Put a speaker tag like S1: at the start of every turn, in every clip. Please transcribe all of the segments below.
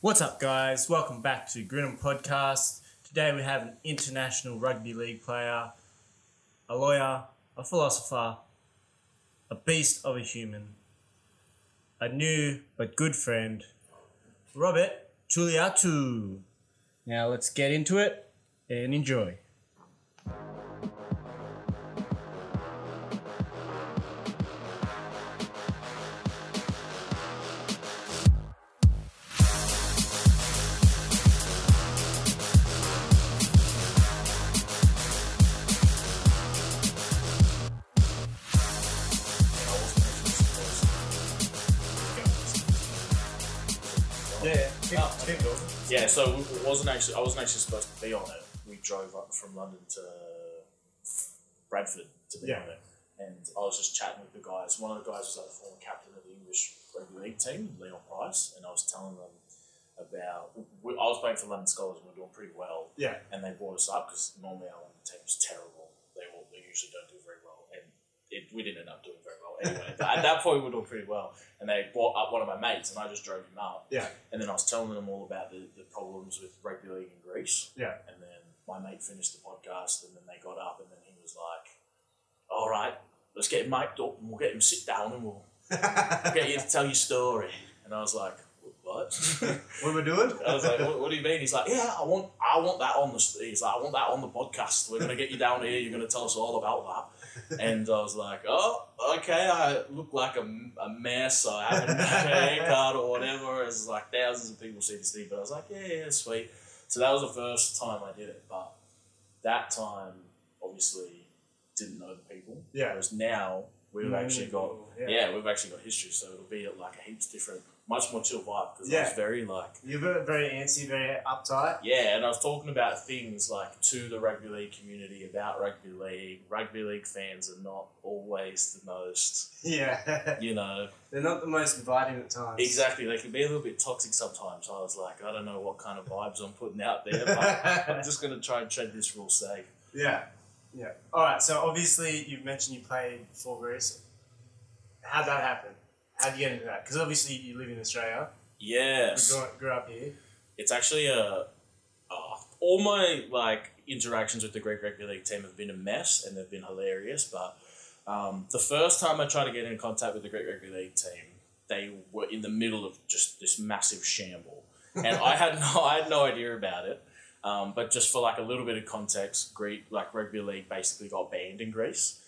S1: What's up, guys? Welcome back to Grinham Podcast. Today we have an international rugby league player, a lawyer, a philosopher, a beast of a human, a new but good friend, Robert Tuliatu. Now let's get into it and enjoy.
S2: Yeah.
S1: Oh,
S2: Yeah. So we- it wasn't actually. I wasn't actually supposed to be on it. We drove up from London to Bradford to be
S1: Yeah.
S2: on it, and I was just chatting with the guys. One of the guys was like the former captain of the English rugby league team, Leon Price, and I was telling them about. We, I was playing for London Scholars, and we were doing pretty well.
S1: yeah.
S2: and they brought us up because normally our London team is terrible. They will, they usually don't do very well, and it, we didn't end up doing very well anyway. but at that point, we were doing pretty well, and they brought up one of my mates, and I just drove him up.
S1: Yeah.
S2: And then I was telling them all about the, the problems with rugby league in Greece.
S1: Yeah.
S2: And then my mate finished the podcast, and then they got up, and then he was like, "All right, let's get him mic'd up, and we'll get him sit down, and we'll get you to tell your story." And I was like, "What?"
S1: What are we doing?
S2: I was like, what, what do you mean? He's like, yeah, I want, I want that on the. st- He's like, I want that on the podcast. We're gonna get you down here. You're gonna tell us all about that. And I was like, oh, okay. I look like a, a mess. I haven't had a haircut or whatever. It's like thousands of people see this thing, but I was like, yeah, yeah, sweet. So that was the first time I did it, but that time obviously didn't know the people.
S1: Yeah.
S2: Whereas now we've
S1: Mm,
S2: actually got
S1: yeah.
S2: yeah. we've actually got history, so it'll be at like a heaps different, much more chill vibe because
S1: Yeah.
S2: it's very like.
S1: You're very- very antsy, very uptight.
S2: Yeah, and I was talking about things like to the rugby league community about rugby league. Rugby league fans are not always the most,
S3: Yeah,
S2: you know,
S3: they're not the most inviting at times.
S2: exactly. They can be a little bit toxic sometimes. I was like, I don't know what kind of vibes I'm putting out there, but I'm just going to try and tread this rule safe.
S3: Yeah, yeah. All right. So obviously, you've mentioned you played for Greece. How'd that happen? How'd you get into that? Because obviously, you live in Australia. You
S2: Yes.
S3: grew, up- grew up here.
S2: It's actually a. Oh, all my like interactions with the Greek rugby league team have been a mess and they've been hilarious. But um, the first time I tried to get in contact with the Greek rugby league team, they were in the middle of just this massive shamble, and I had no I had no idea about it. Um, but just for like a little bit of context, Greek like rugby league basically got banned in Greece.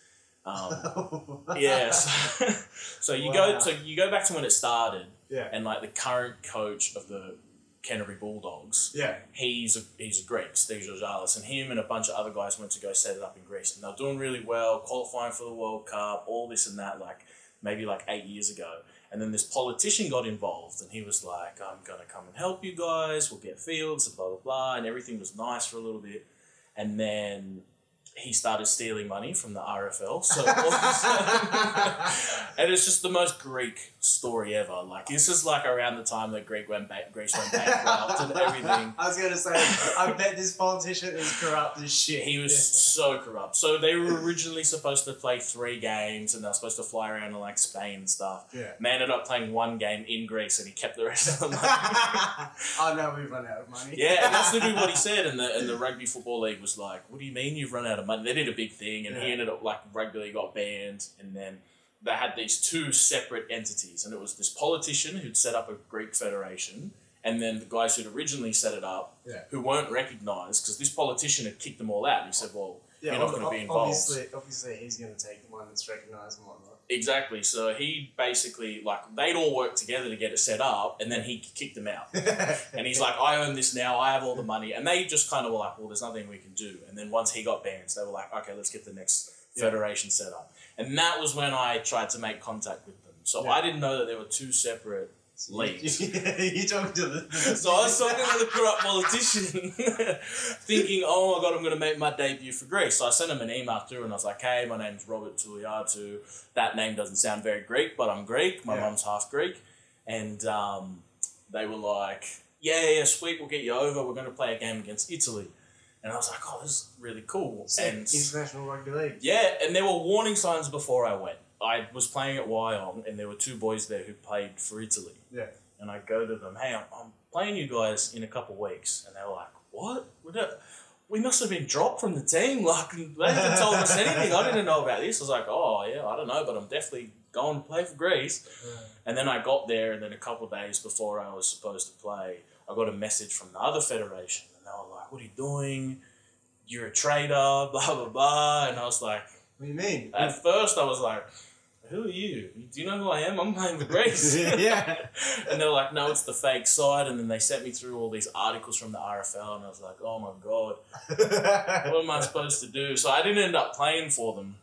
S2: Um, yes. so you go
S3: Wow.
S2: so you go back to when it started,
S3: Yeah.
S2: and like the current coach of the Canterbury Bulldogs,
S3: Yeah.
S2: he's a, he's a Greek, Steve Georgalis, and him and a bunch of other guys went to go set it up in Greece, and they're doing really well, qualifying for the World Cup, all this and that, like maybe like eight years ago. And then this politician got involved, and he was like, "I'm gonna come and help you guys. We'll get fields, and blah blah blah." And everything was nice for a little bit, and then he started stealing money from the RFL. So, and it's just the most Greek story ever. Like this is like around the time that Greek went back, Greece went bankrupt and everything.
S3: I was gonna say, I bet this politician is corrupt as shit.
S2: He was so corrupt. So they were originally supposed to play three games, and they're supposed to fly around to like Spain and stuff.
S3: Yeah.
S2: Man ended up playing one game in Greece, and he kept the rest of the money.
S3: oh no, we've run out of money.
S2: Yeah, and that's literally what he said. And the and the rugby football league was like, "What do you mean you've run out of money?" They did a big thing, and he
S3: Yeah.
S2: ended up like rugby league got banned, and then they had these two separate entities, and it was this politician who'd set up a Greek federation, and then the guys who'd originally set it up,
S3: Yeah.
S2: who weren't recognised because this politician had kicked them all out. And he said, "Well,
S3: Yeah,
S2: you're not
S3: ob-
S2: going to be
S3: ob-
S2: involved."
S3: Obviously, obviously, he's gonna take the one that's recognised and whatnot.
S2: Exactly. So he basically like they'd all work together to get it set up, and then he kicked them out. And he's like, I own this now. I have all the money. And they just kind of were like, well, there's nothing we can do. And then once he got banned, they were like, okay, let's get the next
S3: Yeah.
S2: federation set up. And that was when I tried to make contact with them. So
S3: Yeah.
S2: I didn't know that there were two separate leagues.
S3: you talking to the.
S2: so I was talking to the corrupt politician, thinking, oh my God, I'm going to make my debut for Greece. So I sent him an email through and I was like, hey, my name's Robert Tuliatu. That name doesn't sound very Greek, but I'm Greek. My
S3: Yeah.
S2: mum's half Greek. And um, they were like, yeah, yeah, sweet, we'll get you over. We're going to play a game against Italy. And I was like, oh, this is really cool. And
S3: International Rugby League.
S2: yeah, and there were warning signs before I went. I was playing at Wyong, and there were two boys there who played for Italy.
S3: Yeah.
S2: And I go to them, hey, I'm, I'm playing you guys in a couple weeks. And they were like, what? We, don't, we must have been dropped from the team. Like, they haven't told us anything. I didn't know about this. I was like, oh, yeah, I don't know, but I'm definitely going to play for Greece.
S3: Uh,
S2: And then I got there, and then a couple of days before I was supposed to play, I got a message from the other federation. And they were like, what are you doing? You're a traitor, blah, blah, blah. And I was like,
S3: What do you mean?
S2: at first, I was like, "Who are you? Do you know who I am? I'm playing with Grace."
S3: Yeah.
S2: and they're like, "No, it's the fake side." And then they sent me through all these articles from the RFL, and I was like, "Oh my god, what am I supposed to do?" So I didn't end up playing for them,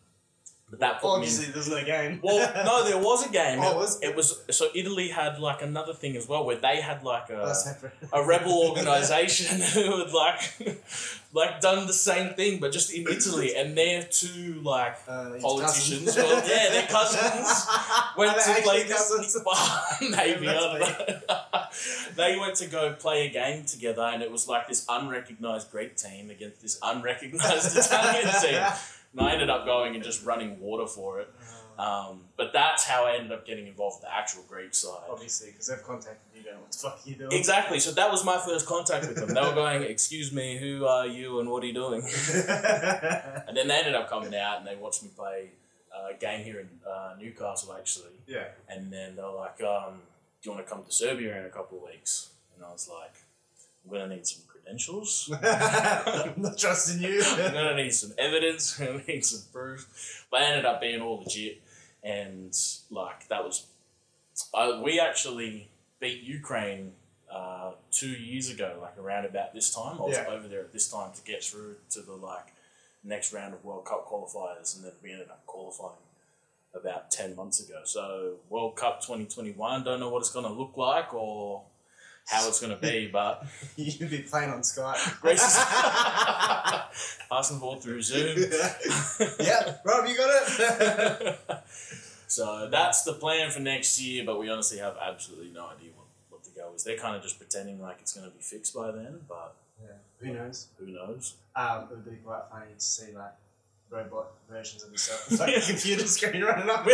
S2: but that put me. In-
S3: Obviously, there's no game.
S2: well, no, there was a game.
S3: Oh,
S2: It-
S3: was
S2: it was so Italy had like another thing as well, where they had like a
S3: That's separate.
S2: uh, a rebel organization who had like like done the same thing, but just in Italy, and they're two like
S3: Uh, his
S2: politicians.
S3: cousin.
S2: well, yeah, they're cousins. Went
S3: Are they
S2: to play
S3: actually cousins?
S2: this. Well, maybe I don't
S3: That's
S2: know. They went to go play a game together, and it was like this unrecognized Greek team against this unrecognized Italian team. And I ended up going and just running water for it.
S3: Uh,
S2: Um, but that's how I ended up getting involved with the actual Greek side.
S3: Obviously, because they've contacted you. Going, what the fuck are you doing?
S2: Exactly. So that was my first contact with them. They were going, "Excuse me, who are you and what are you doing?" And then they ended up coming out and they watched me play uh, a game here in uh, Newcastle actually.
S3: yeah.
S2: And then they were like, um, "Do you want to come to Serbia in a couple of weeks?" And I was like, "I'm gonna need some credentials.
S3: I'm not trusting you.
S2: I'm gonna need some evidence. I'm gonna need some proof." But I ended up being all legit, and like that was, I, we actually beat Ukraine uh, two years ago, like around about this time. I was
S3: Yeah.
S2: over there at this time to get through to the like next round of World Cup qualifiers, and then we ended up qualifying about ten months ago. So World Cup twenty twenty one. Don't know what it's going to look like or how it's going to be, but
S3: You'd be playing on Skype.
S2: Grace is passing the ball through Zoom.
S3: yeah, Rob, you got it.
S2: so that's the plan for next year, but we honestly have absolutely no idea what, what the goal is. They're kind of just pretending like it's going to be fixed by then, but
S3: yeah. Who knows?
S2: who knows?
S3: Um, it would be quite funny to see like robot versions of yourself, It's like a computer screen running up.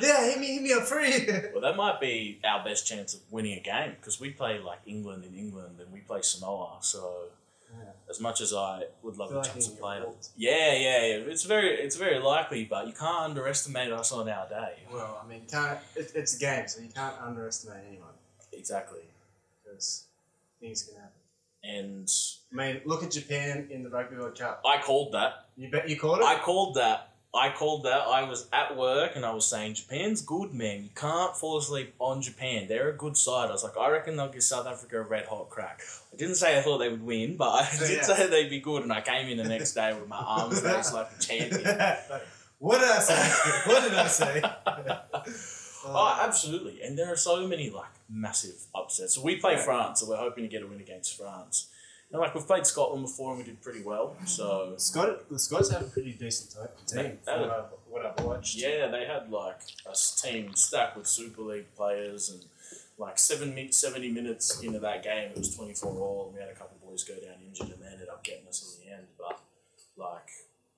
S3: yeah, hit me, hit me up free.
S2: well, that might be our best chance of winning a game because we play like England in England and we play Samoa. So
S3: Yeah.
S2: as much as I would love
S3: Feel
S2: a
S3: like
S2: chance to
S3: you get
S2: play,
S3: walked.
S2: yeah, yeah, yeah, it's very, it's very likely, but you can't underestimate us on our day.
S3: well, I mean, can't it, it's a game, so you can't underestimate anyone
S2: Exactly,
S3: because things can happen.
S2: and
S3: I mean, look at Japan in the Rugby World Cup.
S2: I called that.
S3: You bet you caught it.
S2: I called that. I called that. I was at work and I was saying, Japan's good, man. You can't fall asleep on Japan. They're a good side. I was like, I reckon they'll give South Africa a red hot crack. I didn't say I thought they would win, but I did
S3: Yeah.
S2: say they'd be good. And I came in the next day with my arms raised like a champion.
S3: what did I say? What did I say?
S2: Oh, absolutely. And there are so many like massive upsets. So we play
S3: Yeah.
S2: France, so we're hoping to get a win against France. And like we've played Scotland before and we did pretty well. So
S3: Scott, the Scots have a pretty decent type of team.
S2: That-
S3: From
S2: that-
S3: what I've, what I've watched.
S2: Yeah, they had like a s- team stacked with Super League players and like seven mi- 70 minutes into that game, it was 24 all. And we had a couple of boys go down injured and they ended up getting us in the end. But like,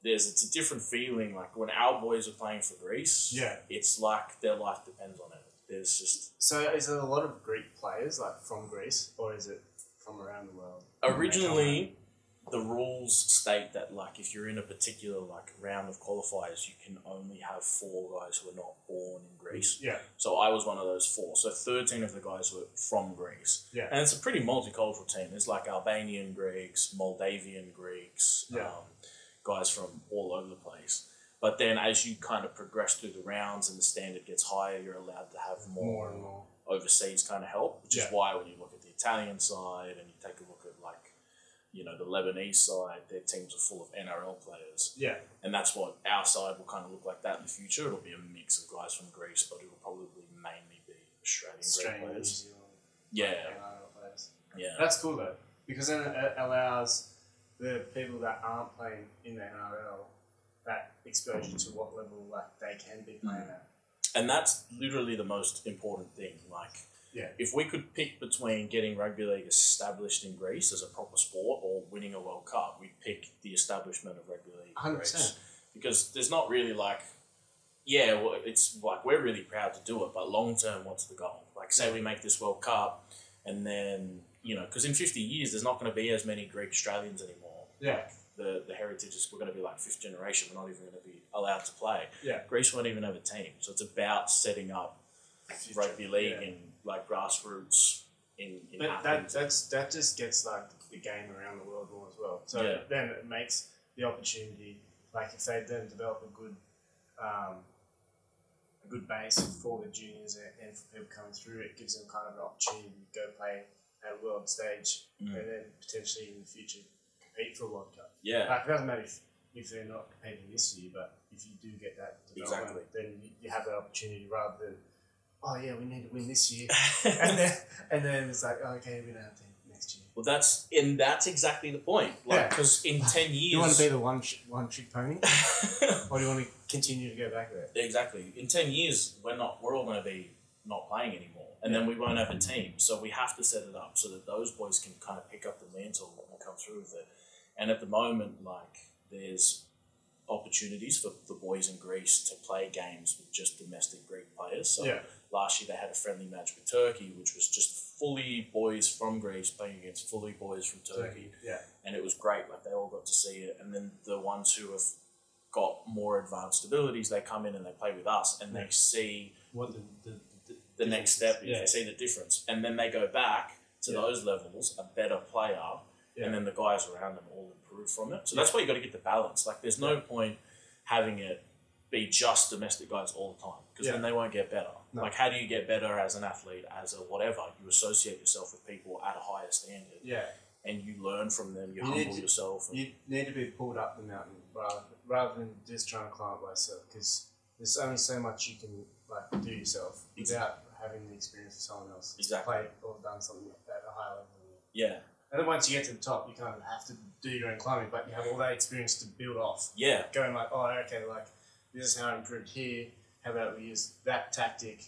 S2: there's it's a different feeling. Like, when our boys are playing for Greece,
S3: Yeah.
S2: it's like their life depends on it. There's just
S3: So is it a lot of Greek players like from Greece, or is it from around the world?
S2: originally the rules state that like if you're in a particular like round of qualifiers you can only have four guys who are not born in Greece
S3: Yeah,
S2: So I was one of those four. So 13 of the guys were from Greece.
S3: Yeah.
S2: And it's a pretty multicultural team. There's like Albanian Greeks, Moldavian Greeks,
S3: Yeah.
S2: um, guys from all over the place. But then as you kind of progress through the rounds and the standard gets higher, you're allowed to have more,
S3: more and more.
S2: overseas kind of help, which
S3: Mm. Yeah.
S2: is why when you look at the Italian side and you take a look at like, you know, the Lebanese side, their teams are full of NRL players
S3: Yeah,
S2: and that's what our side will kind of look like that in the future. It'll be a mix of guys from Greece, but it'll probably mainly be Australian,
S3: Australian,
S2: Greek
S3: New
S2: players.
S3: Zealand,
S2: Yeah,
S3: NRL players.
S2: yeah,
S3: That's cool though, because then it allows the people that aren't playing in the NRL that exposure to what level like they can be playing at.
S2: and that's literally the most important thing. Like,
S3: Yeah.
S2: if we could pick between getting rugby league established in Greece as a proper sport or winning a World Cup, we'd pick the establishment of rugby league in
S3: 100%.
S2: Greece because there's not really like. yeah, well, it's like we're really proud to do it, but long term, what's the goal? Like, say we make this World Cup, and then you know, because in fifty years, there's not going to be as many Greek Australians anymore.
S3: Yeah.
S2: The the heritage is we're going to be like fifth generation. We're not even going to be allowed to play.
S3: Yeah.
S2: Greece won't even have a team, so it's about setting up rugby league
S3: Yeah.
S2: and like grassroots in, in
S3: But that
S2: Athens.
S3: that's that just gets like the game around the world more as well. So
S2: Yeah.
S3: then it makes the opportunity like if they then develop a good um, a good base for the juniors and, and for people coming through, it gives them kind of an opportunity to go play at a world stage
S2: Mm.
S3: and then potentially in the future compete for a World Cup.
S2: yeah,
S3: Like it doesn't matter if, if they're not competing this year, but if you do get that development, then you, you have that opportunity rather than oh yeah, we need to win this year and then and then it's like, oh, okay, we don't have to next year.
S2: well, that's and that's exactly the point. Like,
S3: Yeah.
S2: because in ten years,
S3: You want to be the one sh- one trick pony, or do you want to continue to go back there?
S2: Exactly. In ten years, we're not. We're all going to be not playing anymore, and then we won't have a team. So we have to set it up so that those boys can kind of pick up the mantle and come through with it. And at the moment, like there's opportunities for the boys in Greece to play games with just domestic Greek players. So
S3: Yeah.
S2: last year they had a friendly match with Turkey, which was just fully boys from Greece playing against fully boys from Turkey
S3: Yeah,
S2: and it was great. Like they all got to see it, and then the ones who have got more advanced abilities, they come in and they play with us, and they see
S3: what the, the,
S2: the next step.
S3: Yeah.
S2: They see the difference, and then they go back to
S3: Yeah.
S2: those levels, a better player,
S3: Yeah.
S2: and then the guys around them all improve from it. So that's why you got to get the balance. Like there's no point having it be just domestic guys all the time because
S3: Yeah.
S2: then they won't get better.
S3: No.
S2: Like how do you get better as an athlete, as a whatever? You associate yourself with people at a higher standard,
S3: yeah.
S2: and you learn from them. You,
S3: You need
S2: humble
S3: to-
S2: yourself. and-
S3: You need to be pulled up the mountain rather, rather than just trying to climb it by yourself because there's only so much you can like do yourself without having the experience of someone else that's
S2: Exactly.
S3: played or done something at a higher level. than you.
S2: Yeah,
S3: And then once you get to the top, you kind of have to do your own climbing, but you have all that experience to build off.
S2: yeah,
S3: going like, oh, okay, like this is how I improved here. How about we use that tactic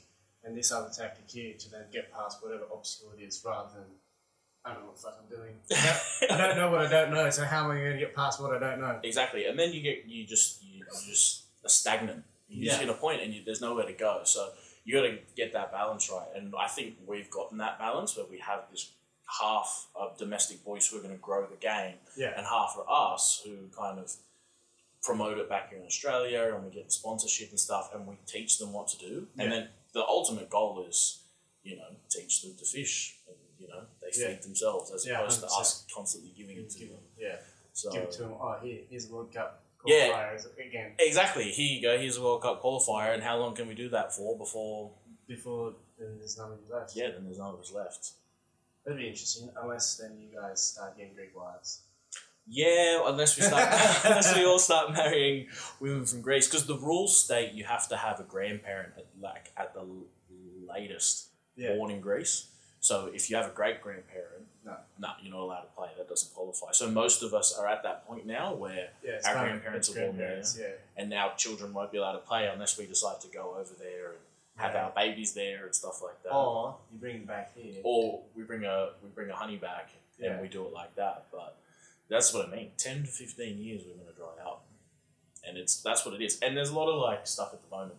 S3: and this other tactic here to then get past whatever obstacle it is, rather than I don't know what the fuck I'm doing. I don't know what I don't know, so how am I going to get past what I don't know?
S2: exactly. And then you get you just you, you just are stagnant. You just
S3: Yeah.
S2: hit a point, and you, there's nowhere to go. So you got to get that balance right. And I think we've gotten that balance where we have this half of domestic boys who are going to grow the game,
S3: Yeah,
S2: and half of us who kind of promote it back here in Australia, and we get sponsorship and stuff, and we teach them what to do.
S3: Yeah.
S2: And then the ultimate goal is, you know, teach them to fish. And, you know, they
S3: Yeah.
S2: feed themselves as
S3: Yeah,
S2: opposed to
S3: 100%.
S2: us constantly giving it to them.
S3: yeah.
S2: So
S3: Give it to him. Oh, here, here's the World Cup
S2: Yeah.
S3: qualifiers again
S2: Exactly. Here you go. Here's a World Cup qualifier, and how long can we do that for before?
S3: before then there's none of you left.
S2: Yeah, then there's none of us left.
S3: that'd be interesting. Unless then you guys start getting Greek wives.
S2: Yeah, unless we start, unless we all start marrying women from Greece, because the rules state you have to have a grandparent at like at the l- latest
S3: Yeah.
S2: born in Greece. So if you have a great grandparent,
S3: No.
S2: no, you're not allowed to play. That doesn't qualify. So most of us are at that point now where
S3: Yeah, it's
S2: Our
S3: kind of-
S2: grandparents
S3: it's
S2: are born there.
S3: grandparents, Yeah,
S2: and now children won't be allowed to play unless we decide to go over there and have
S3: Yeah.
S2: our babies there and stuff like that.
S3: or you bring them back here.
S2: or we bring a we bring a honey back
S3: Yeah.
S2: and we do it like that. But that's what I mean. Ten to fifteen years, we're going to dry out, and it's that's what it is. And there's a lot of like stuff at the moment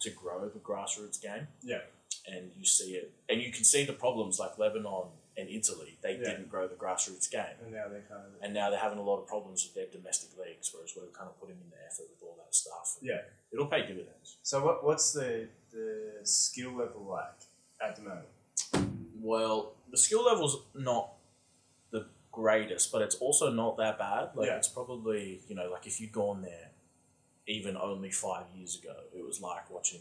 S2: to grow the grassroots game.
S3: Yeah.
S2: and you see it, and you can see the problems like Lebanon and Italy. They
S3: Yeah.
S2: didn't grow the grassroots game,
S3: and now they're kind of
S2: and now they're having a lot of problems with their domestic leagues, whereas we're kind of putting in the effort with all that stuff.
S3: Yeah.
S2: it'll pay dividends.
S3: So what what's the the skill level like at the moment?
S2: Well, the skill level's not the greatest, but it's also not that bad. Like
S3: Yeah.
S2: it's probably you know like if you'd gone there even only five years ago, it was like watching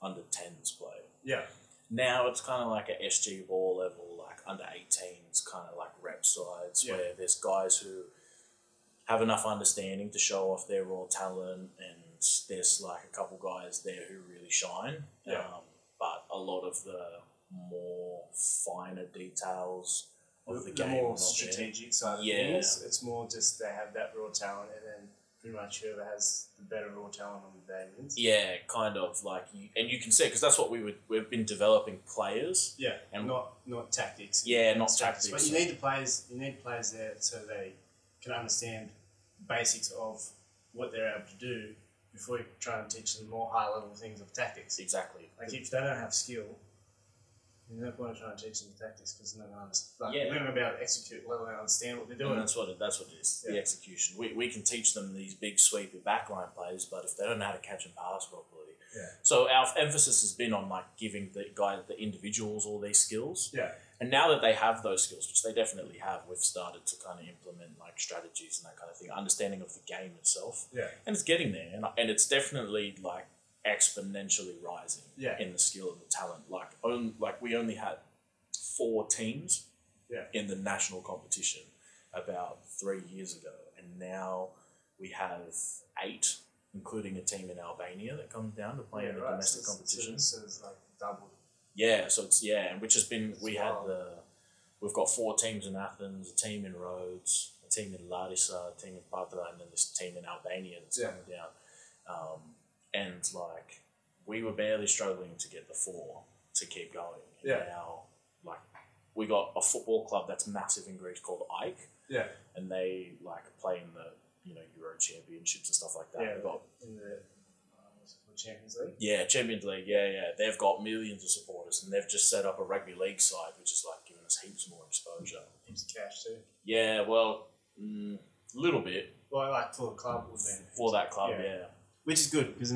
S2: under tens play.
S3: Yeah.
S2: Now it's kind of like a SG ball level, like under 18s, kind of like rep sides
S3: Yeah.
S2: where there's guys who have enough understanding to show off their raw talent, and there's like a couple guys there who really shine.
S3: Yeah.
S2: Um, but a lot of the more finer details of the, game, are
S3: more
S2: not there.
S3: strategic side of
S2: Yeah.
S3: things. It's more just they have that raw talent, and then pretty much whoever has the better raw talent on the day wins.
S2: Yeah, kind of like you, and you can see because that's what we would we've been developing players.
S3: Yeah,
S2: And-
S3: not not tactics.
S2: Yeah, not
S3: Strategies.
S2: tactics.
S3: But you need the players. You need players there so they can understand the basics of what they're able to do before you try and teach them more high level things of tactics.
S2: Exactly.
S3: Like if they don't have skill, there's no point in trying to teach them the tactics because they're not gonna understand. Like,
S2: Yeah.
S3: They're not gonna be able to execute, let alone understand what they're
S2: And
S3: doing.
S2: that's what it, that's what it is. The
S3: Mm. Yeah.
S2: execution. We, we can teach them these big sweepy backline plays, but if they don't know how to catch and pass properly,
S3: Yeah.
S2: So our emphasis has been on like giving the guy the individuals all these skills,
S3: Yeah,
S2: and now that they have those skills, which they definitely have, we've started to kind of implement like strategies and that kind of thing, understanding of the game itself,
S3: yeah,
S2: and it's getting there, and, and it's definitely like exponentially rising
S3: Yeah.
S2: in the skill and the talent. Like on, like we only had four teams
S3: Yeah.
S2: in the national competition about three years ago, and now we have eight, including a team in Albania that comes down to play
S3: yeah.
S2: in the
S3: right.
S2: domestic
S3: so, it's-
S2: competition.
S3: So it's like double.
S2: Yeah, so it's yeah, which has been we had
S3: Wow.
S2: the we've got four teams in Athens, a team in Rhodes, a team in Larissa, a team in Patara, and then this team in Albania that's
S3: Yeah.
S2: coming down. Um, and like we were barely struggling to get the four to keep going. And
S3: Yeah.
S2: Now, like we got a football club that's massive in Greece called Ike,
S3: Yeah,
S2: and they like play in the you know Euro Championships and stuff like that.
S3: Yeah.
S2: They've got
S3: in the uh, what's it called, Champions League.
S2: yeah, Champions League. Yeah, yeah. They've got millions of supporters, and they've just set up a rugby league side, which is like giving us heaps more exposure.
S3: Heaps of cash too.
S2: Yeah, well, a mm, little bit
S3: Well, like for the club would mean
S2: for that club.
S3: Yeah.
S2: Yeah.
S3: which is good because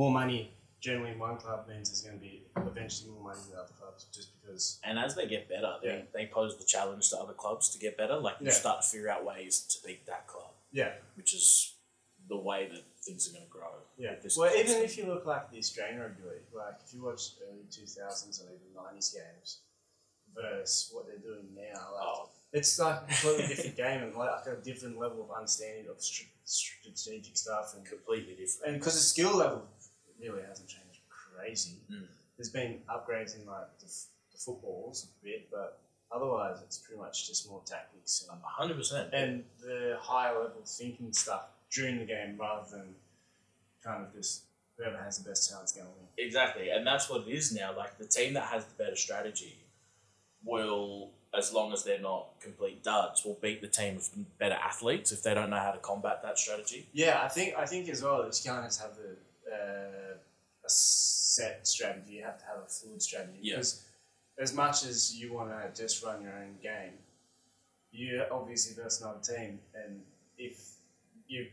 S3: more money generally in one club means there's going to be eventually more money in the other clubs just because
S2: And as they get better, they,
S3: Yeah.
S2: they pose the challenge to other clubs to get better. Like you
S3: Yeah.
S2: start to figure out ways to beat that club,
S3: yeah
S2: which is the way that things are going to grow.
S3: yeah
S2: with this
S3: well
S2: club.
S3: even if you look like the Australian rugby league like if you watch early 2000s or even 90s games versus what they're doing now like,
S2: oh,
S3: it's like a completely different game and like a different level of understanding of str- strategic stuff and
S2: completely different.
S3: and because the skill level really hasn't changed crazy.
S2: Mm.
S3: There's been upgrades in like the, f- the footballs a bit, but otherwise it's pretty much just more tactics and,
S2: hundred percent.
S3: and the higher level thinking stuff during the game rather than kind of just whoever has the best talent's going to win.
S2: Exactly, and that's what it is now. Like the team that has the better strategy will, as long as they're not complete duds, will beat the team of better athletes if they don't know how to combat that strategy.
S3: Yeah, I think I think as well that you can't just have the, uh, a set strategy. You have to have a fluid strategy.
S2: Yeah.
S3: Because as much as you want to just run your own game, you're obviously versus another team, and if you're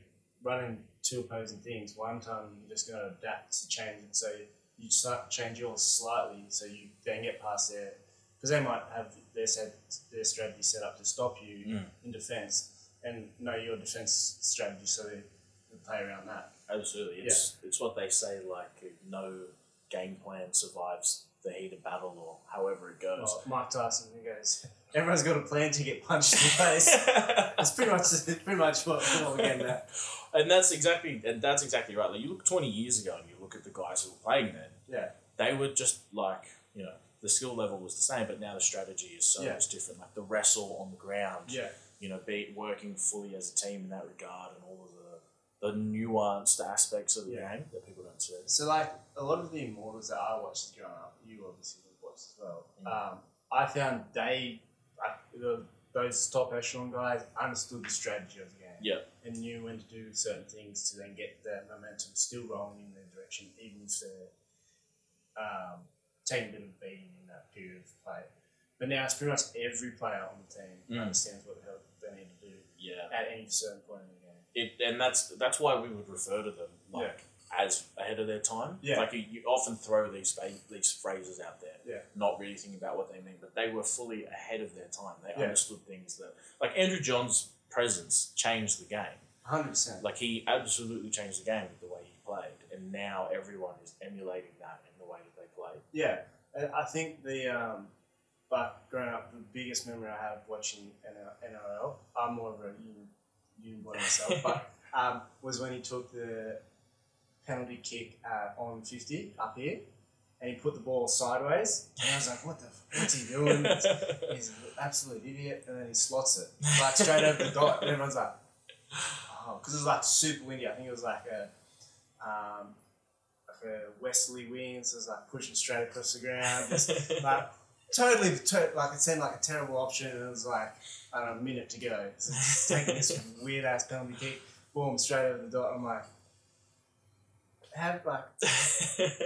S3: running two opposing things, one time you're just going to adapt to change it. So you start change yours slightly, so you then get past their because they might have their set, their strategy set up to stop you
S2: Mm.
S3: in defence and know your defence strategy, so they, they play around that.
S2: Absolutely, it's it's what they say. Like no game plan survives the heat of battle, or however it goes.
S3: Well, Mike Tyson he goes, everyone's got a plan to get punched in the face. That's pretty much pretty much what what we're getting at.
S2: and that's exactly and that's exactly right. Like you look twenty years ago, and you look at the guys who were playing then.
S3: Yeah,
S2: they were just like you know the skill level was the same, but now the strategy is so
S3: Yeah.
S2: much different. Like the wrestle on the ground,
S3: yeah,
S2: you know, be working fully as a team in that regard, and all of the the nuanced aspects of the
S3: Yeah.
S2: game that people don't see.
S3: So like a lot of the immortals that I watched as growing up, you obviously watched as well.
S2: Mm.
S3: Um, I found they, like, the, those top echelon guys, understood the strategy of the game.
S2: Yeah.
S3: And knew when to do certain things to then get their momentum still rolling in their direction, even if they're um, taking a bit of a beating in that period of play. But now it's pretty much every player on the team
S2: Mm.
S3: understands what the hell they need to do
S2: Yeah,
S3: at any certain point in the game.
S2: it, and that's that's why we would refer to them like
S3: Yeah.
S2: as ahead of their time.
S3: Yeah.
S2: Like you, you often throw these fa- these phrases out there,
S3: Yeah.
S2: not really thinking about what they mean, but they were fully ahead of their time. They
S3: Yeah.
S2: understood things that like Andrew John's presence changed the game.
S3: 100%.
S2: Like he absolutely changed the game with the way he played, and now everyone is emulating that in the way that they play.
S3: Yeah, and I think the um, but growing up, the biggest memory I have watching NL NRL, I'm more of a uni, uni boy myself, but um, was when he took the penalty kick uh, on 50 up here, and he put the ball sideways, and I was like, "What the? F- what's he doing? He's an absolute idiot!" And then he slots it like straight over the dot, and everyone's like, "Oh," because it was like super windy. I think it was like a. Um, like a westerly wind, so it's like pushing straight across the ground, just like totally, to- like it seemed like a terrible option. And it was like I don't know, a minute to go. So it's taking this weird ass penalty kick, boom, straight over the dot. I'm like, How, like,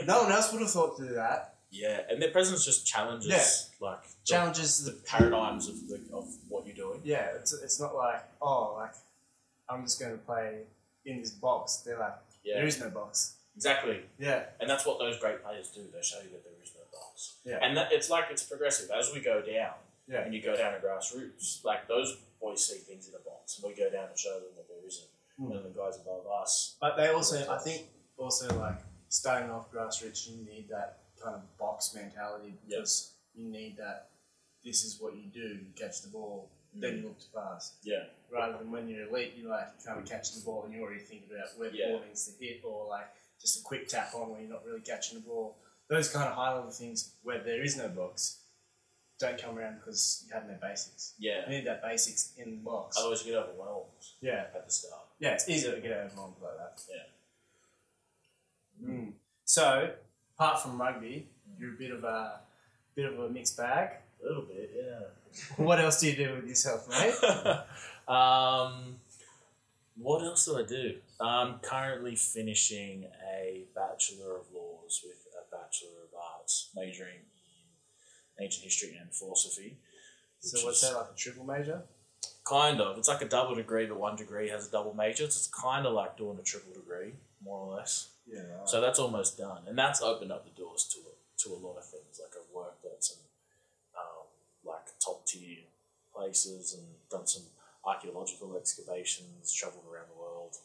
S3: no one else would have thought to do that.
S2: yeah, and their presence just challenges like the-
S3: Challenges
S2: the,
S3: the
S2: paradigms of the, of what you're doing.
S3: yeah. It's, it's not like oh like I'm just going to play in this box. They're like
S2: Yeah,
S3: there is no box.
S2: exactly.
S3: Yeah,
S2: And that's what those great players do. They show you that there is no box.
S3: Yeah.
S2: And that, it's like it's progressive as we go down.
S3: Yeah.
S2: And you go down to grassroots, like those boys see things in a box, and we go down and show them that there isn't.
S3: Hmm.
S2: And the guys above us,
S3: but they also I think also like starting off grassroots, you need that kind of box mentality because you need that. This is what you do. You catch the ball, then you look to pass.
S2: Mm. yeah,
S3: rather than when you're elite, you like kind of catch the ball and you already think about where the
S2: Yeah.
S3: ball needs to hit or like just a quick tap on where you're not really catching the ball. Those kind of high level things where there is no box don't come around because you have no basics.
S2: yeah.
S3: You need that basics in the box.
S2: Otherwise, you get overwhelmed
S3: Yeah,
S2: at the start.
S3: yeah, it's easier to get overwhelmed like that.
S2: Yeah.
S3: Mm. So apart from rugby, you're a bit of a bit of a mixed bag.
S2: A little bit, yeah.
S3: What else do you do with yourself, mate?
S2: um, what else do I do? I'm currently finishing a Bachelor of Laws with a Bachelor of Arts, majoring in ancient history and philosophy.
S3: so
S2: which
S3: what's
S2: is
S3: that like a triple major?
S2: Kind of. It's like a double degree, but one degree has a double major. So it's kind of like doing a triple degree, more or less.
S3: Yeah.
S2: So that's almost done, and that's opened up the doors to to a lot of things. Like I've worked at some um, like top tier places and done some archaeological excavations, travelled around the world.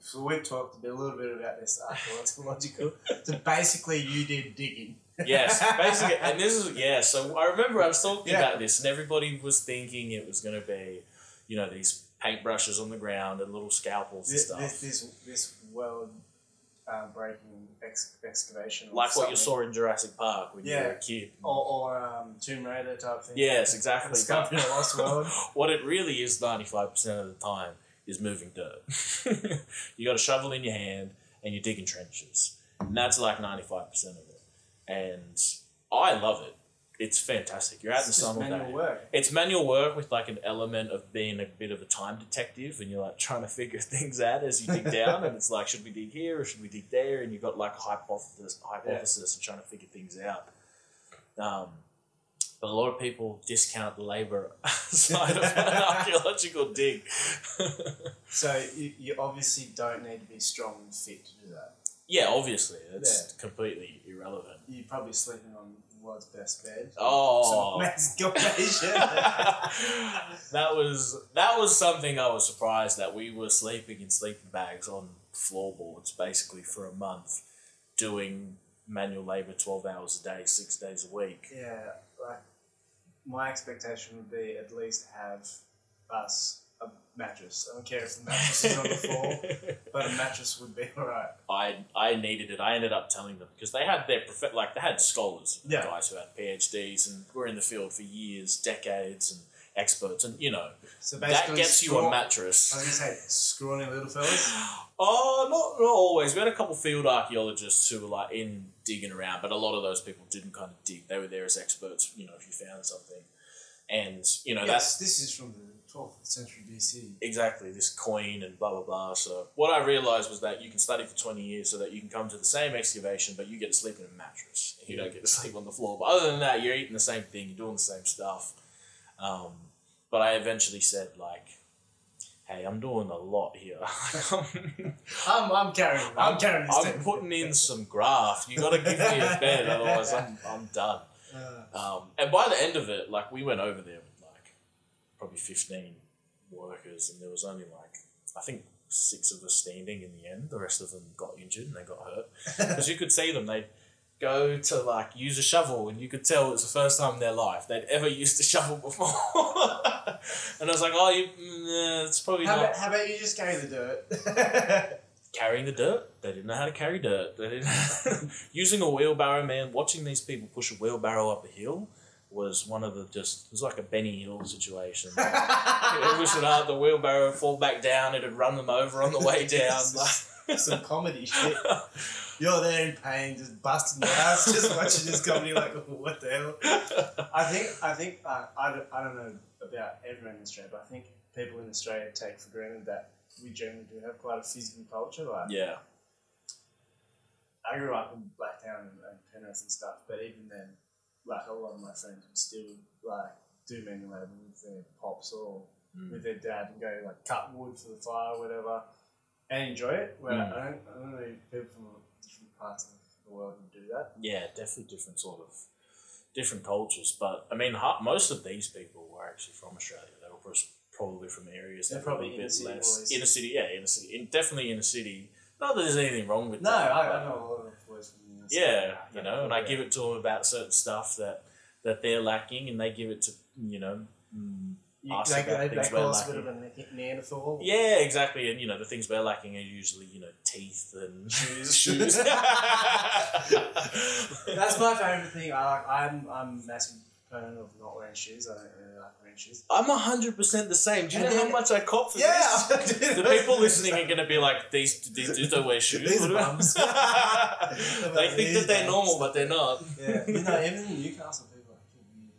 S3: So we talked a, bit, a little bit about this archaeological. so basically, you did digging.
S2: Yes, basically, and this is yeah. So I remember I was talking
S3: Yeah.
S2: about this, and everybody was thinking it was going to be, you know, these paintbrushes on the ground and little scalpels and
S3: This
S2: stuff,
S3: this this, this world uh, breaking ex- excavation, or
S2: like what you
S3: something.
S2: saw in Jurassic Park when you were
S3: Yeah.
S2: a kid.
S3: or, or um, Tomb Raider type thing.
S2: Yes, exactly.
S3: The Scorpion
S2: But-
S3: Lost World.
S2: what it really is 95% of the time is moving dirt. you got a shovel in your hand and you're digging trenches. And that's like 95% of it. And I love it. It's fantastic. You're out in
S3: It's
S2: the sun
S3: just
S2: all
S3: manual
S2: day.
S3: work.
S2: It's manual work with like an element of being a bit of a time detective and you're like trying to figure things out as you dig down and it's like should we dig here or should we dig there and you've got like a hypothesis hypothesis and trying to figure things out. Um, but a lot of people discount the labor side of an archaeological dig.
S3: So you, you obviously don't need to be strong and fit to do that.
S2: yeah, obviously. It's completely irrelevant.
S3: You're probably sleeping on the world's best bed.
S2: Oh,
S3: Some excavation.
S2: that was that was something I was surprised that we were sleeping in sleeping bags on floorboards basically for a month, doing manual labor twelve hours a day, six days a week.
S3: Yeah, like my expectation would be at least have us a mattress. I don't care if the mattress is on the floor, but a mattress would be alright.
S2: I I needed it. I ended up telling them because they had their prof- like they had scholars,
S3: Yeah.
S2: guys who had PhDs and were in the field for years, decades, and experts, and you know
S3: So
S2: that
S3: basically,
S2: gets you a
S3: scraw- I
S2: mattress.
S3: was gonna say scrawny little fellas.
S2: Oh, not, not always. We had a couple field archaeologists who were like in digging around, but a lot of those people didn't kind of dig. They were there as experts, you know, if you found something. And, you know, that's
S3: yes, this is from the 12th century BC.
S2: exactly this coin and blah, blah, blah. So, what I realized was that you can study for 20 years so that you can come to the same excavation, but you get to sleep in a mattress. You don't get to sleep on the floor. But other than that, you're eating the same thing, you're doing the same stuff. Um, but I eventually said, like, hey, I'm doing a lot here.
S3: I'm, I'm carrying. I'm, carrying this.
S2: I'm
S3: thing.
S2: putting in some graft. You got to give me a bed, otherwise I'm, I'm done.
S3: Uh,
S2: Um, and by the end of it, like we went over there with like probably 15 workers, and there was only like I think six of us standing in the end. The rest of them got injured and they got hurt
S3: Uh,
S2: because you could see them. They'd go to like use a shovel, and you could tell it was the first time in their life they'd ever used a shovel before. and I was like, oh, you, mm, nah, it's probably
S3: how,
S2: not
S3: about, how about you just carry the dirt?
S2: carrying the dirt. They didn't know how to carry dirt. They didn't using a wheelbarrow, man. Watching these people push a wheelbarrow up a hill was one of the just. It was like a Benny Hill situation. They push it up, the wheelbarrow would fall back down. It'd run them over on the way down. like-
S3: Some comedy shit. You're there in pain, just busting your ass, just watching this comedy. Like, what the hell? I think I think uh, I, don't, I don't know about everyone in Australia, but I think people in Australia take for granted that we generally do have quite a physical culture. Like
S2: yeah,
S3: I grew up in Blacktown and, and Penrith and stuff, but even then, like a lot of my friends would still like do manual labour with their pops or
S2: Hmm.
S3: with their dad and go like cut wood for the fire or whatever, and enjoy it. Where
S2: Mm.
S3: I, don't, I don't know people from different parts of the world who do that.
S2: Yeah, definitely different sort of different cultures. But I mean, ha- most of these people were actually from Australia. They were pros- probably from areas that
S3: They're
S2: were a little
S3: probably
S2: bit
S3: inner city
S2: less
S3: boys.
S2: inner city. Yeah, inner city. In, definitely inner city. Not that there's anything wrong with
S3: No,
S2: that.
S3: I,
S2: but-
S3: I know a lot of boys from the US.
S2: Yeah, you know, and I give it to them about certain stuff that that they're lacking, and they give it to you know. mm,
S3: You,
S2: us
S3: they,
S2: about
S3: they,
S2: things
S3: they call
S2: we're
S3: us a bit of a Neanderthal.
S2: Yeah, exactly, and you know the things we're lacking are usually you know teeth and
S3: Shoes.
S2: shoes.
S3: That's my favorite thing. I like, I'm I'm a massive proponent of not wearing shoes. I don't really like wearing shoes.
S2: I'm hundred percent the same. Do you
S3: And
S2: know
S3: then-
S2: how much I cop for this? The people listening are going to be like, these these dudes don't wear shoes.
S3: These
S2: What
S3: are
S2: about-
S3: bums.
S2: they think
S3: These
S2: that they're
S3: bums.
S2: normal, but they're not.
S3: Yeah, you know, even in Newcastle, people are fucking weird.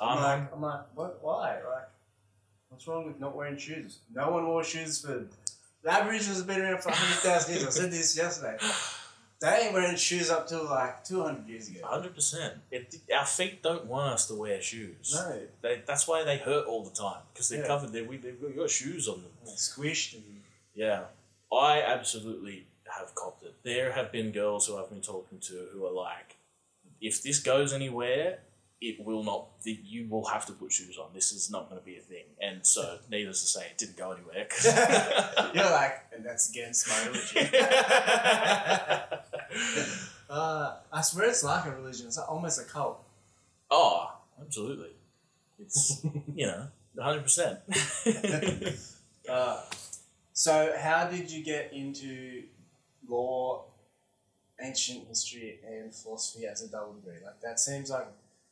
S3: I'm
S2: Um,
S3: like, I'm like, what? Why? Like, what's wrong with not wearing shoes? No one wore shoes for. The Aboriginals have been around for hundred thousand years. I said this yesterday. They ain't wearing shoes up till like two hundred years ago.
S2: Hundred percent. It our feet don't want us to wear shoes.
S3: No,
S2: They, that's why they hurt all the time because they're
S3: Yeah.
S2: covered. They're, we, they've got- you've got shoes on them.
S3: squished and
S2: Yeah, I absolutely have copped it. There have been girls who I've been talking to who are like, if this goes anywhere, it will not. The, you will have to put shoes on. This is not going to be a thing. And so, needless to say, it didn't go anywhere. 'cause-
S3: You're like, and that's against my religion. uh, I swear it's like a religion. It's almost a cult.
S2: oh, absolutely. It's you know, hundred percent.
S3: Uh, so, how did you get into law, ancient history, and philosophy as a double degree? Like that seems like,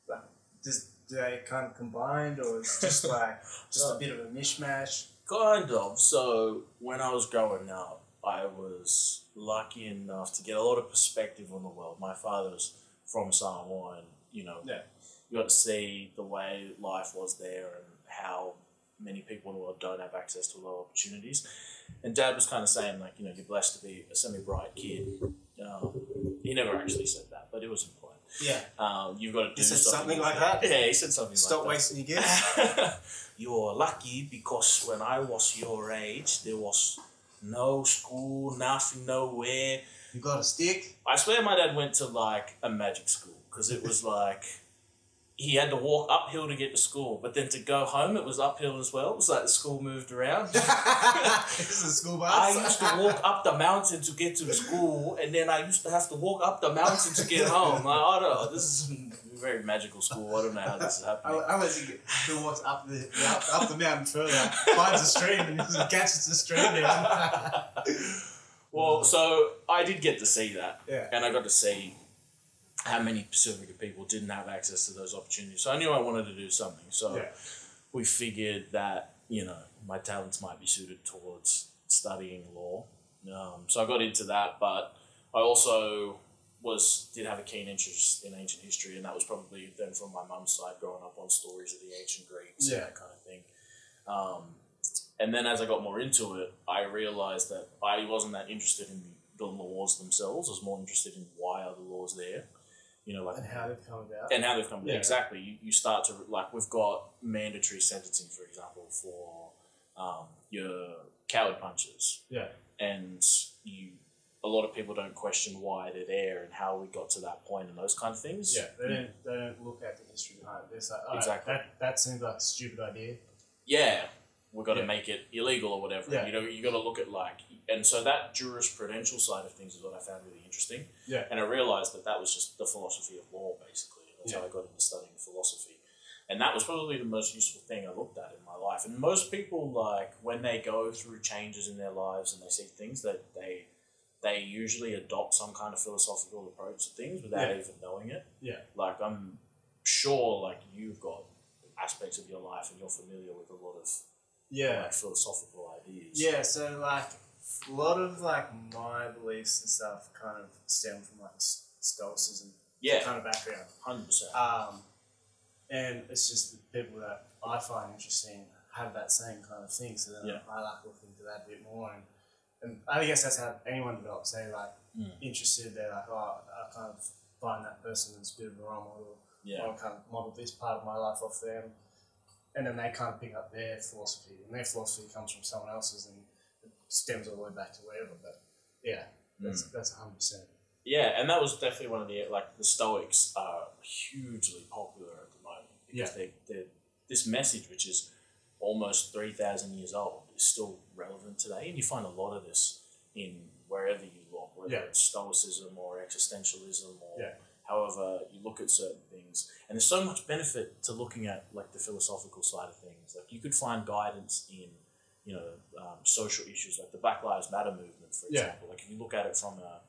S3: like does do they kind of combined, or it's just like just a bit of a mishmash?
S2: Kind of. So when I was growing up, I was lucky enough to get a lot of perspective on the world. My father's from Samoa, and you know,
S3: Yeah.
S2: you got to see the way life was there and how many people in the world don't have access to a lot of opportunities. And Dad was kind of saying like, you know, you're blessed to be a semi-bright kid. Um, he never actually said that, but it was implied.
S3: Yeah.
S2: Um, you've got to do
S3: He said something
S2: with
S3: like that?
S2: Yeah, he said something
S3: Stop
S2: like that.
S3: wasting your gifts.
S2: You're lucky because when I was your age, there was no school, nothing, nowhere.
S3: You got a stick.
S2: I swear my dad went to like a magic school because it was like he had to walk uphill to get to school, but then to go home, it was uphill as well. It was like the school moved around.
S3: this is a school
S2: I
S3: bus.
S2: used to walk up the mountain to get to school, and then I used to have to walk up the mountain to get home. Like, I don't know. This is a very magical school. I don't know how this is
S3: I,
S2: happening.
S3: I was thinking who walks up the up, up the mountain further, finds a stream and just catches the stream down.
S2: Well, so I did get to see that,
S3: yeah.
S2: and I got to see how many Pacifica people didn't have access to those opportunities. So I knew I wanted to do something. So
S3: Yeah.
S2: we figured that you know my talents might be suited towards studying law. Um, so I got into that, but I also was did have a keen interest in ancient history, and that was probably then from my mum's side, growing up on stories of the ancient Greeks
S3: Yeah.
S2: and that kind of thing. Um, and then as I got more into it, I realized that I wasn't that interested in the laws themselves. I was more interested in why are the laws there, you know, like
S3: And how they've come about.
S2: and how they've come
S3: Yeah.
S2: exactly. You, you start to like we've got mandatory sentencing, for example, for um, your coward punches.
S3: Yeah.
S2: and you a lot of people don't question why they're there and how we got to that point and those kind of things.
S3: They don't they don't look at the history behind it. They're just like, "Alright,
S2: Exactly.
S3: that, that seems like a stupid idea.
S2: yeah, we've got
S3: Yeah.
S2: to make it illegal or whatever.
S3: Yeah.
S2: You know, you got to look at like, and so that jurisprudential side of things is what I found really interesting.
S3: Yeah.
S2: and I realized that that was just the philosophy of law basically, and that's how I got into studying philosophy. And that was probably the most useful thing I looked at in my life. And most people, like when they go through changes in their lives and they see things that they they usually adopt some kind of philosophical approach to things without
S3: Yeah.
S2: even knowing it.
S3: Yeah.
S2: Like I'm sure, like you've got aspects of your life and you're familiar with a lot of
S3: Yeah.
S2: like philosophical ideas.
S3: Yeah, so like a lot of like my beliefs and stuff kind of stem from like s- stoicism
S2: yeah, Mm.
S3: kind of background.
S2: hundred percent.
S3: Um, and it's just the people that I find interesting have that same kind of thing. So then
S2: Yeah.
S3: I like looking into that a bit more and, And I guess that's how anyone develops. They're like
S2: Mm.
S3: interested. They're like, oh, I kind of find that person as a bit of a role model. I
S2: Yeah.
S3: want to kind of model this part of my life off them. And then they kind of pick up their philosophy, and their philosophy comes from someone else's, and it stems all the way back to wherever. But yeah, that's
S2: Hmm.
S3: that's hundred percent.
S2: Yeah, and that was definitely one of the like the Stoics are hugely popular at the moment because they they this message which is almost three thousand years old is still relevant today, and you find a lot of this in wherever you look, whether
S3: Yeah.
S2: it's Stoicism or existentialism or
S3: Yeah.
S2: however you look at certain things. And there's so much benefit to looking at like the philosophical side of things. Like you could find guidance in you know um, social issues like the Black Lives Matter movement, for
S3: Yeah.
S2: example. Like if you look at it from a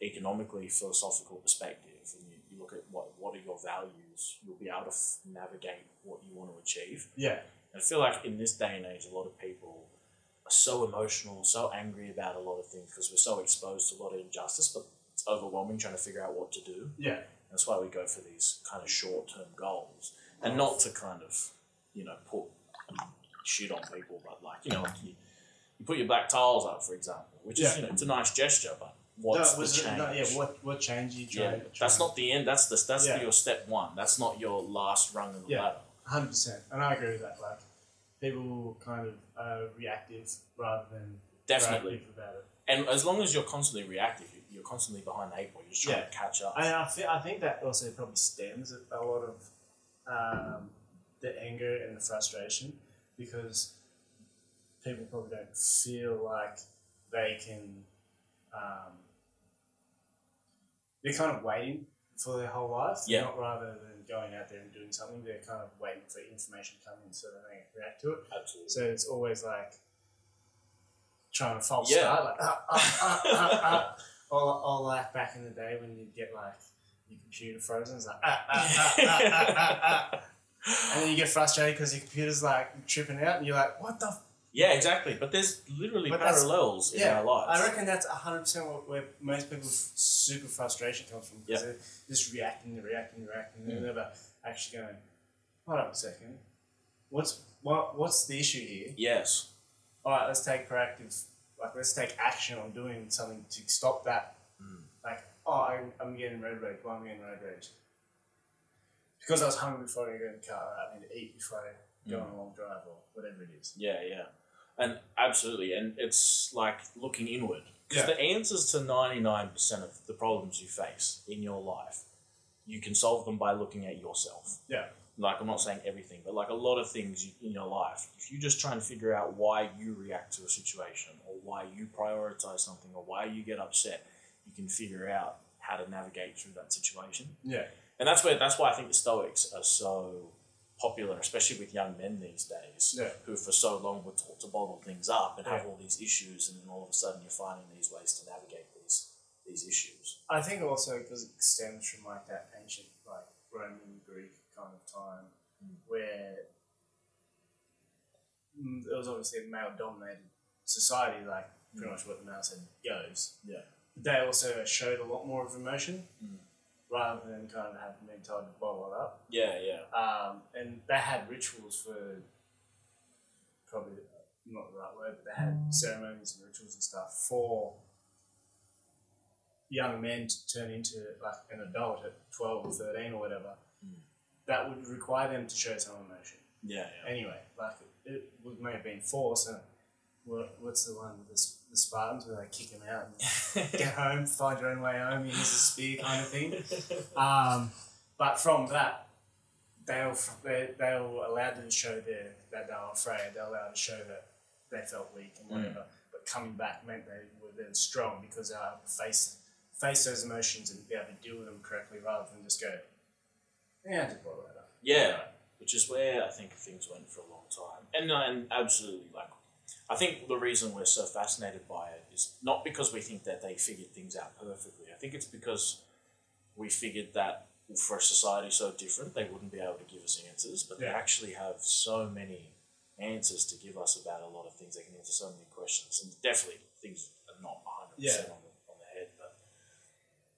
S2: economically philosophical perspective and you, you look at what, what are your values you'll be able to f- navigate what you want to achieve
S3: Yeah,
S2: and i feel like in this day and age a lot of people are so emotional so angry about a lot of things because we're so exposed to a lot of injustice but it's overwhelming trying to figure out what to do and
S3: yeah,
S2: that's why we go for these kind of short-term goals and not to kind of you know put shit on people but like you know like you, you put your black tiles up for example which is
S3: Yeah.
S2: you know it's a nice gesture but what's
S3: No, was
S2: the
S3: it-
S2: change
S3: no, yeah, what what change you try?
S2: yeah, that's not the end. That's the that's
S3: Yeah.
S2: your step one. That's not your last rung of the
S3: Yeah.
S2: ladder.
S3: hundred percent, and I agree with that. Like people kind of are reactive rather than
S2: Definitely.
S3: proactive about it.
S2: And as long as you're constantly reactive, you- you're constantly behind the eight ball. You're just trying to
S3: Yeah.
S2: catch up.
S3: And I, uh, th- I think that also probably stems a lot of um, the anger and the frustration because people probably don't feel like they can. Um, they're kind of waiting for their whole life. They're
S2: Yeah.
S3: Not rather than going out there and doing something, they're kind of waiting for information to come in so that they can react to it.
S2: Absolutely.
S3: So it's always like trying to false
S2: Yeah.
S3: start, like ah, ah, ah, ah, ah. Or, or like back in the day when you'd get like your computer frozen, it's like ah, ah, ah, ah, ah, ah, ah. and then you get frustrated because your computer's like tripping out, and you're like, what the? F-?
S2: yeah, exactly. But there's literally
S3: But that's-
S2: parallels in
S3: yeah,
S2: our lives.
S3: I reckon that's hundred percent where most people's super frustration comes from because they're just reacting, reacting, reacting, they're never actually going. Hold up a second, what's what, what's the issue here?
S2: yes.
S3: all right, let's take proactive, like let's take action on doing something to stop that. Like, oh, I'm, I'm getting road rage. Why am I getting road rage? Because I was hungry before I go in the car. Or I need to eat before I go on a long drive or whatever it is.
S2: Yeah, yeah. And absolutely. And it's like looking inward. Because
S3: Yeah.
S2: the answers to 99% of the problems you face in your life, you can solve them by looking at yourself.
S3: Yeah,
S2: like I'm not saying everything, but like a lot of things you, in your life, if you just try and figure out why you react to a situation or why you prioritize something or why you get upset, you can figure out how to navigate through that situation.
S3: yeah,
S2: And that's where that's why I think the Stoics are so popular, especially with young men these days,
S3: Yeah.
S2: who for so long were taught to bottle things up and have
S3: Yeah.
S2: all these issues, and then all of a sudden you're finding these ways to navigate these these issues.
S3: I think also because it stems from like that ancient, like Roman Greek kind of time where mm, it was obviously a male dominated society. Like pretty much what the male said goes.
S2: Yeah,
S3: they also showed a lot more of emotion rather than kind of having been told to bottle it up.
S2: yeah, yeah.
S3: Um, and they had rituals for probably not the right word, but they had ceremonies and rituals and stuff for young men to turn into like an adult at 12 or 13 or whatever. That would require them to show some emotion.
S2: Yeah, yeah.
S3: Anyway, like it would may have been force. And what, what's the one? The, S- the Spartans where they kick him out and get home, find your own way home. You use a spear kind of thing. Um, but from that, they were f- they, they were allowed to show their that they were afraid. They were allowed to show that they felt weak and whatever. But coming back meant they were then strong because they were able to face face those emotions and be able to deal with them correctly rather than just go, yeah, I just brought that up.
S2: Yeah, which is where I think things went for a long time. And, uh, and absolutely, like, I think the reason we're so fascinated by it is not because we think that they figured things out perfectly. I think it's because we figured that for a society so different, they wouldn't be able to give us answers, but they
S3: Yeah.
S2: actually have so many answers to give us about a lot of things. They can answer so many questions, and definitely things are not 100% on,
S3: Yeah.
S2: the, on the head, but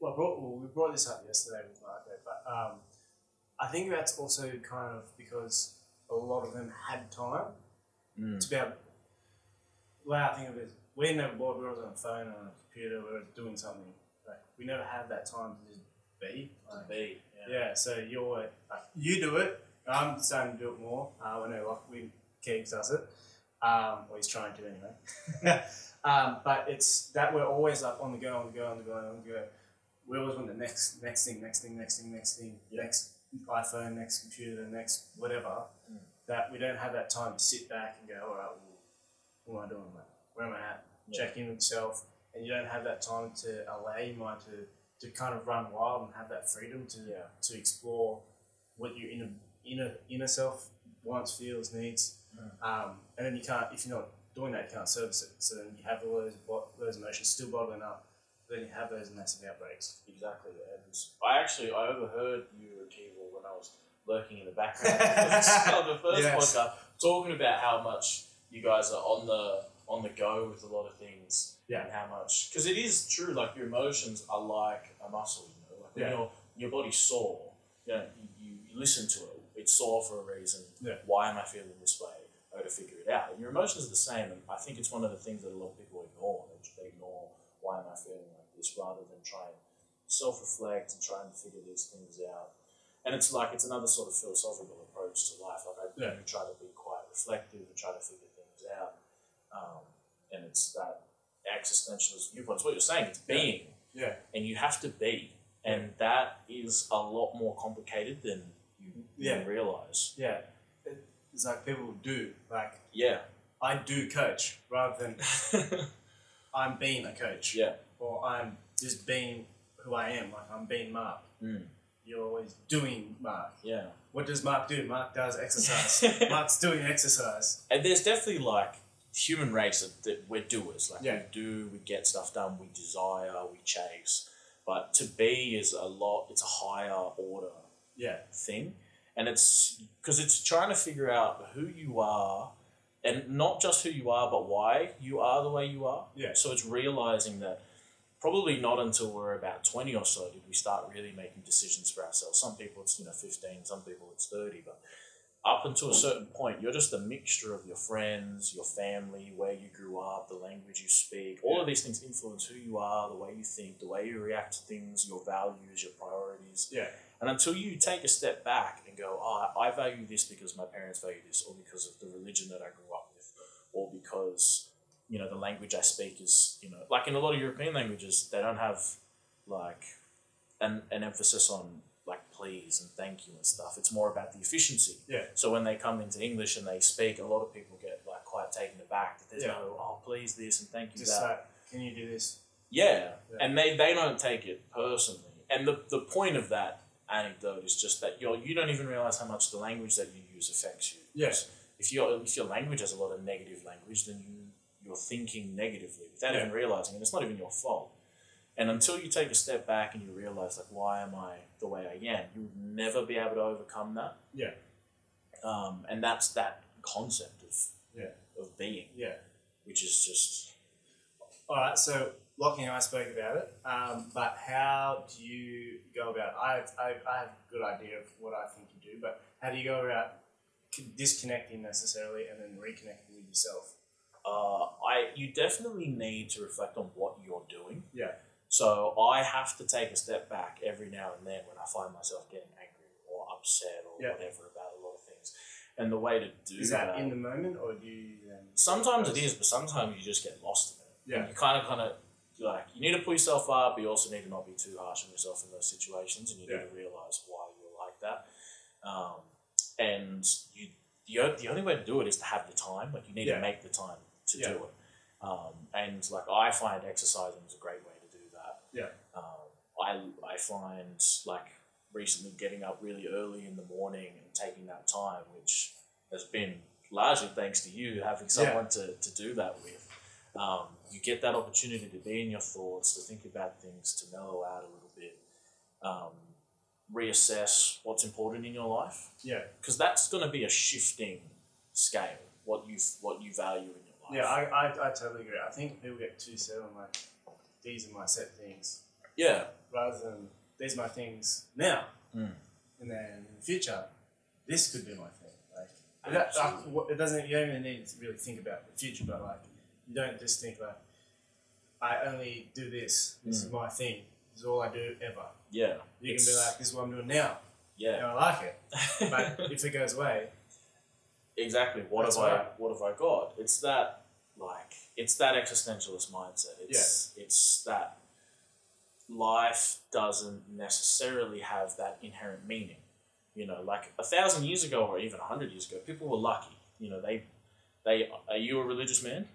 S3: well, I brought, well, we brought this up yesterday with Marco, but um, I think that's also kind of because a lot of them had time to be able. The way I think of it, we're never bored. We're always on the phone, on the computer, we're always doing something. Like we never have that time to just be. Like,
S2: B. Yeah.
S3: yeah, so you're like, you do it. and I'm starting to do it more. Uh, I know like we Keegs does it, um, or he's trying to anyway. um, but it's that we're always like on the go, on the go, on the go, on the go. We always want the next, next thing, next thing, next thing, next thing,
S2: Yeah.
S3: next iPhone, next computer, next whatever.
S2: Mm.
S3: That we don't have that time to sit back and go, all right, well, what am I doing? Like, where am I at?
S2: Yeah.
S3: Check in with yourself, and you don't have that time to allow your mind to to kind of run wild and have that freedom to
S2: Yeah.
S3: to explore what your inner inner inner self wants, feels, needs,
S2: Mm.
S3: um, and then you can't if you're not doing that, you can't service it. So then you have all those bo- those emotions still bottling up. Then you have those massive outbreaks.
S2: Exactly. And I actually I overheard you and Keeble when I was lurking in the background of the first- of the first
S3: Yes.
S2: podcast talking about how much you guys are on the on the go with a lot of things
S3: Yeah.
S2: and how much because it is true like your emotions are like a muscle you know like when
S3: Yeah.
S2: your your body's sore you, know, you, you listen to it it's sore for a reason
S3: Yeah.
S2: why am I feeling this way I got to figure it out and your emotions are the same and I think it's one of the things that a lot of people ignore they just ignore why am I feeling like this rather than try and self reflect and try and figure these things out. And it's like it's another sort of philosophical approach to life. Like I do
S3: Yeah.
S2: try to be quite reflective and try to figure things out. Um, and it's that existentialist viewpoint. It's what you're saying. It's being,
S3: Yeah,
S2: and you have to be, and that is a lot more complicated than you,
S3: Yeah.
S2: you realize.
S3: yeah. It- It's like people do like
S2: Yeah,
S3: I do coach rather than I'm being a coach.
S2: yeah,
S3: or I'm just being who I am, like I'm being Mark.
S2: Mm.
S3: You're always doing Mark.
S2: yeah.
S3: What does Mark do? Mark does exercise. Mark's doing exercise.
S2: And there's definitely like human race that, that we're doers. Like
S3: Yeah.
S2: we do, we get stuff done, we desire, we chase. But to be is a lot. It's a higher order
S3: Yeah,
S2: thing, and it's because it's trying to figure out who you are, and not just who you are, but why you are the way you are.
S3: Yeah.
S2: So it's realizing that probably not until we're about 20 or so did we start really making decisions for ourselves. Some people it's, you know, 15, some people it's 30, but up until a certain point, you're just a mixture of your friends, your family, where you grew up, the language you speak. All of these things influence who you are, the way you think, the way you react to things, your values, your priorities.
S3: yeah,
S2: And until you take a step back and go, oh, I value this because my parents value this, or because of the religion that I grew up with, or because, you know, the language I speak is, you know, like in a lot of European languages, they don't have like an, an emphasis on like please and thank you and stuff. It's more about the efficiency.
S3: yeah,
S2: So when they come into English and they speak, a lot of people get like quite taken aback that there's
S3: Yeah.
S2: no, oh, please this and thank you
S3: just
S2: that.
S3: like, can you do this?
S2: Yeah.
S3: Yeah.
S2: And they, they don't take it personally. And the, the point of that anecdote is just that you're, you don't even realize how much the language that you use affects you.
S3: Yes.
S2: If, your if your language has a lot of negative language, then you, you're thinking negatively without
S3: Yeah.
S2: even realizing, and it's not even your fault. And until you take a step back and you realize, like, why am I the way I am, you'll never be able to overcome that.
S3: Yeah.
S2: Um, and that's that concept of,
S3: Yeah.
S2: of being,
S3: Yeah.
S2: which is just
S3: All right, so Lockie and I spoke about it, um, but how do you go about it? I, I, I have a good idea of what I think you do, but how do you go about con- disconnecting necessarily and then reconnecting with yourself?
S2: uh, I you definitely need to reflect on what you're doing.
S3: Yeah.
S2: So I have to take a step back every now and then when I find myself getting angry or upset or
S3: Yeah.
S2: whatever about a lot of things. And the way to do
S3: Is that in the moment or do you um, then?
S2: sometimes it is, but sometimes you just get lost in it.
S3: Yeah.
S2: You kind of, kind of like you need to pull yourself up, but you also need to not be too harsh on yourself in those situations, and you
S3: Yeah.
S2: need to realize why you're like that. Um, and you, the, o- the only way to do it is to have the time. Like you need
S3: Yeah.
S2: to make the time to
S3: Yeah.
S2: do it. Um, and like I find exercising is a great way to do that.
S3: Yeah.
S2: Um, I I find like recently getting up really early in the morning and taking that time, which has been largely thanks to you having someone to, to do that with. Um, you get that opportunity to be in your thoughts, to think about things, to mellow out a little bit, um, reassess what's important in your life
S3: Yeah.
S2: because that's going to be a shifting scale. What you what you value in your life.
S3: Yeah, I, I, I totally agree. I think people get too set on like these are my set things
S2: yeah,
S3: rather than these are my things now,
S2: Mm.
S3: and then in the future, this could be my thing. Like that, that-
S2: Absolutely.
S3: what- it doesn't. You don't even need to really think about the future, but like you don't just think like I only do this. This
S2: Hmm.
S3: is my thing. This is all I do ever.
S2: Yeah.
S3: You
S2: It's-
S3: can be like, this is what I'm doing now. And
S2: yeah.
S3: I like it. But if it goes away,
S2: exactly. What
S3: That's
S2: have I?
S3: right.
S2: What have I got? It's that like it's that existentialist mindset. It's it's that life doesn't necessarily have that inherent meaning. You know, like a thousand years ago or even a hundred years ago, people were lucky. You know, they they are you a religious man?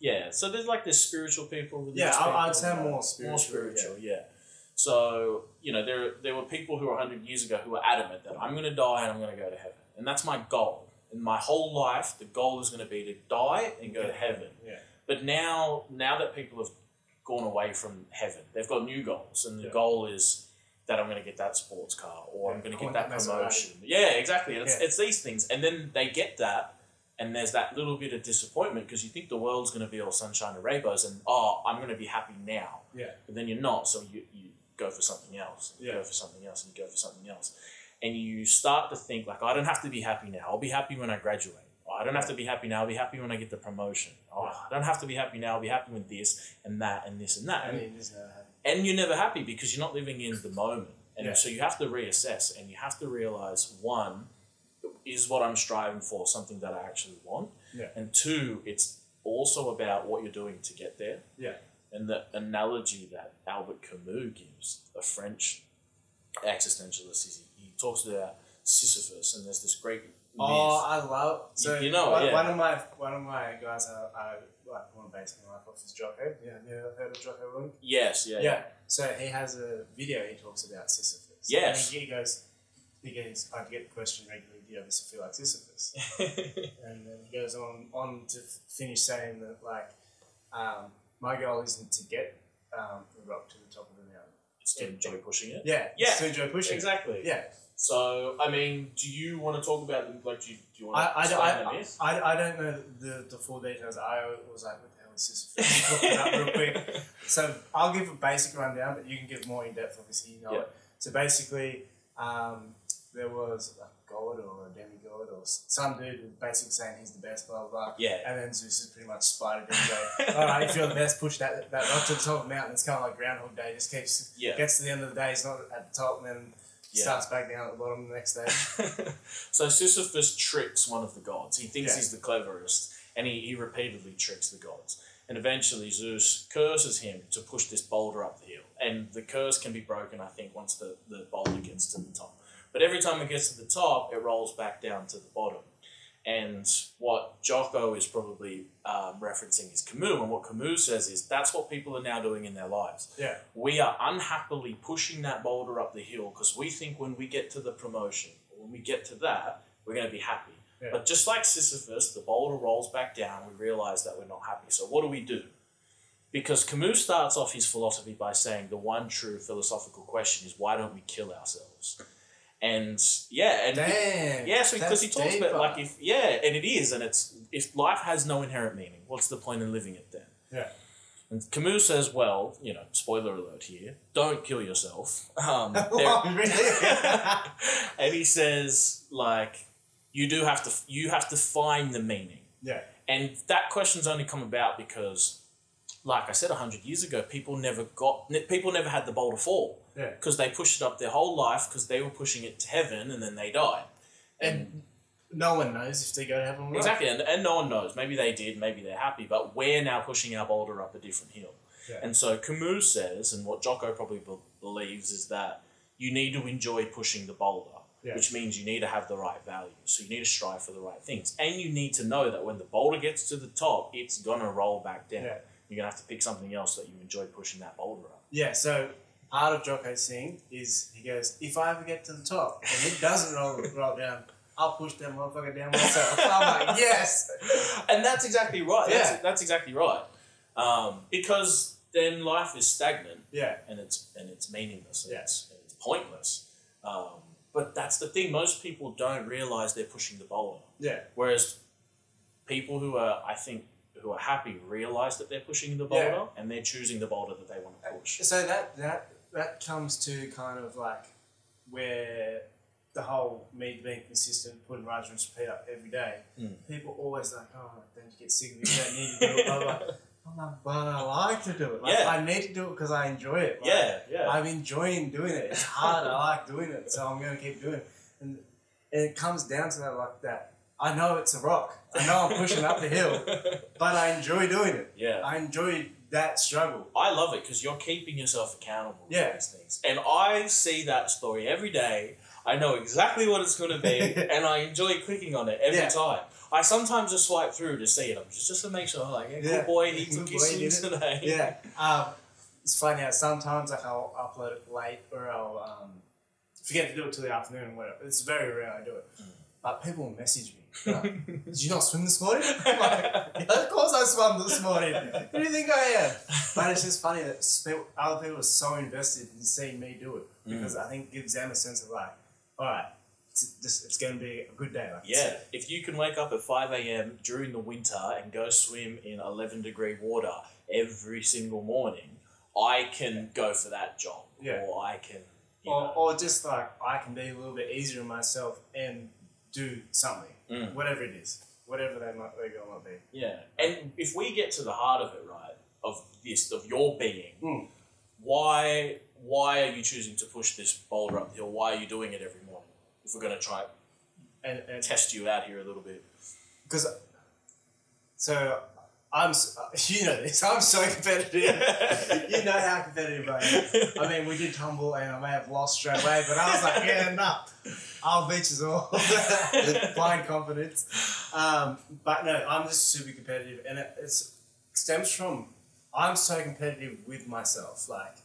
S2: Yeah, so there's like there's spiritual people. religious
S3: Yeah, I- I'd
S2: people, uh,
S3: say more
S2: more
S3: spiritual,
S2: spiritual, yeah. So you know there there were people who were 100 years ago who were adamant that I'm going to die and I'm going to go to heaven, and that's my goal. In my whole life, the goal is going to be to die and go to heaven.
S3: Yeah.
S2: But now now that people have gone away from heaven, they've got new goals, and the
S3: Yeah.
S2: goal is that I'm going to get that sports car or I'm
S3: Yeah,
S2: going
S3: I
S2: to get
S3: want
S2: that
S3: that Maserati.
S2: promotion. Yeah, exactly. And it's,
S3: Yeah.
S2: it's these things, and then they get that, and there's that little bit of disappointment because you think the world's going to be all sunshine and rainbows, and oh, I'm going to be happy now.
S3: Yeah.
S2: But then you're not, so you, you go for something else, and you
S3: Yeah.
S2: go for something else, and you go for something else, and you start to think like, "Oh, I don't have to be happy now. I'll be happy when I graduate. Oh, I don't have to be happy now. I'll be happy when I get the promotion. Oh, I don't have to be happy now. I'll be happy with this and that and this and that.
S3: I
S2: And-
S3: mean, there's no happy.
S2: and you're never happy because you're not living in the moment. And
S3: Yeah.
S2: so you have to reassess and you have to realize one, is what I'm striving for something that I actually want?
S3: Yeah.
S2: And two, it's also about what you're doing to get there.
S3: Yeah.
S2: And the analogy that Albert Camus gives, a French existentialist, is he, he talks about Sisyphus and there's this great myth.
S3: Oh, I love. So
S2: you know it,
S3: one,
S2: yeah.
S3: one of my one of my guys I, I like want to base my life off is Jocko. Yeah, yeah, I've heard of Jocko Willink.
S2: yes, yeah,
S3: Yeah. So he has a video he talks about Sisyphus.
S2: Yes.
S3: And he goes, he gets, I get the question regularly, do you ever feel like Sisyphus? and then he goes on, on to f- finish saying that, like, um, my goal isn't to get um, the rock to the top of the mountain.
S2: it's to enjoy pushing it.
S3: Yeah.
S2: Yeah,
S3: It's to enjoy pushing.
S2: Exactly.
S3: Yeah.
S2: So, I mean, do you want to talk about them? Like, do you, do you want
S3: I,
S2: to
S3: I, don't-
S2: explain the
S3: I,
S2: myth?
S3: I, I don't know the, the full details. I was like, what the hell is Sisyphus? Look it up real quick. So I'll give a basic rundown, but you can give more in depth. Obviously, you know
S2: Yeah.
S3: it. So basically, um, there was a god or a demigod or s- some dude was basically saying he's the best, blah blah blah.
S2: Yeah.
S3: And then Zeus is pretty much spidered him. Go, all right, if you're the best, push that that rock to the top of the mountain. It's kind of like Groundhog Day. Just keeps
S2: Yeah.
S3: gets to the end of the day, he's not at the top, and then
S2: Yeah.
S3: starts back down at the bottom the next day.
S2: so Sisyphus tricks one of the gods. He thinks
S3: Yeah.
S2: he's the cleverest, and he, he repeatedly tricks the gods. And eventually Zeus curses him to push this boulder up the hill. And the curse can be broken, I think, once the, the boulder gets to the top. But every time it gets to the top, it rolls back down to the bottom. And what Jocko is probably um, referencing is Camus. And what Camus says is that's what people are now doing in their lives.
S3: Yeah.
S2: we are unhappily pushing that boulder up the hill because we think when we get to the promotion, or when we get to that, we're going to be happy.
S3: Yeah.
S2: But just like Sisyphus, the boulder rolls back down. We realize that we're not happy. So what do we do? Because Camus starts off his philosophy by saying the one true philosophical question is why don't we kill ourselves? And yeah, and
S3: Damn.
S2: yeah, so because
S3: that's
S2: he talks about
S3: deeper.
S2: like if yeah, and it is, and it's if life has no inherent meaning, what's the point in living it then?
S3: Yeah.
S2: And Camus says, well, you know, spoiler alert here, don't kill yourself. Um,
S3: Wow,
S2: there-
S3: Oh, really?
S2: and he says, like, you do have to you have to find the meaning,
S3: yeah.
S2: and that question's only come about because, like I said, hundred years ago, people never got people never had the boulder fall
S3: Yeah.
S2: because they pushed it up their whole life because they were pushing it to heaven and then they died.
S3: And no one knows if they go to heaven or not.
S2: Exactly, and, and no one knows. Maybe they did, maybe they're happy, but we're now pushing our boulder up a different hill.
S3: Yeah.
S2: And so Camus says, and what Jocko probably be- believes, is that you need to enjoy pushing the boulder,
S3: Yeah.
S2: which means you need to have the right values. So you need to strive for the right things. And you need to know that when the boulder gets to the top, it's going to roll back down.
S3: Yeah.
S2: You're going to have to pick something else that you enjoy pushing that boulder up.
S3: Yeah, so part of Jocko's thing is he goes, if I ever get to the top and it doesn't roll, roll down, I'll push that motherfucker down myself. I'm like, yes.
S2: and that's exactly right.
S3: Yeah.
S2: That's, that's exactly right. Um, because then life is stagnant.
S3: Yeah,
S2: and it's and it's meaningless and,
S3: Yeah.
S2: it's, and it's pointless. Um, but that's the thing; most people don't realize they're pushing the boulder.
S3: yeah,
S2: Whereas people who are, I think, who are happy realize that they're pushing the boulder and they're choosing the boulder that they want to push.
S3: So that that that comes to kind of like where the whole me being consistent, putting
S2: Mm.
S3: Raja and Repeat up every day. People always like, oh, don't you get sick of it? You don't need to do it, blah blah. blah." but I like to do it. Like,
S2: Yeah.
S3: I need to do it because I enjoy it. Like,
S2: Yeah, yeah.
S3: I'm enjoying doing it. It's hard. I like doing it, so I'm gonna keep doing it. And, and it comes down to that like that. I know it's a rock. I know I'm pushing up the hill, but I enjoy doing it.
S2: yeah.
S3: I enjoy that struggle.
S2: I love it because you're keeping yourself accountable
S3: Yeah.
S2: for these things. And I see that story every day. I know exactly what it's going to be, and I enjoy clicking on it every
S3: Yeah.
S2: time. I sometimes just swipe through to see it. I'm just, just to make sure, like, yeah,
S3: Yeah.
S2: good boy, he
S3: Good
S2: took his
S3: boy, he
S2: swing
S3: did
S2: today.
S3: Yeah. Um, it's funny how sometimes like I'll upload it late or I'll um, forget to do it till the afternoon or whatever. It's very rare I do it. But people will message me. Like, Did you not swim this morning? I'm like, of course I swam this morning. Who do you think I am? But it's just funny that spe- other people are so invested in seeing me do it because I think it gives them a sense of like, all right, it's, this, it's going to be a good day. Like,
S2: Yeah, if you can wake up at 5 a.m. during the winter and go swim in 11 degree water every single morning, I can go for that job.
S3: Yeah.
S2: Or I can, you
S3: or,
S2: know,
S3: or just like I can be a little bit easier on myself and do something,
S2: Mm.
S3: whatever it is, whatever they might they might be.
S2: Yeah. And if we get to the heart of it, right, of this, of your being,
S3: Mm.
S2: why why are you choosing to push this boulder up the hill? Why are you doing it every morning? If we're going to try
S3: And and
S2: test you out here a little bit.
S3: because so I'm s- you know this I'm so competitive. you know how competitive I am. I mean, we did tumble and I may have lost straight away, but I was like, yeah, nah, I'll beat you all. With blind confidence. Um, but no, I'm just super competitive and it it's, stems from I'm so competitive with myself. Like,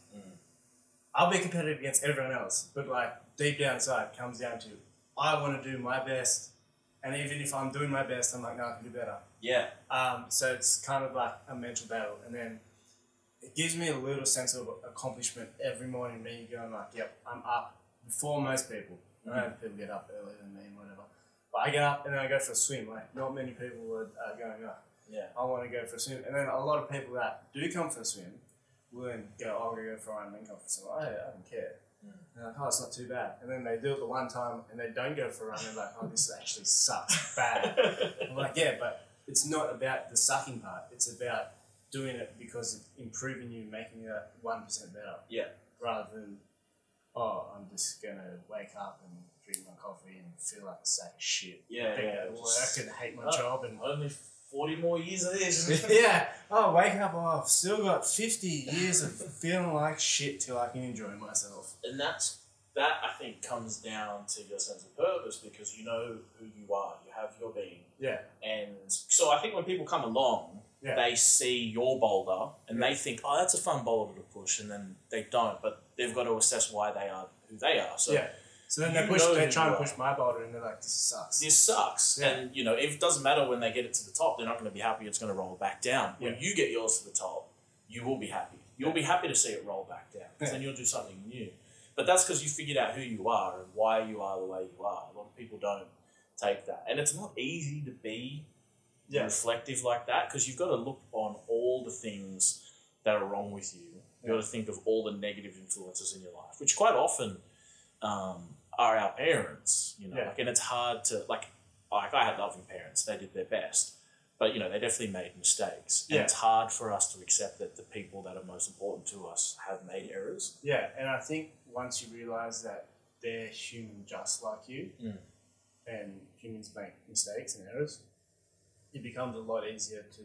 S3: I'll be competitive against everyone else, but like deep down inside, it comes down to I want to do my best. And even if I'm doing my best, I'm like, no, I can do better.
S2: yeah.
S3: Um, so it's kind of like a mental battle, and then it gives me a little sense of accomplishment every morning. Me going like, "Yep, I'm up before most people." I know people get up earlier than me and whatever, but I get up and then I go for a swim. Like, not many people are, are going up.
S2: Yeah.
S3: I want to go for a swim, and then a lot of people that do come for a swim will then go, "Oh, I'm gonna go for Iron Man, come for a swim." "Oh, I, I don't care. And they're like, oh, it's not too bad. And then they do it the one time, and they don't go for a run. They're like, "Oh, this actually sucks bad." I'm like, yeah, but it's not about the sucking part. It's about doing it because it's improving you, making you that one percent better,
S2: yeah.
S3: rather than oh, I'm just gonna wake up and drink my coffee and feel like a sack of shit.
S2: Yeah,
S3: I think
S2: yeah,
S3: I
S2: just-
S3: work and hate my
S2: Oh.
S3: job and.
S2: Only 40 more years of this.
S3: yeah. Oh, wake up! Oh, I've still got fifty years of feeling like shit till I can enjoy myself.
S2: and that's that I think comes down to your sense of purpose because you know who you are. You have your being.
S3: Yeah.
S2: And so I think when people come along,
S3: Yeah.
S2: they see your boulder and they think, oh, that's a fun boulder to push. And then they don't, but they've got to assess why they are who they are. So
S3: yeah. So then they
S2: you
S3: push.
S2: know
S3: They
S2: who
S3: try
S2: you
S3: and
S2: are.
S3: push my boulder, and they're like, "This sucks."
S2: this sucks.
S3: Yeah.
S2: And, you know, it doesn't matter when they get it to the top, they're not going to be happy. It's going to roll back down. When
S3: Yeah.
S2: you get yours to the top, you will be happy. You'll be happy to see it roll back down because
S3: Yeah.
S2: then you'll do something new. But that's because you figured out who you are and why you are the way you are. A lot of people don't take that. And it's not easy to be
S3: Yeah.
S2: reflective like that because you've got to look on all the things that are wrong with you. You've got to think of all the negative influences in your life, which quite often um, are our parents, you know.
S3: Yeah.
S2: Like, and it's hard to like. Like I had loving parents; they did their best, but you know they definitely made mistakes. And
S3: Yeah.
S2: it's hard for us to accept that the people that are most important to us have made errors.
S3: Yeah, and I think once you realize that they're human just like you,
S2: Mm.
S3: and humans make mistakes and errors, it becomes a lot easier to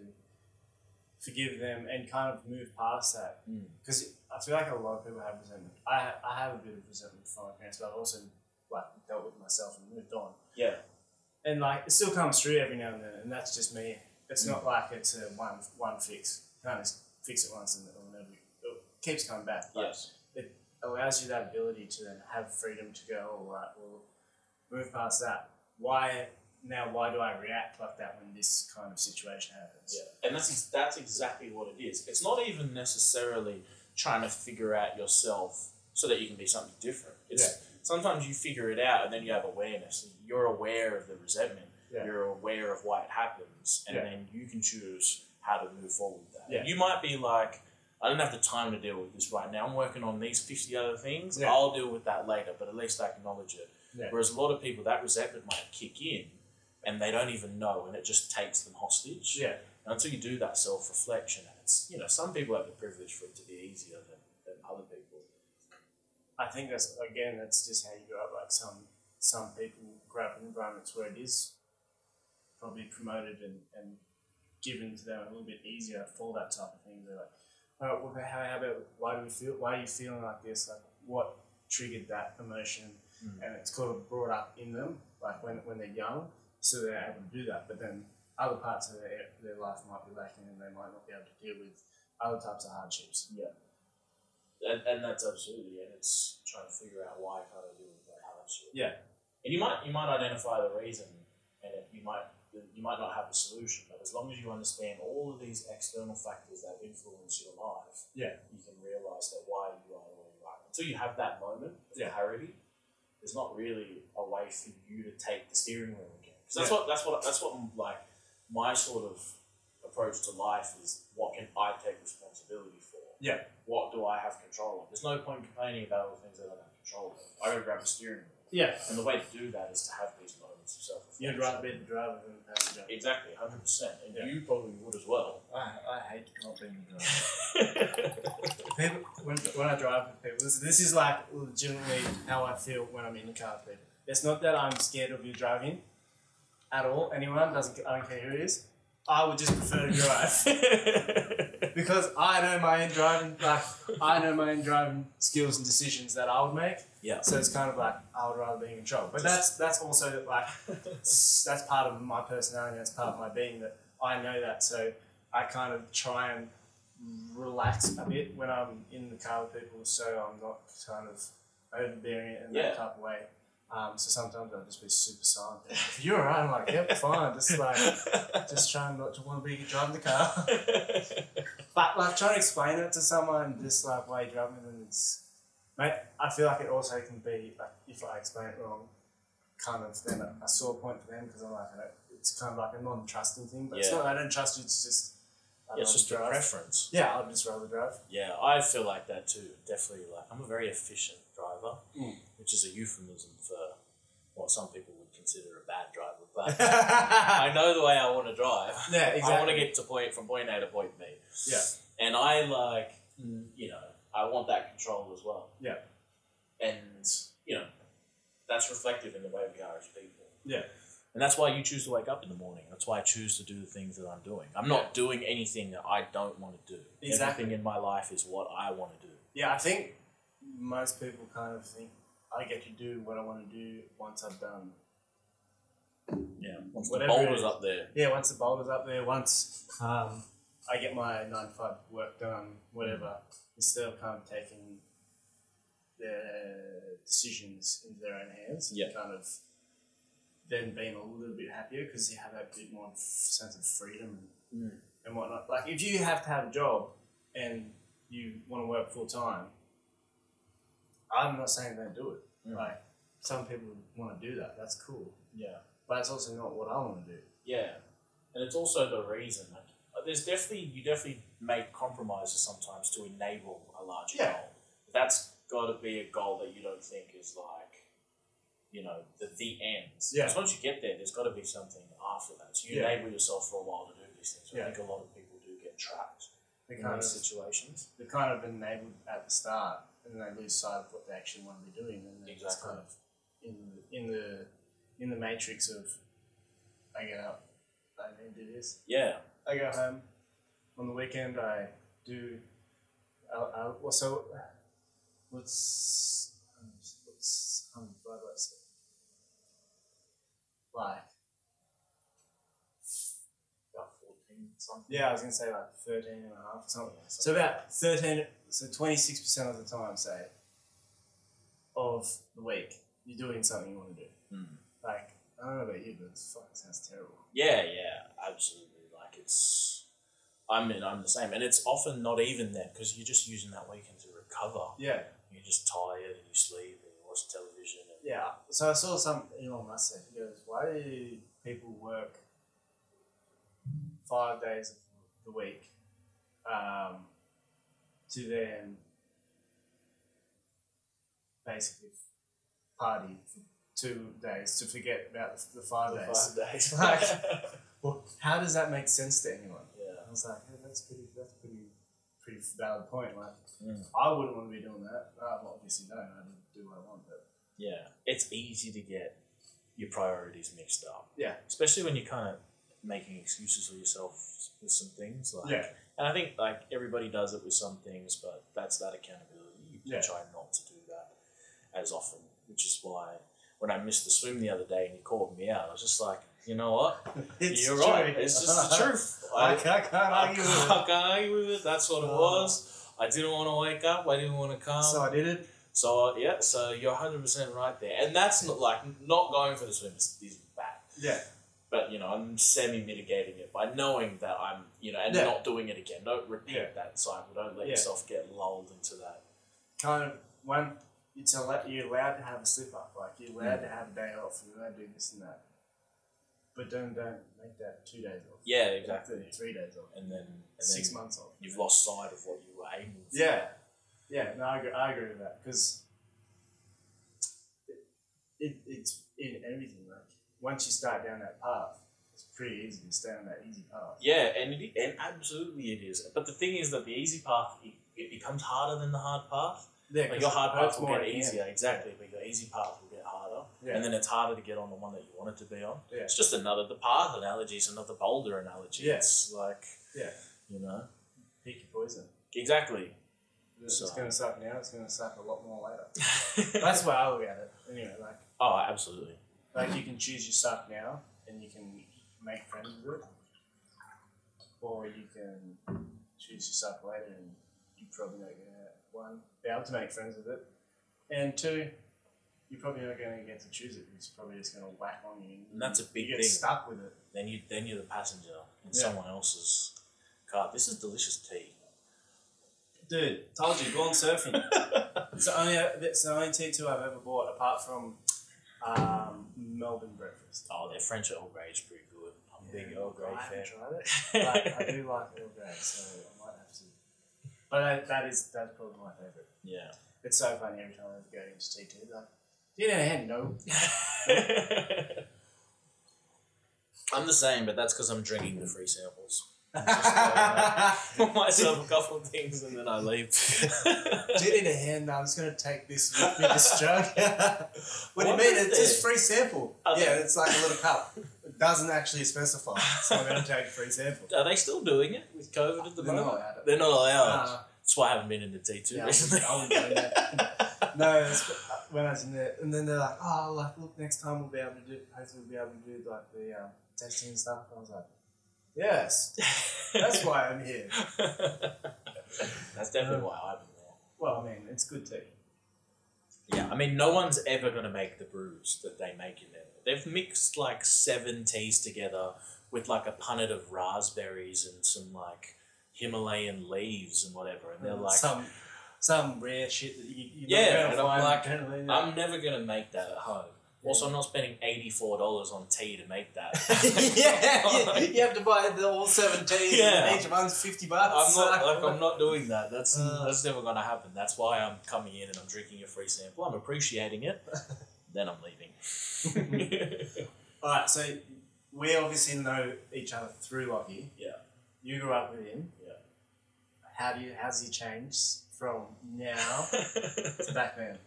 S3: forgive them and kind of move past that.
S2: Mm.
S3: Because I feel like a lot of people have resentment. I, I have a bit of resentment for my parents, but I've also like dealt with myself and moved on.
S2: Yeah,
S3: And like it still comes through every now and then, and that's just me. It's
S2: Mm.
S3: not like it's a one one fix. You can't just fix it once and it'll never. It keeps coming back. but
S2: yes,
S3: Oh, it allows you that ability to then have freedom to go, all right, well, move past that. Why now? Why do I react like that when this kind of situation happens?
S2: yeah. And that's ex- that's exactly what it is. It's not even necessarily trying to figure out yourself so that you can be something different. It's sometimes you figure it out and then you have awareness. You're aware of the resentment.
S3: Yeah.
S2: You're aware of why it happens, and
S3: Yeah.
S2: then you can choose how to move forward with that.
S3: Yeah.
S2: You might be like, I don't have the time to deal with this right now. I'm working on these 50 other things.
S3: Yeah.
S2: I'll deal with that later, but at least I acknowledge it.
S3: Yeah.
S2: Whereas a lot of people, that resentment might kick in and they don't even know, and it just takes them hostage.
S3: Yeah.
S2: And until you do that self reflection, and it's you know some people have the privilege for it to be easier than, than other people.
S3: I think that's again that's just how you grow up. Like some some people grow up in environments where it is probably promoted and, and given to them a little bit easier for that type of thing. They're like, oh, well, how, how about why do we feel? Why are you feeling like this? Like what triggered that emotion? And it's kind of brought up in them, like when when they're young, so they're able to do that. But then other parts of their their life might be lacking, and they might not be able to deal with other types of hardships.
S2: And, and that's absolutely, and it's trying to figure out why can't I do it that hardship.
S3: Yeah.
S2: And you might you might identify the reason, and it, you might you might not have the solution, but as long as you understand all of these external factors that influence your life,
S3: Yeah.
S2: you can realize that why you are the way you are. Until you have that moment of
S3: Yeah.
S2: clarity, there's not really a way for you to take the steering wheel again. 'Cause that's
S3: Yeah.
S2: what that's what that's what like my sort of approach to life is. What can I take responsibility for?
S3: Yeah.
S2: What do I have control of? There's no point complaining about all the things that I don't have control of. I gotta grab the steering wheel,
S3: Yeah.
S2: and the way to do that is to have these moments of self
S3: You'd rather be the driver than the passenger.
S2: Exactly, hundred percent, and
S3: Yeah.
S2: you probably would as well.
S3: I, I hate not being the driver. people, when, when I drive with people, this, this is like legitimately how I feel when I'm in the car with people. It's not that I'm scared of you driving at all. Anyone doesn't. I don't care who it is. I would just prefer to drive because I know my own driving. Like I know my own driving skills and decisions that I would make.
S2: yeah.
S3: So it's kind of like I would rather be in control. But that's that's also like s- that's part of my personality. That's part of my being that I know that. So I kind of try and relax a bit when I'm in the car with people, so I'm not kind of overbearing it in
S2: Yeah.
S3: that type of way. Um, so sometimes I'll just be super silent. They're like, You're alright. I'm like, yep, fine. Just like, just trying not to want to be driving the car. But like trying to explain it to someone just like why you're driving them it's mate, I feel like it also can be like if I explain it wrong, kind of then a, a sore point for them because I'm like I don't- it's kind of like a non-trusting thing, but it's
S2: Yeah.
S3: not I don't trust you. It's just I
S2: Yeah, it's
S3: don't
S2: just a
S3: drive.
S2: preference.
S3: Yeah, I'd just rather drive.
S2: Yeah, I feel like that too. Definitely, like I'm a very efficient driver,
S3: Mm.
S2: which is a euphemism for what some people would consider a bad driver. But
S3: yeah,
S2: I know the way I want to drive.
S3: exactly.
S2: I want to get to point from point A to point B.
S3: Yeah.
S2: And I like, mm, you know, I want that control as well.
S3: Yeah.
S2: And you know, that's reflective in the way we are as people.
S3: Yeah.
S2: And that's why you choose to wake up in the morning. That's why I choose to do the things that I'm doing. I'm not doing anything that I don't want to do.
S3: Exactly.
S2: Everything in my life is what I want to do.
S3: yeah, I think most people kind of think I get to do what I want to do once I've done
S2: Yeah. Once
S3: Whatever
S2: the
S3: it
S2: boulder's
S3: is.
S2: up there.
S3: Yeah, once the boulder's up there, once um, I get my nine to five work done, whatever, instead of kind of taking their decisions into their own hands, and
S2: Yeah.
S3: kind of then being a little bit happier because you have that bit more f- sense of freedom and,
S2: Mm.
S3: and whatnot. Like if you have to have a job and you want to work full time, I'm not saying don't do it.
S2: Mm.
S3: Like some people want to do that, that's cool,
S2: Yeah.
S3: but it's also not what I want to do.
S2: Yeah, and it's also the reason. Like, uh, there's definitely you definitely make compromises sometimes to enable a larger
S3: Yeah.
S2: goal. That's got to be a goal that you don't think is like, you know, the the end.
S3: Yeah.
S2: Because once you get there, there's got to be something after that. So you
S3: Yeah.
S2: enable yourself for a while to do these things.
S3: Yeah.
S2: I think a lot of people do get trapped
S3: They
S2: in
S3: kind
S2: these
S3: of-
S2: situations.
S3: they're kind of enabled at the start, and they lose sight of what they actually want to be doing, and they're just
S2: Exactly.
S3: kind of in the, in the in the matrix of I get up, I need to do this.
S2: Yeah.
S3: I go home on the weekend. I do. I, I, well, so what's what's um, what do I say? Like
S2: About fourteen something.
S3: yeah, I was gonna say like 13 and a half or something. So about 13, so 26% of the time, say, of the week, you're doing something you want to do.
S2: Hmm.
S3: Like, I don't know about you, but it fucking sounds terrible.
S2: Yeah, yeah, absolutely. Like it's, I mean, I'm the same, and it's often not even then because you're just using that weekend to recover.
S3: Yeah,
S2: You're just tired and you sleep and you watch television. And
S3: yeah. So I saw some Elon Musk said, he goes, why do people work five days of the week um, to then basically party for two days to forget about the five days?
S2: days.
S3: Like- Well, how does that make sense to anyone?
S2: yeah,
S3: I was like, hey, that's pretty, that's pretty, pretty valid point. Like,
S2: Mm.
S3: I wouldn't want to be doing that. Uh, well, obviously, no, I would do what I want, but
S2: Yeah, it's easy to get your priorities mixed up.
S3: Yeah.
S2: especially when you're kind of making excuses for yourself with some things. Like,
S3: yeah,
S2: and I think like everybody does it with some things, but that's that accountability. You can
S3: Yeah.
S2: try not to do that as often, which is why when I missed the swim the other day and you called me out, I was just like, you know what, you're right. It's just the truth.
S3: I, can't- I can't
S2: I
S3: argue with
S2: can't argue with it. That's what it
S3: Uh,
S2: was. I didn't want to wake up. I didn't want to come.
S3: it. So I did it.
S2: So yeah, so you're hundred percent right there, and that's not like not going for the swim is, is bad,
S3: Yeah,
S2: but you know I'm semi mitigating it by knowing that I'm you know and
S3: Yeah.
S2: not doing it again. Don't repeat
S3: Yeah.
S2: that cycle. Don't let
S3: Yeah.
S2: yourself get lulled into that.
S3: kind of when it's allowed, you're allowed to have a slip up, like you're
S2: Mm.
S3: allowed to have a day off, you're allowed to do this and that, but don't don't make that two days off.
S2: Yeah,
S3: Make that Three days off.
S2: And then and
S3: Six
S2: then
S3: months off.
S2: you've lost sight of what you were aiming. For.
S3: Yeah, yeah. No, I agree, I agree with that because it, it, it's in everything. Like once you start down that path, it's pretty easy to stay on that easy path.
S2: Yeah, and it, and absolutely it is. But the thing is that the easy path it, it becomes harder than the hard path.
S3: Yeah,
S2: Like your hard path will
S3: more
S2: get easier, exactly, but your easy path will get harder.
S3: Yeah.
S2: And then it's harder to get on the one that you want it to be on.
S3: Yeah.
S2: It's just another the path analogy is another boulder analogy.
S3: Yeah.
S2: It's like
S3: Yeah.
S2: you know.
S3: Pick your poison.
S2: Exactly.
S3: It's
S2: So-
S3: gonna suck now. It's gonna suck a lot more later. That's why I look at it. Anyway, like
S2: oh, absolutely.
S3: like you can choose your suck now, and you can make friends with it, or you can choose your suck later, and you probably not gonna one be able to make friends with it, and two, you're probably not gonna get to choose it. It's probably just gonna whack on you.
S2: And that's a big
S3: you get
S2: thing.
S3: stuck with it.
S2: Then you then you're the passenger in
S3: Yeah.
S2: someone else's car. This is delicious tea.
S3: Dude, told you, go on surfing. it's the only it's the only T two I've ever bought apart from um, Melbourne breakfast.
S2: Oh, their French Earl Grey is pretty good. I'm a big oh, Earl
S3: I haven't
S2: Grey
S3: tried it.
S2: fan.
S3: but I do like Earl Grey, so I might have to. But I, that is that's probably my favourite.
S2: yeah.
S3: It's so funny every time I go into T two. Like, do you know how no?
S2: I'm the same, but that's because I'm drinking the free samples. Pour myself a couple of things and then I leave.
S3: do you need a hand? No, I'm just gonna take this with me. This jug. what do you
S2: What
S3: mean?
S2: is
S3: It's just
S2: this?
S3: free sample.
S2: Are
S3: yeah,
S2: they-
S3: it's like a little cup. It doesn't actually specify, so I'm gonna take a free sample.
S2: Are they still doing it with COVID at the
S3: They're not
S2: moment?
S3: allowed it.
S2: They're not allowed.
S3: Uh,
S2: That's why I haven't been in the T2
S3: yeah, I
S2: recently.
S3: wouldn't- I wouldn't go there. no, it's when I was in there, and then they're like, "Oh, like look, next time we'll be able to do. Hopefully, we'll be able to do like the um, testing and stuff." And I was like, "Yes, that's why I'm here."
S2: That's definitely why I haven't there.
S3: Well, I mean, it's good too.
S2: Yeah, I mean, no one's ever going to make the brews that they make in there. They've mixed like seven teas together with like a punnet of raspberries and some like Himalayan leaves and whatever. And they're like,
S3: some some rare shit that you, you're
S2: Yeah,
S3: not
S2: and
S3: gonna
S2: I'm
S3: find
S2: like,
S3: generally, yeah.
S2: I'm never going to make that at home. Also, I'm not spending $84 on tea to make that.
S3: yeah, you, you have to buy the all seventeen.
S2: Yeah.
S3: and each one's fifty
S2: I'm
S3: bucks.
S2: not
S3: So-
S2: like I'm not doing that. That's
S3: Uh.
S2: that's never gonna happen. That's why I'm coming in and I'm drinking a free sample. I'm appreciating it. then I'm leaving.
S3: All right, so we obviously know each other through Lockie.
S2: Yeah.
S3: You grew up with him.
S2: Yeah.
S3: How do you? How's he changed from now to back then?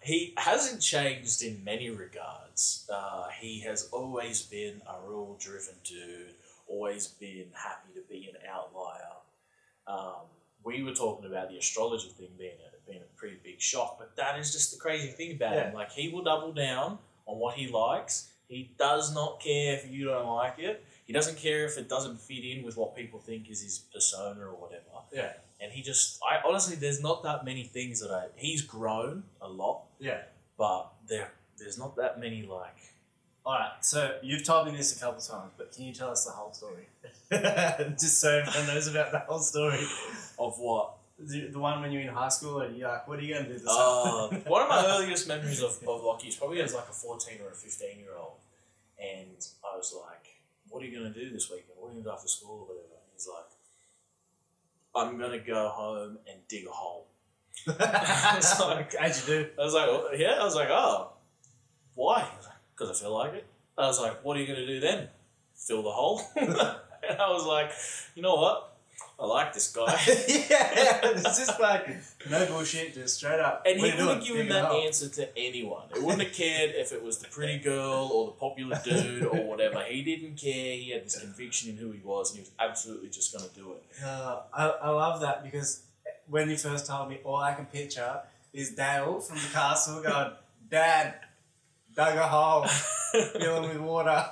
S2: he hasn't changed in many regards. Uh, he has always been a real driven dude. Always been happy to be an outlier. Um, we were talking about the astrology thing being a, being a pretty big shock, but that is just the crazy thing about him. Like he will double down on what he likes. He does not care if you don't like it. He doesn't care if it doesn't fit in with what people think is his persona or whatever.
S3: Yeah.
S2: And he just, I honestly, there's not that many things that I. He's grown a lot,
S3: Yeah.
S2: but there, there's not that many like.
S3: All right. So you've told me this a couple times, but can you tell us the whole story? Just so everyone knows about the whole story.
S2: Of what?
S3: The, the one when you're in high school and you're like, "What are you going to do this?"
S2: Uh,
S3: summer?"
S2: one of my earliest memories of, of Lockie is probably as like a 14 or a 15 year old. And I was like, what are you going to do this weekend? What are you going to do after school or whatever? And he's like, I'm going to go home and dig a hole.
S3: it's like, as you do.
S2: I was like, "Oh, yeah. I was like, oh, why? Because I feel like it. I was like, what are you going to do then? Fill the hole. and I was like, you know what? I like this guy.
S3: yeah, it's just like no bullshit, just straight up.
S2: And he
S3: what are you
S2: would have
S3: doing?
S2: given
S3: Digging a
S2: that
S3: hole.
S2: answer to anyone. He wouldn't have cared if it was the pretty girl or the popular dude or whatever. He didn't care. He had this conviction in who he was, and he was absolutely just going to do it.
S3: Uh, I, I love that because when you first told me, all I can picture is Dale from the castle going, Dad, dug a hole, fill him with water.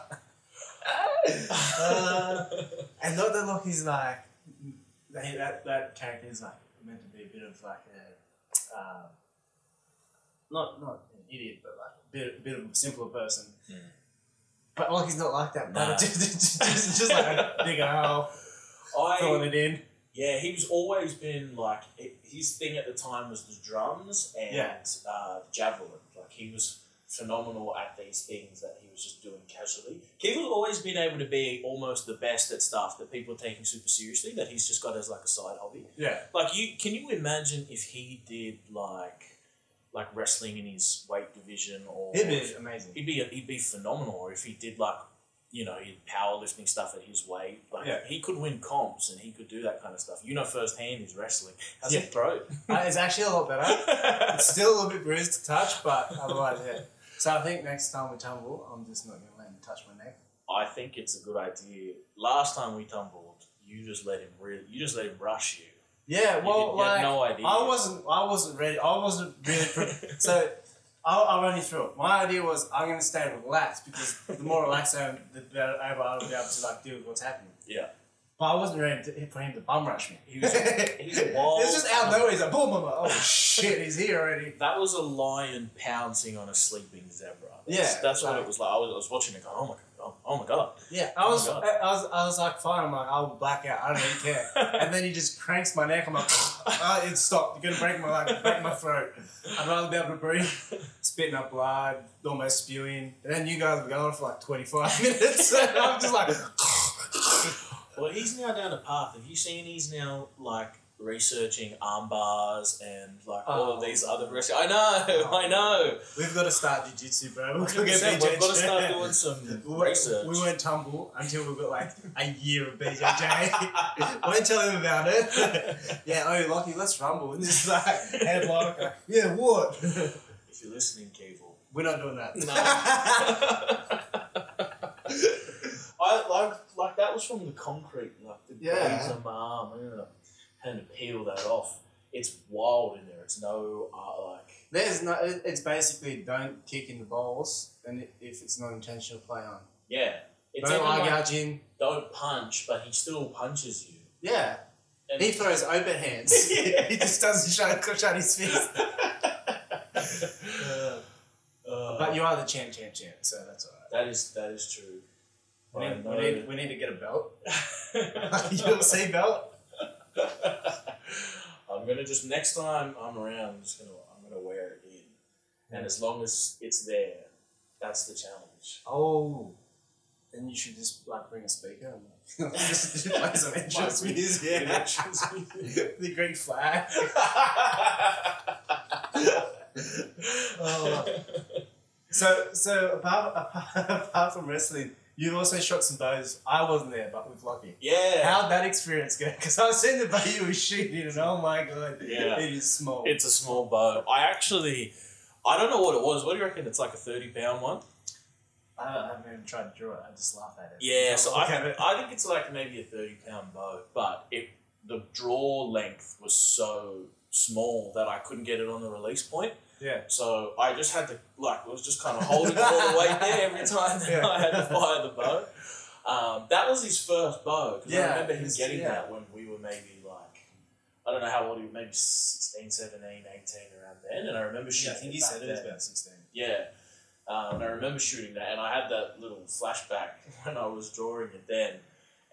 S3: Uh, and not that Lockie's like, they, that, that character is like meant to be a bit of like a, um, not, not an idiot, but like a bit, bit of a simpler person. But Lockie's not like that.
S2: Nah.
S3: But just, just, just, just like dig a hole,
S2: I
S3: filling it in.
S2: yeah, he was always been like hi- his thing at the time was the drums and
S3: Yeah.
S2: uh, javelin. Like he was phenomenal at these things that he was just doing casually. Keegan's always been able to be almost the best at stuff that people are taking super seriously. That he's just got as like a side hobby.
S3: Yeah.
S2: Like you, can you imagine if he did like, like wrestling in his weight division, or
S3: It is amazing.
S2: he'd be he'd be phenomenal. Or if he did like, you know, he powerlifting stuff at his weight, like
S3: Yeah.
S2: he could win comps and he could do that kind of stuff. You know firsthand his wrestling. How's
S3: Yeah.
S2: his throat?
S3: Uh, it's actually a lot better. It's still a little bit bruised to touch, but otherwise, yeah. So I think next time we tumble, I'm just not gonna let him touch my neck.
S2: I think it's a good idea. Last time we tumbled, you just let him really, you just let him rush you.
S3: Yeah,
S2: You
S3: well,
S2: did- you had
S3: like
S2: no idea.
S3: I wasn't, I wasn't ready. I wasn't really. Pre- so I'll, I'll run you through it. My idea was I'm gonna stay relaxed because the more relaxed I am, the better able I'll be able to like deal with what's happening.
S2: Yeah.
S3: But I wasn't ready to, for him to bum rush me.
S2: He was- he's a wild-
S3: It's just out of nowhere. He's like, boom, I'm like, oh shit, he's here already.
S2: That was a lion pouncing on a sleeping zebra. That's,
S3: Yeah,
S2: that's what
S3: like-
S2: it was like. I was, I was watching it. Going, oh my god! Oh, oh my god!
S3: Yeah, I
S2: Oh my
S3: was,
S2: God.
S3: I, I was, I was like, fine. I'm like, I'll black out. I don't even care. and then he just cranks my neck. I'm like, oh, it stopped. You're gonna break my like, break my throat. I'd rather be able to breathe. Spitting up blood, almost spewing. And then you guys were going on for like 25 minutes. and I'm just like,
S2: Well, he's now down the path. Have you seen he's now like researching arm bars and like all of
S3: Oh.
S2: these other rest- I know,
S3: Oh.
S2: I know.
S3: we've got to start jujitsu, bro. We're gonna
S2: We've
S3: get BJJ.
S2: got to start doing some
S3: We
S2: research.
S3: won't, we won't tumble until we've got like a year of BJJ. won't tell him about it. yeah, oh, Lockie, let's rumble. And just like headlock. like, yeah, what?
S2: if you're listening, Keevil.
S3: We're not doing that.
S2: No. I like like that was from the concrete, like the
S3: Yeah.
S2: grains on my arm. Yeah. Had to peel that off. It's wild in there. It's no uh, like
S3: There's no. it- It's basically don't kick in the balls, and i- if it's not intentional, play on.
S2: yeah. It's
S3: don't
S2: even
S3: eye
S2: like,
S3: gouge in.
S2: don't punch, but he still punches you.
S3: Yeah,
S2: And
S3: he throws open hands. he just doesn't shut, shut his
S2: Uh,
S3: fist. but you are the champ, champ, champ. So that's alright.
S2: uh, that is that is true.
S3: We
S2: I
S3: need,
S2: know.
S3: we, need, we need to get a belt. you don't see belt.
S2: I'm gonna just next time I'm around, I'm just gonna I'm gonna wear it in, and as long as it's there, that's the challenge.
S3: Oh, then you should just like bring a speaker and like, just play some entrance
S2: Might be-
S3: music. Yeah.
S2: entrance
S3: the Greek flag. Oh. So, so apart, apart, apart from wrestling, you've also shot some bows. I wasn't there, but with Lucky.
S2: yeah.
S3: How'd that experience go? Because I've seen the bow you were shooting, and oh my god,
S2: Yeah.
S3: it is small.
S2: It's a small bow. I actually, I don't know what it was. What do you reckon? It's like a thirty pound one.
S3: I, don't- I haven't even tried to draw it. I just laugh at it.
S2: Yeah. So I,
S3: Look at it.
S2: I think it's like maybe a thirty pound bow, but it the draw length was so small that I couldn't get it on the release point.
S3: Yeah.
S2: So I just had to like I was just kind of holding all the weight there every time that
S3: Yeah.
S2: I had to fire the bow. Um, that was his first bow. 'cause
S3: Yeah,
S2: I remember him
S3: it's-
S2: getting
S3: yeah.
S2: that when we were maybe like I don't know how old he was, maybe 16, 17, 18 around then. And I remember shooting.
S3: Yeah, I think he
S2: back
S3: said it was
S2: then.
S3: about sixteen.
S2: Yeah. Um, and I remember shooting that, and I had that little flashback when I was drawing it then,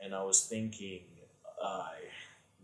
S2: and I was thinking, I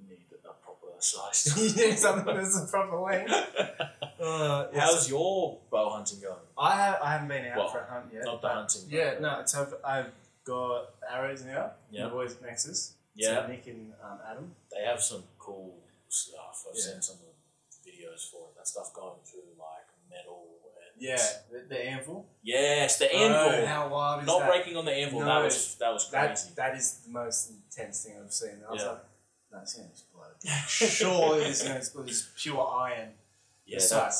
S2: need a proper size.
S3: you need something that's a proper length. Uh, yeah, so
S2: How's your bow hunting going?
S3: I have, I haven't been out
S2: Well,
S3: for a hunt yet.
S2: Not the
S3: but-
S2: hunting. but-
S3: Yeah, no, it's I've, I've got arrows now.
S2: Yeah.
S3: The boys Nexus.
S2: Yeah.
S3: So Nick and um, Adam.
S2: They have some cool stuff. I've
S3: Yeah.
S2: seen some of the videos for it. That stuff going through like metal and
S3: Yeah, the, the anvil.
S2: Yes, the anvil.
S3: Oh, how wild is
S2: Not
S3: that?
S2: breaking on the anvil. That
S3: No.
S2: was that was
S3: That
S2: crazy.
S3: that is the most intense thing I've seen. I was
S2: Yeah.
S3: like, no, it's gonna explode. sure, it is gonna explode. It's pure iron.
S2: yeah,
S3: it's
S2: that,
S3: like,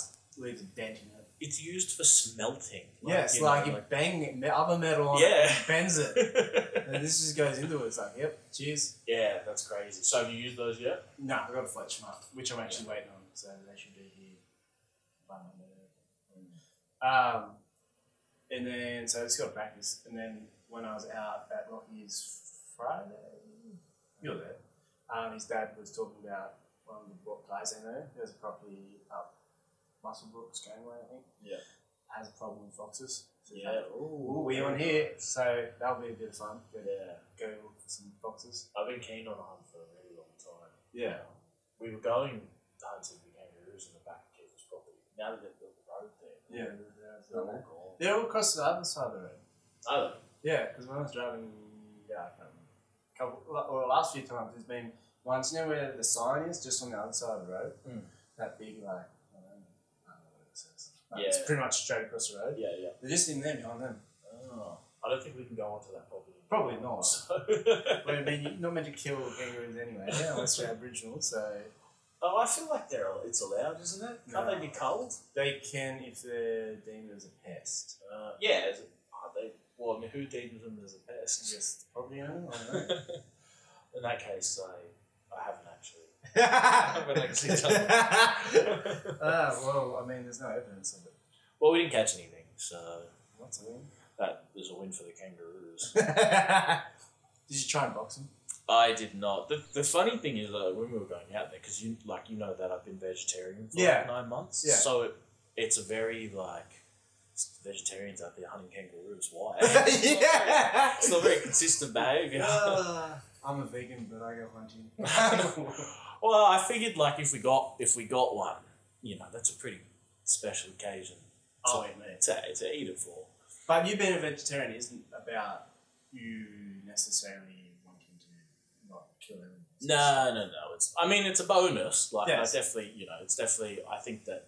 S3: leaves a dent in it.
S2: it's used for smelting.
S3: yes,
S2: you know,
S3: like you bang it, me- other metal on it,
S2: Yeah.
S3: it bends it, and this just goes into it. It's like, yep, cheers.
S2: yeah, that's crazy. So have you used those yet?
S3: No, I got a Fletch mark, which I'm actually waiting on, so they should be here. by Monday. Um, and then so I just got to practice, and then when I was out at Lockheed's Friday, you're there. Um, his dad was talking about one of the block guys I know. There's a property up Musselbrook, Scanway, I think.
S2: Yeah.
S3: Has a problem with foxes. So
S2: Ooh,
S3: Ooh, we on here, so that'll be a bit of fun. Go,
S2: Yeah.
S3: go look for some foxes.
S2: I've been keen on a hunt for a really long time.
S3: Yeah.
S2: We were going hunting the kangaroos in the back of Keith's property. Now that they've built the road there,
S3: Yeah.
S2: they're all Oh, gone.
S3: They're all across the other side of the road.
S2: I don't know.
S3: Yeah, because when I was driving, yeah, I can't remember. Couple, well, the last few times there's been once you know where the sign is, just on the other side of the road.
S2: Mm.
S3: That big like, I don't know, I don't know what it says. Like,
S2: Yeah.
S3: It's pretty much straight across the road.
S2: Yeah, yeah.
S3: They're just in there behind them.
S2: Oh. I don't think we can go onto that property.
S3: Probably not.
S2: So,
S3: But I mean, you're not meant to kill kangaroos anyway, yeah, unless you're Aboriginal. So
S2: oh, I feel like they're all, it's allowed, isn't it? Can't
S3: No.
S2: they be culled?
S3: they can if they're deemed as a pest.
S2: Uh, yeah. Is it, are they? Well, I mean, who deems them as a pest?
S3: Just probably owner, I don't know.
S2: in that case, I I haven't actually.
S3: Haven't
S2: actually done
S3: Ah, well, I mean, there's no evidence of it.
S2: well, we didn't catch anything, so
S3: What's a win?
S2: that was a win for the kangaroos.
S3: Did you try and box him?
S2: I did not. The, the funny thing is though, when we were going out there, because you like you know that I've been vegetarian for
S3: Yeah.
S2: like nine months.
S3: Yeah.
S2: So it, it's a very like vegetarians out there hunting kangaroos. Why?
S3: yeah.
S2: It's not very consistent behaviour.
S3: Ah, I'm a vegan, but I go hunting.
S2: Well, I figured like if we got if we got one, you know, that's a pretty special occasion to,
S3: Oh, wait, mate.
S2: to, to eat it for.
S3: But you being a vegetarian isn't about you necessarily wanting to not kill animals.
S2: No, no, no. It's I mean it's a bonus. Like
S3: Yes.
S2: I definitely you know it's definitely I think that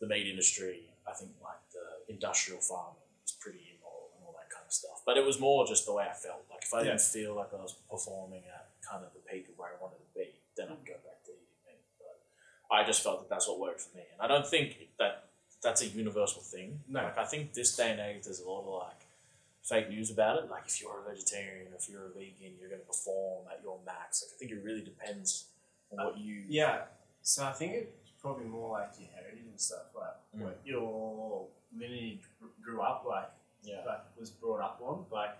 S2: the meat industry I think like the industrial farming is pretty immoral and all that kind of stuff. But it was more just the way I felt. Like if I
S3: Yeah.
S2: didn't feel like I was performing at kind of the peak of where I wanted to be, then I'd go back to eating meat. But I just felt that that's what worked for me, and I don't think that that's a universal thing.
S3: No.
S2: Like I think this day and age there's a lot of like fake news about it. Like if you're a vegetarian, if you're a vegan, you're going to perform at your max. Like I think it really depends on what you.
S3: Yeah. So I think it's probably more like your heritage and stuff, like what your lineage gr- grew up like,
S2: Yeah.
S3: like was brought up on. Like,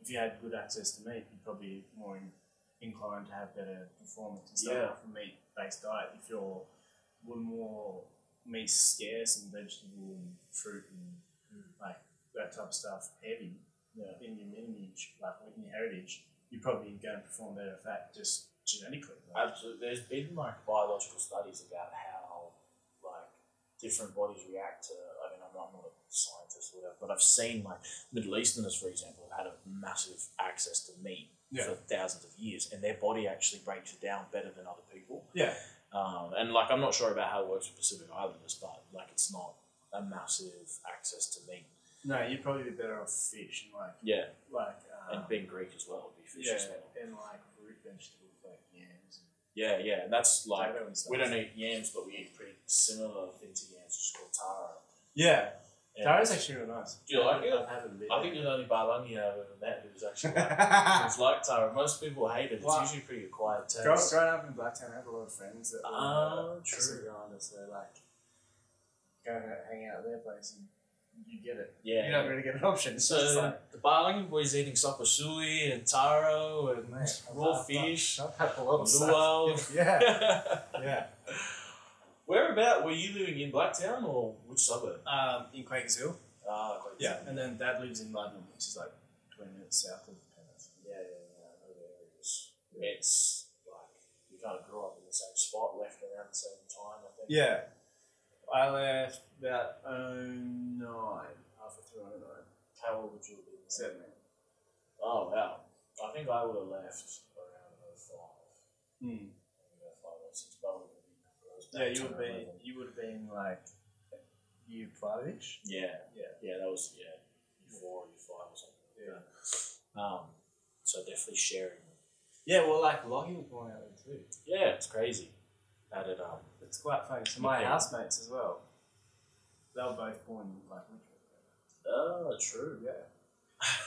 S3: if you had good access to meat, you'd probably more in, inclined to have better performance and stuff
S2: Yeah.
S3: from meat based diet. If you're were more meat scarce and vegetable and fruit and like that type of stuff heavy
S2: Hmm. Yeah.
S3: in your lineage, like in your heritage, you're probably going to perform better at that just genetically. like-
S2: Absolutely. There's been like biological studies about how like different bodies react to. I mean, I'm not, I'm not a scientist or whatever, but I've seen like Middle Easterners, for example, have had a massive access to meat
S3: Yeah.
S2: for thousands of years, and their body actually breaks it down better than other people.
S3: yeah.
S2: Um, and like, I'm not sure about how it works with Pacific Islanders, but like, it's not a massive access to meat.
S3: No, you'd probably be better off fish and like
S2: Yeah,
S3: like um,
S2: and being Greek as well would be fish
S3: yeah,
S2: as well.
S3: and like root vegetables like yams.
S2: Yeah, yeah, and that's like
S3: Potato and stuff.
S2: we don't eat yams, but we eat pretty similar thing to yams, which is called taro.
S3: Yeah,
S2: And
S3: that is actually really nice.
S2: Do you like it?
S3: I've had a bit.
S2: I think you're the only Balangi I've ever met who's actually like, who's like taro. Most people hate it. It's
S3: Wow.
S2: usually pretty quiet taste.
S3: Grow- growing up in Blacktown, I had a lot of friends that were
S2: Ah,
S3: uh,
S2: true.
S3: Pacific Islanders, so like going to hang out at their place and you get it.
S2: Yeah.
S3: you don't really get an option. It's just
S2: So
S3: like
S2: the Balangi boys eating sopasui and taro and
S3: mate, I've-
S2: raw
S3: I've-
S2: fish,
S3: I've had a lot of stuff.
S2: luau.
S3: Yeah, yeah.
S2: Whereabout were you living in Blacktown or which suburb?
S3: Um, in Quakers Hill.
S2: Ah, quite
S3: Yeah,
S2: easy.
S3: and then Dad lives in London, which is like twenty minutes south of Penrith.
S2: Yeah, yeah, yeah. I know the areas. It's like you kind of grew up in the same spot, left around the same time. I think.
S3: Yeah. I left about 09, halfway through 09.
S2: How old would you have been?
S3: Seven.
S2: Oh wow. I think I would have left around 05.
S3: Mm.
S2: I think 05, 06, but I would have been- I was
S3: Yeah,
S2: back
S3: you would
S2: 10,
S3: be
S2: 11.
S3: you would have been like year five ish.
S2: Yeah,
S3: Yeah.
S2: yeah, that was yeah, year four, year five, or something.
S3: Yeah.
S2: Um, so definitely sharing.
S1: Yeah, well, like logging was born out there too.
S2: Yeah, it's crazy. That it um,
S3: It's quite funny. So my
S2: Yeah.
S3: housemates as well. They were both born like literally.
S2: oh, true.
S3: Yeah.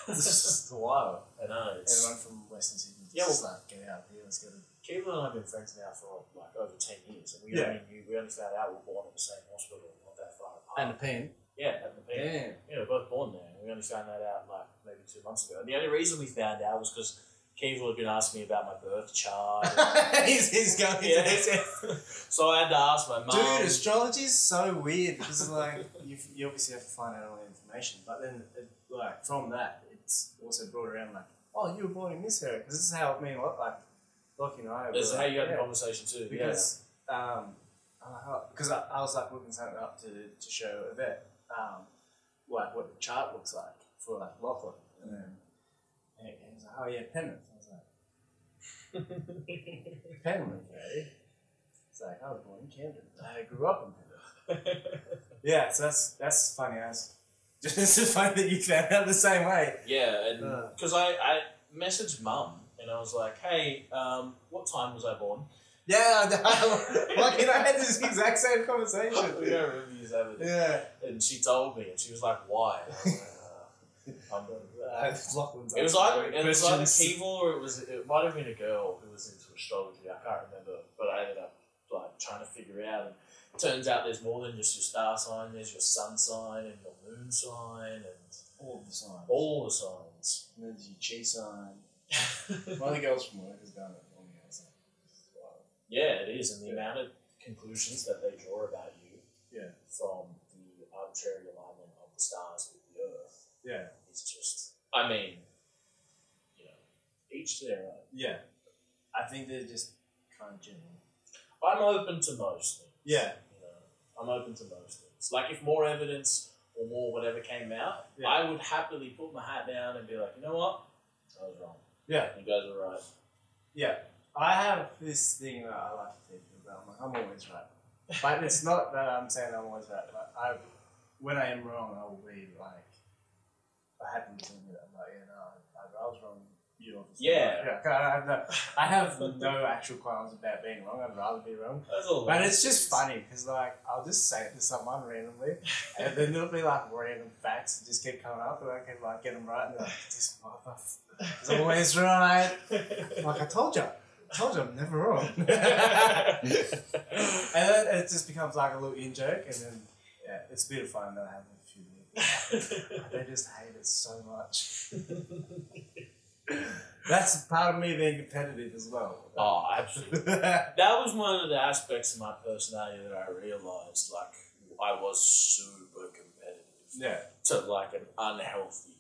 S3: This is just wild.
S2: I know. It's,
S3: Everyone from Western Sydney
S2: Yeah,
S3: just like get out of here. Let's go to.
S2: Caitlin and I have been friends now for like over ten years, and we
S3: Yeah.
S2: only knew, we only found out we were born in the same hospital, not that far
S3: And
S2: apart.
S3: a pen.
S2: yeah, at the
S3: Damn.
S2: yeah. yeah, we were both born there. and We only found that out like maybe two months ago. And the only reason we found out was because Keevil had been asking me about my birth chart.
S3: he's, he's going.
S2: Yeah.
S3: to-
S2: so I had to ask my mum.
S3: Dude, astrology is so weird because it's like you you obviously have to find out all the information, but then it, like from that, it's also brought around like, oh, you were born in this area because this is how me and Lo- like Lockie and I. were,
S2: This is how
S3: like,
S2: you had
S3: yeah,
S2: the conversation too.
S3: because um, uh, because I, I was like looking something up to, to show Yvette um, like what the chart looks like for like Lachlan, and then and he was like, oh yeah, Penrith. I was like, Penrith, eh? It's like I was born in Camden. I grew up in Penrith. Yeah, so that's that's funny as. Just it's funny that you found out the same way.
S2: yeah, and
S3: Uh.
S2: because I, I messaged mum and I was like, hey, um, what time was I born?
S3: Yeah, I know. like you know, I had this exact same conversation.
S2: we don't really use that. but-
S3: Yeah,
S2: And she told me, and she was like, why? And I was like, "Uh, I'm-
S3: uh, Lachlan's
S2: It was either it was either Keevil
S3: questions.
S2: or it was it might have been a girl who was into astrology. I can't remember, but I ended up like trying to figure out. And it turns out there's more than just your star sign. There's your sun sign and your moon sign and
S3: all the signs.
S2: all the signs.
S3: And then there's your chi sign. One of the girls from work has done it for me. I was like, this is wild.
S2: yeah, it is, and the amount of conclusions that they draw about you
S3: Yeah.
S2: from the arbitrary alignment of the stars with the Earth
S3: Yeah,
S2: is just. I mean, you know, each to their own.
S3: yeah. I think they're just kind of general.
S2: I'm open to most things.
S3: Yeah.
S2: You know, I'm open to most things. Like if more evidence or more whatever came out,
S3: Yeah.
S2: I would happily put my hat down and be like, you know what, I was wrong.
S3: Yeah.
S2: you guys are right.
S3: Yeah, I have this thing that I like to think about. I'm, like, I'm always right, but it's not that I'm saying I'm always right. But I, when I am wrong, I will be like, I happen to admit it. I'm like, yeah, no, I, I was wrong. You obviously.
S2: Yeah.
S3: yeah. 'cause I have no, I have no actual qualms about being wrong. I'd rather be wrong.
S2: That's all.
S3: But it's just funny because like I'll just say it to someone randomly, and then there'll be like random facts that just keep coming up, and I can like get them right. And they're like, this motherfucker is always right. I'm Like I told you, I told you I'm never wrong. and then it just becomes like a little in joke, and then yeah, it's a bit of fun that I have with a few people. They just hate it so much. That's part of me being competitive as well.
S2: oh, absolutely. That was one of the aspects of my personality that I realized, like I was super competitive.
S3: yeah,
S2: to like an unhealthy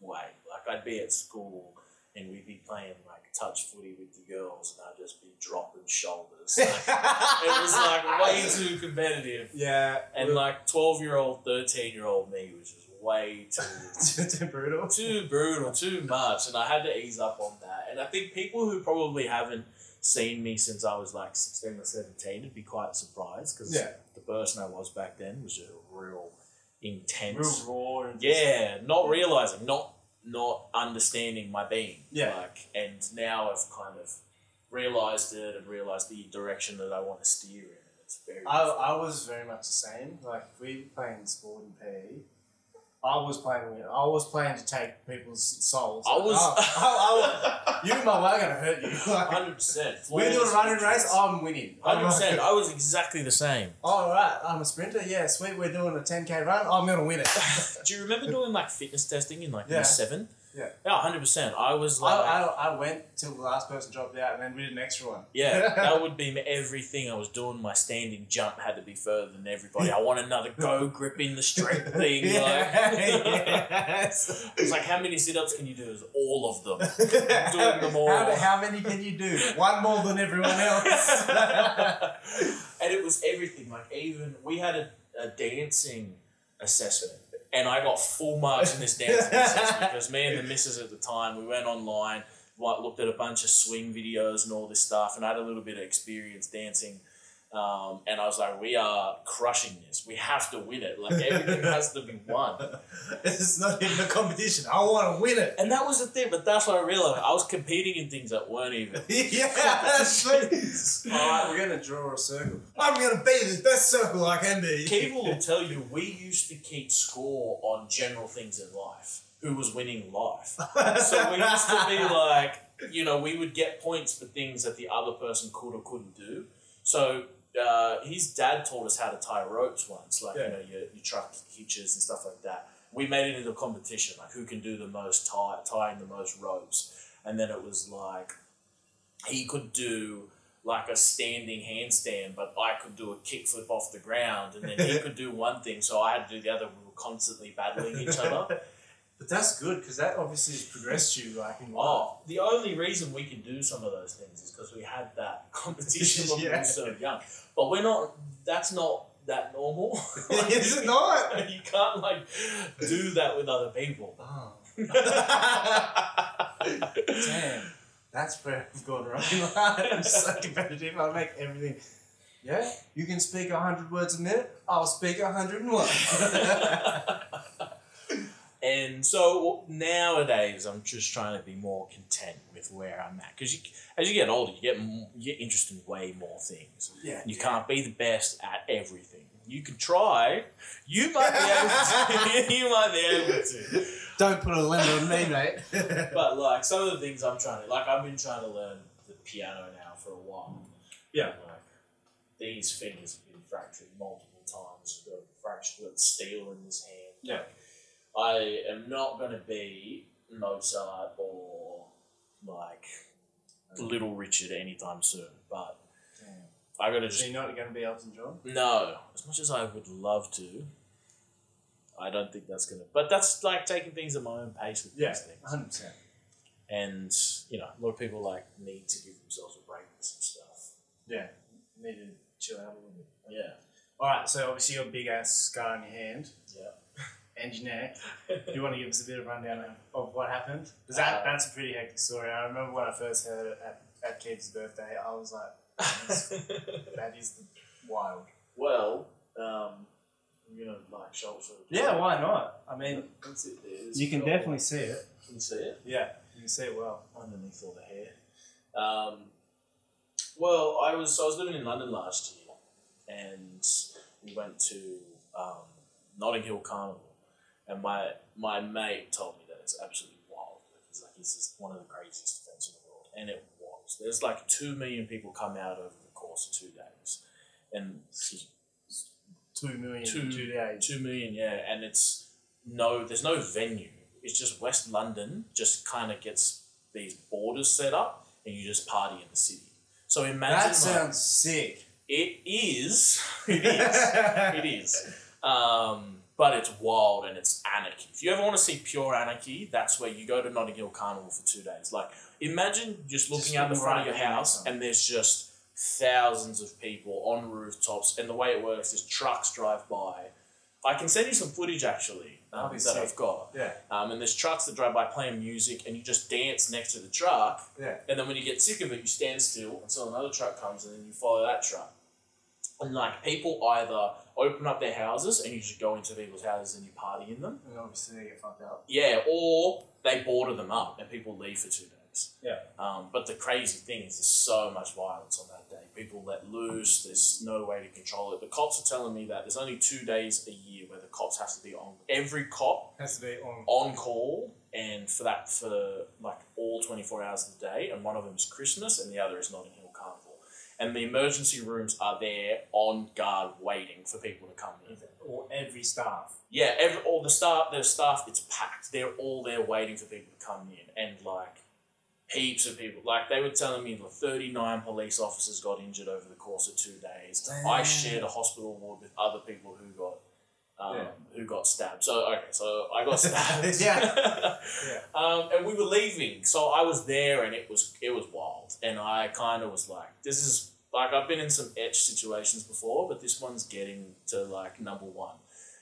S2: way. Like I'd be at school and we'd be playing like touch footy with the girls, and I'd just be dropping shoulders. it was like way too competitive,
S3: yeah,
S2: and like twelve year old, thirteen year old me was just way too
S3: too, too brutal.
S2: too brutal, too much, and I had to ease up on that. And I think people who probably haven't seen me since I was like sixteen or seventeen would be quite surprised because
S3: Yeah.
S2: the person I was back then was just real intense,
S3: Real raw and
S2: yeah, not realizing, not not understanding my being.
S3: Yeah.
S2: Like, and now I've kind of realized it and realized the direction that I want to steer in. It's very.
S3: I, I was very much the same. Like if we were playing sport in PE, I was playing. with- I was playing to take people's souls.
S2: I was-
S3: Oh, oh, oh, you and my wife are gonna hurt you. Like,
S2: hundred percent.
S3: we're doing a running race. oh. I'm winning. I'm
S2: Hundred percent.
S3: like,
S2: I was exactly the same.
S3: All right, I'm a sprinter. Yeah, sweet. We're doing a 10k run. I'm gonna win it.
S2: Do you remember doing like fitness testing in like
S3: Yeah.
S2: year seven?
S3: Yeah.
S2: Yeah, hundred percent. I was
S3: I,
S2: like,
S3: I, I went till the last person dropped out, and then we did an extra one.
S2: yeah, that would be everything I was doing. My standing jump had to be further than everybody. I want another go grip in the strength thing.
S3: Yeah,
S2: Like,
S3: yes.
S2: It's like, how many sit ups can you do? It's all of them. doing them all.
S3: How, how many can you do? One more than everyone else.
S2: and it was everything. Like, even we had a, a dancing assessment, and I got full marks in this dancing assessment because me and the missus at the time, we went online, like, looked at a bunch of swing videos and all this stuff, and I had a little bit of experience dancing. Um, and I was like, we are crushing this. We have to win it. Like everything has to be won.
S3: it's not even a competition. I want to win it.
S2: And that was the thing, but that's what I realized. I was competing in things that weren't even.
S3: yeah, please.
S2: All right,
S3: we're gonna draw a circle. I'm gonna be the best circle I can be.
S2: Keeble will tell you we used to keep score on general things in life. Who was winning life? So we used to be like, you know, we would get points for things that the other person could or couldn't do. So uh, his dad taught us how to tie ropes once, like
S3: Yeah.
S2: you know your, your truck hitches and stuff like that. We made it into a competition, like who can do the most tie, tying the most ropes, and then it was like he could do like a standing handstand, but I could do a kickflip off the ground, and then he could do one thing, so I had to do the other. We were constantly battling each other.
S3: But that's good because that obviously has progressed you like in life.
S2: Oh, the only reason we can do some of those things is because we had that competition when we
S3: Yeah.
S2: were so young. But we're not. That's not that normal. Like,
S3: Is it
S2: you-
S3: not?
S2: You can't like do that with other people.
S3: Oh,
S2: Damn.
S3: damn. That's where I've gone wrong in life. I'm so competitive. I make everything. Yeah, you can speak 100 words a minute. I'll speak 101.
S2: and so nowadays, I'm just trying to be more content with where I'm at because you, as you get older, you get m- you get interested in way more things.
S3: yeah.
S2: You can't be the best at everything. You can try. You might be able to. you might be able to.
S3: Don't put a lemon on me, mate.
S2: But like some of the things I'm trying to like, I've been trying to learn the piano now for a while.
S1: Yeah.
S2: Like these fingers have been fractured multiple times. I've got a fractured got steel in this hand.
S3: Yeah.
S2: I am not going to be Mozart or like Little Richard anytime soon. But I got to just
S3: So you're not going to be Elton John?
S2: no, as much as I would love to, I don't think that's gonna. But that's like taking things at my own pace with
S3: Yeah,
S2: these things,
S3: 100%.
S2: and you know, a lot of people like need to give themselves a break and some stuff.
S3: Yeah. You need to chill out a little bit.
S2: Yeah,
S3: Alright, so obviously your big ass scar on your hand
S2: yeah.
S3: and your neck. Do you want to give us a bit of rundown of, of what happened? Because that,
S2: Uh,
S3: that's a pretty hectic story. I remember when I first heard it at, at Keith's birthday, I was like, that is wild.
S2: well, um, you know, like shoulder.
S3: Yeah, why not? I mean,
S2: That's it, there.
S3: you can definitely see it.
S2: You can see it.
S3: Yeah, you can see it well.
S2: underneath all the hair. Um, well, I was I was living in London last year, and we went to um, Notting Hill Carnival, and my my mate told me that it's absolutely wild. He's like, it's just one of the craziest events in the world, and it was. There's like two million people come out over the course of two days, and
S3: Two million in
S2: Two-
S3: two days.
S2: Two million, yeah, and it's no, there's no venue. It's just West London just kind of gets these borders set up, and you just party in the city. So imagine
S3: That
S2: like,
S3: sounds sick.
S2: it is, it is, it is. Um, but it's wild and it's anarchy. If you ever want to see pure anarchy, that's where you go to Notting Hill Carnival for two days. Like imagine just looking out the
S3: looking
S2: front of
S3: right
S2: your
S3: at the
S2: house
S3: outside.
S2: and there's just thousands of people on rooftops. And the way it works is trucks drive by. I can send you some footage actually um,
S3: That'd be
S2: that
S3: sick.
S2: I've got.
S3: Yeah,
S2: Um, and there's trucks that drive by playing music, and you just dance next to the truck.
S3: yeah.
S2: And then when you get sick of it, you stand still until another truck comes and then you follow that truck. And like people either open up their houses and you just go into people's houses and you party in them.
S3: And obviously they get fucked up.
S2: Yeah, or they border them up and people leave for two days.
S3: Yeah.
S2: Um, but the crazy thing is there's so much violence on that day. People let loose, there's no way to control it. The cops are telling me that there's only two days a year where the cops have to be on every cop
S3: Has to be on.
S2: on call and for that for like all 24 hours of the day and one of them is christmas and the other is notting hill carnival and the emergency rooms are there on guard waiting for people to come in
S3: Or every staff.
S2: yeah every, all the staff the staff it's packed they're all there waiting for people to come in and like heaps of people like they were telling me like 39 police officers got injured over the course of two days i
S3: Damn.
S2: shared a hospital ward with other people who got um,
S3: Yeah.
S2: who got stabbed so okay so i got stabbed
S3: Yeah. Yeah.
S2: Um, and we were leaving, so I was there, and it was it was wild, and I kind of was like, "This is like I've been in some etch situations before, but this one's getting to like number one."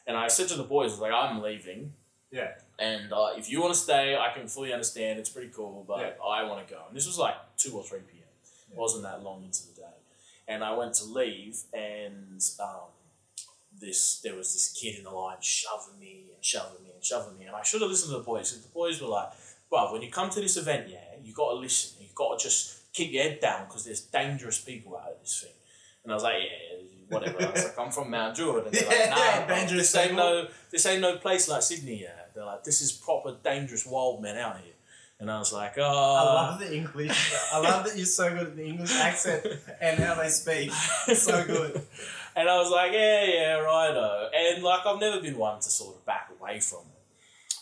S2: And I said to the boys, I was "Like I'm leaving,
S3: Yeah.
S2: and uh, if you want to stay, I can fully understand. It's pretty cool, but I want to go." And this was like two or three p.m. It wasn't that long into the day, and I went to leave, and um, this there was this kid in the line shoving me and shoving me and shoving me, and I should have listened to the boys. 'cause The boys were like, "Well, when you come to this event, yeah, you got to listen. You got to just keep your head down because there's dangerous people out of this thing." And I was like, "Yeah." Whatever. I was like, I'm from Mount Druid, and they're like,
S3: Yeah,
S2: nah,
S3: yeah,
S2: bro,
S3: dangerous
S2: this ain't
S3: people."
S2: no, this ain't no place like Sydney. Yeah, they're like, this is proper dangerous wild men out here. And I was like, oh,
S3: I love the English. I love that you're so good at the English accent and how they speak. So good.
S2: And I was like, yeah, yeah, righto. And like, I've never been one to sort of back away from it.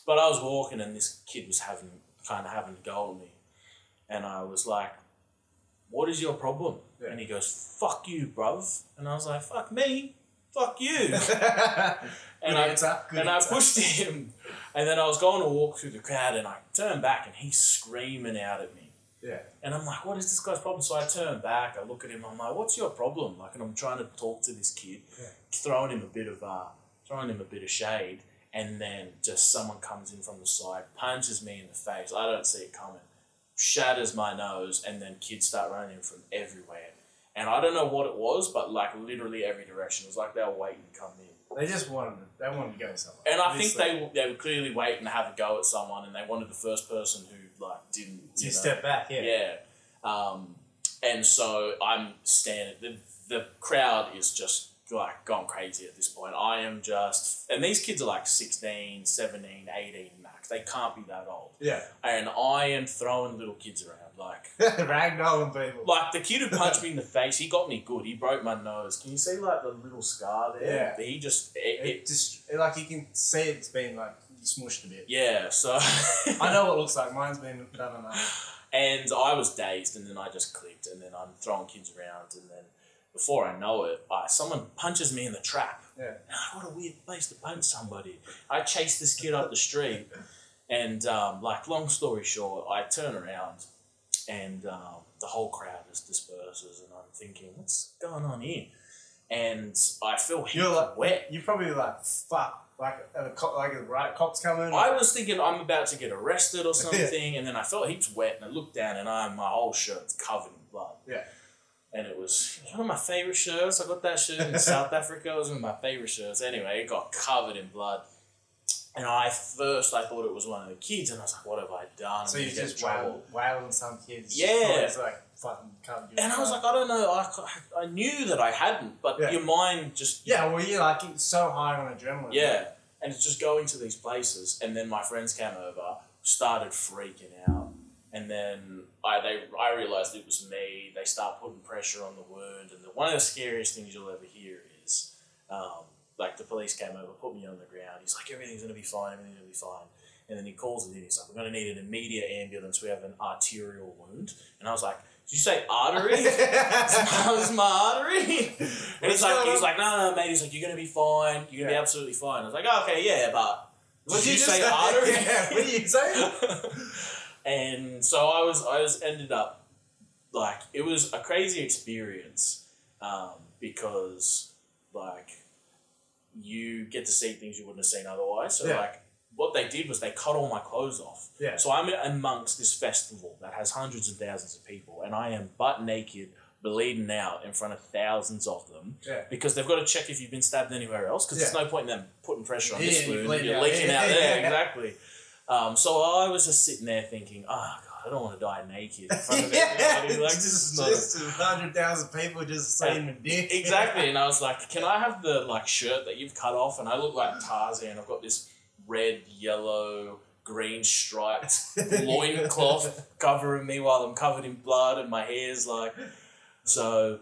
S2: But I was walking, and this kid was having kind of having a go at me, and I was like, "What is your problem?"
S3: Yeah.
S2: And he goes, "Fuck you, bruv." And I was like, "Fuck me, fuck you."
S3: Good
S2: and I
S3: answer, good
S2: and
S3: answer.
S2: I pushed him, and then I was going to walk through the crowd, and I turned back, and he's screaming out at me.
S3: yeah.
S2: And I'm like, what is this guy's problem? So I turn back, I look at him, I'm like, what's your problem? Like, and I'm trying to talk to this kid,
S3: Yeah.
S2: throwing him a bit of uh, throwing him a bit of shade, and then just someone comes in from the side, punches me in the face. I don't see it coming, shatters my nose, and then kids start running from everywhere. And I don't know what it was, but like literally every direction. It was like they were waiting to come in.
S3: They just wanted to, they wanted to go somewhere.
S2: And I think
S3: Obviously.
S2: they they were clearly waiting to have a go at someone, and they wanted the first person who like didn't
S3: you
S2: you know,
S3: step back, yeah.
S2: yeah. Um, and so I'm standing. The, the crowd is just like gone crazy at this point. I am just, and these kids are like 16, 17, 18 max. They can't be that old.
S3: Yeah.
S2: And I am throwing little kids around. Like,
S3: Ragdolling people.
S2: like the kid who punched me in the face, he got me good. He broke my nose. Can you see like the little scar there? Yeah. He just, it,
S3: it
S2: it,
S3: just it, like you can see it's been like smushed a bit.
S2: yeah. So
S3: I know what it looks like. Mine's been done enough.
S2: And I was dazed, and then I just clicked, and then I'm throwing kids around, and then before I know it, I, someone punches me in the trap.
S3: Yeah.
S2: Ah, What a weird place to punch somebody. I chased this kid up the street, and um, like long story short, I turn around, and um, the whole crowd just disperses, and I'm thinking, what's going on here? And I feel heaps
S3: You're like-
S2: wet.
S3: You're probably like fuck. Like a cop, like the right cops coming.
S2: I was thinking I'm about to get arrested or
S3: Yeah.
S2: something, and then I felt heaps wet, and I looked down, and I my whole shirt's covered in blood.
S3: Yeah.
S2: And it was it was one of my favorite shirts. I got that shirt in South Africa. It was one of my favorite shirts. Anyway, it got covered in blood. And I first I thought it was one of the kids, and I was like, "What have I done?"
S3: so
S2: I'm
S3: you
S2: gonna get in
S3: just wail, wailing some kids.
S2: Yeah.
S3: It's like fucking can't do it.
S2: And I was like, "I don't know." I, ca- I knew that I hadn't, but
S3: Yeah.
S2: your mind just
S3: yeah, well, you're like it's so high on adrenaline.
S2: Yeah, and it's just going to these places, and then my friends came over, started freaking out, and then I they I realized it was me. They start putting pressure on the wound, and the, one of the scariest things you'll ever hear is, um, like the police came over, put me on the ground. He's like, everything's gonna be fine, everything's gonna be fine. And then he calls it in. He's like, we're gonna need an immediate ambulance. We have an arterial wound. And I was like, did you say artery? I was my artery. And he's like, he's like, no, no, mate. He's like, you're gonna be fine. You're gonna
S3: Yeah.
S2: be absolutely fine. I was like, oh, okay, yeah, but
S3: What
S2: did
S3: did
S2: you,
S3: just
S2: say, artery?
S3: Yeah, what did you say?
S2: and so I was, I was ended up like it was a crazy experience um, because like you get to see things you wouldn't have seen otherwise. So
S3: Yeah.
S2: like what they did was they cut all my clothes off.
S3: Yeah.
S2: So I'm amongst this festival that has hundreds and thousands of people, and I am butt naked, bleeding out in front of thousands of them.
S3: Yeah.
S2: Because they've got to check if you've been stabbed anywhere else, because there's no point in them putting pressure on
S3: Yeah,
S2: this
S3: you
S2: wound.
S3: bleed
S2: You're
S3: out.
S2: leaking
S3: Yeah,
S2: out
S3: yeah,
S2: there,
S3: yeah.
S2: exactly. Um, so I was just sitting there thinking, oh, God, I don't want to die naked in front of everybody. Like, this is not a
S3: just hundred thousand people just saying the dick.
S2: Exactly. And I was like, can I have the like shirt that you've cut off? And I look like Tarzan. I've got this red, yellow, green striped loincloth covering me while I'm covered in blood and my hair's like so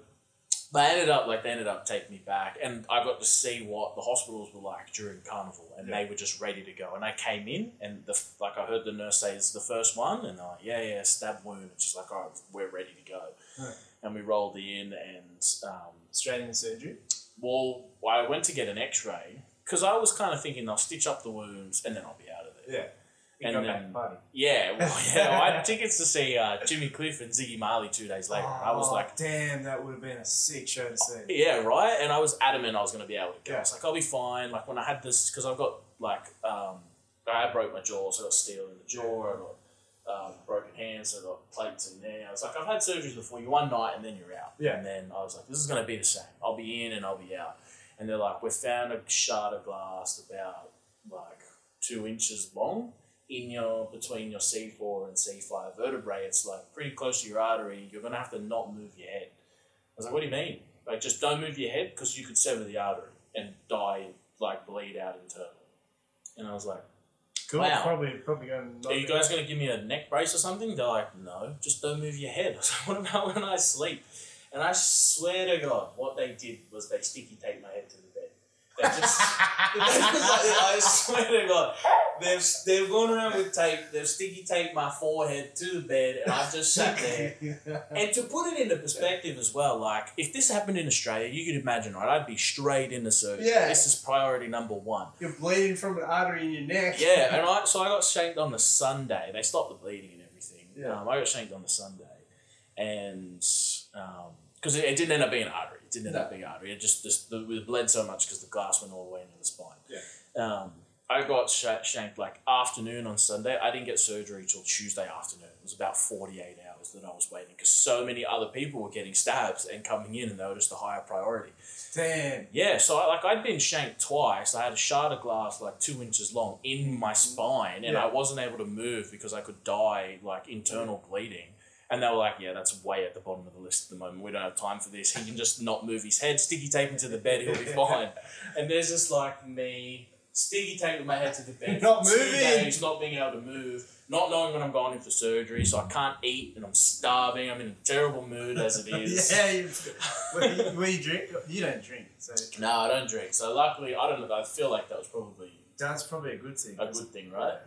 S2: they ended up like they ended up taking me back and I got to see what the hospitals were like during carnival and they were just ready to go and I came in and the like I heard the nurse say it's the first one and I'm like yeah yeah stab wound and she's like all right we're ready to go
S3: Right.
S2: and we rolled in and um,
S3: Australian surgery.
S2: well, I went to get an X-ray because I was kind of thinking they'll stitch up the wounds and then I'll be out of there.
S3: Yeah. You
S2: And
S3: got
S2: then-
S3: back to party.
S2: Yeah, well, yeah. well, I had tickets to see uh, Jimmy Cliff and Ziggy Marley two days later. I was
S3: Oh,
S2: like,
S3: damn, that would have been a sick show to see.
S2: yeah, right. And I was adamant I was going to be able to go.
S3: Yeah.
S2: I was like, I'll be fine. Like when I had this, because I've got like um, I broke my jaw, so I got steel in the jaw, I got um, broken hands and like plates and there. I was like, I've had surgeries before. You one night and then you're out.
S3: Yeah.
S2: And then I was like, this is going to be the same. I'll be in and I'll be out. And they're like, we found a shard of glass about like two inches long in your between your C4 and C5 vertebrae. It's like pretty close to your artery. You're going to have to not move your head. I was like, what do you mean? Like, just don't move your head because you could sever the artery and die, like, bleed out internally. And I was like,
S3: Cool.
S2: Wow.
S3: Probably, probably going.
S2: are you guys going to give me a neck brace or something? They're like, no, just don't move your head. I was like, what about when I sleep? And I swear to God, what they did was they sticky taped my head to the bed. They just. I swear to God, they've they've gone around with tape. They've sticky taped my forehead to the bed, and I've just sat there and to put it into perspective as well, like if this happened in Australia, you could imagine, right? I'd be straight into surgery.
S3: Yeah.
S2: This is priority number one.
S3: You're bleeding from an artery in your neck.
S2: Yeah, and I so I got shanked on the Sunday. They stopped the bleeding and everything.
S3: Yeah.
S2: Um, I got shanked on the Sunday, and because it, it didn't end up being an artery, it didn't end up being an artery. It just, just the, it bled so much because the glass went all the way into the spine.
S3: Yeah.
S2: Um, I got sh- shanked like afternoon on Sunday. I didn't get surgery till Tuesday afternoon. It was about forty eight hours that I was waiting because so many other people were getting stabs and coming in, and they were just a higher priority.
S3: Damn.
S2: Yeah, so I, like I'd been shanked twice. I had a shard of glass like two inches long in my spine, and
S3: Yeah.
S2: I wasn't able to move because I could die like internal bleeding. And they were like, "Yeah, that's way at the bottom of the list at the moment. We don't have time for this. He can just not move his head. Sticky tape him to the bed. He'll be fine." and there's just like me, sticky taping my head to the bed,
S3: Not
S2: for two
S3: moving.
S2: days, not being able to move, not knowing when I'm going in for surgery, so I can't eat, and I'm starving. I'm in a terrible mood as it is.
S3: yeah. You, well, you, well, you drink. You don't drink, so
S2: No, I don't drink. So luckily, I don't know. I feel like that was probably
S3: that's probably a good thing.
S2: a good thing, right?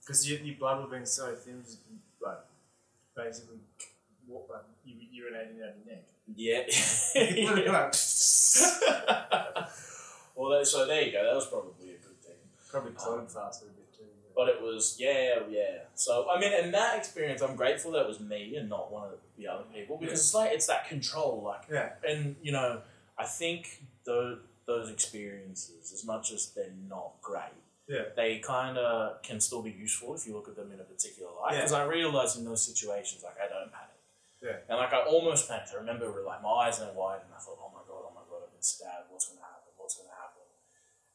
S3: Because your, your blood will be so thin, just like basically, wa- like, you urinating out your neck.
S2: Yeah.
S3: Like,
S2: well, that, so there you go. That was probably a good thing.
S3: probably clotted faster a bit too.
S2: But it was, yeah, yeah. So, I mean, in that experience, I'm grateful that it was me and not one of the other people because it's like, it's that control. Like,
S3: Yeah.
S2: and, you know, I think those, those experiences, as much as they're not great,
S3: Yeah.
S2: they kind of can still be useful if you look at them in a particular light.
S3: Yeah.
S2: Because I realized in those situations, like, I don't panic.
S3: Yeah.
S2: And like I almost panicked. I remember like my eyes went wide, and I thought, "Oh my god, oh my god, I've been stabbed. What's going to happen? What's going to happen?"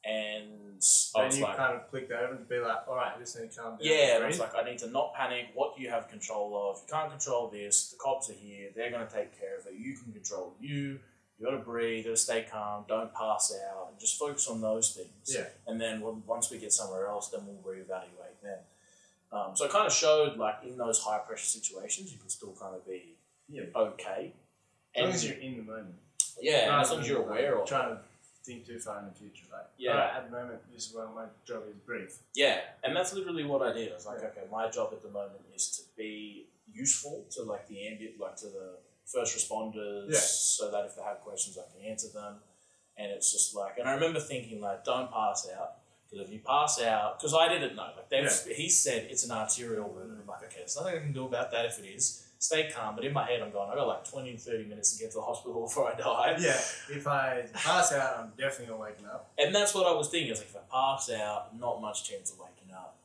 S2: And I
S3: Then
S2: was
S3: you
S2: like,
S3: kind of clicked over and be like, all right, this need to calm down.
S2: "Yeah." And I
S3: breathe."
S2: was like, "I need to not panic. What do you have control of? You can't control this. The cops are here. They're going to take care of it. You can control you. You got to breathe. You got to stay calm. Don't pass out. And just focus on those things.
S3: Yeah.
S2: And then when, once we get somewhere else, then we'll reevaluate then." Um, so it kind of showed like in those high pressure situations, you can still kind of be
S3: Yeah.
S2: okay.
S3: As long
S2: And-
S3: as you're in the moment.
S2: yeah,
S3: Rather
S2: as long as
S3: than,
S2: you're
S3: like,
S2: aware of it.
S3: Trying to think too far in the future. Like,
S2: Yeah.
S3: all right, at the moment, this is why my job is brief.
S2: Yeah, and that's literally what I did. I was like,
S3: Yeah.
S2: okay, my job at the moment is to be useful to like the ambient, like to the first responders,
S3: Yeah.
S2: so that if they have questions, I can answer them. And it's just like, and I remember thinking like, don't pass out because if you pass out, because I didn't know, like they've, he said it's an arterial wound. I'm like, okay, there's nothing I can do about that if it is. Stay calm. But in my head, I'm going, I got like 20, 30 minutes to get to the hospital before I die.
S3: Yeah. If I pass out, I'm definitely going to wake up.
S2: And that's what I was thinking. It's like if I pass out, not much chance of waking up.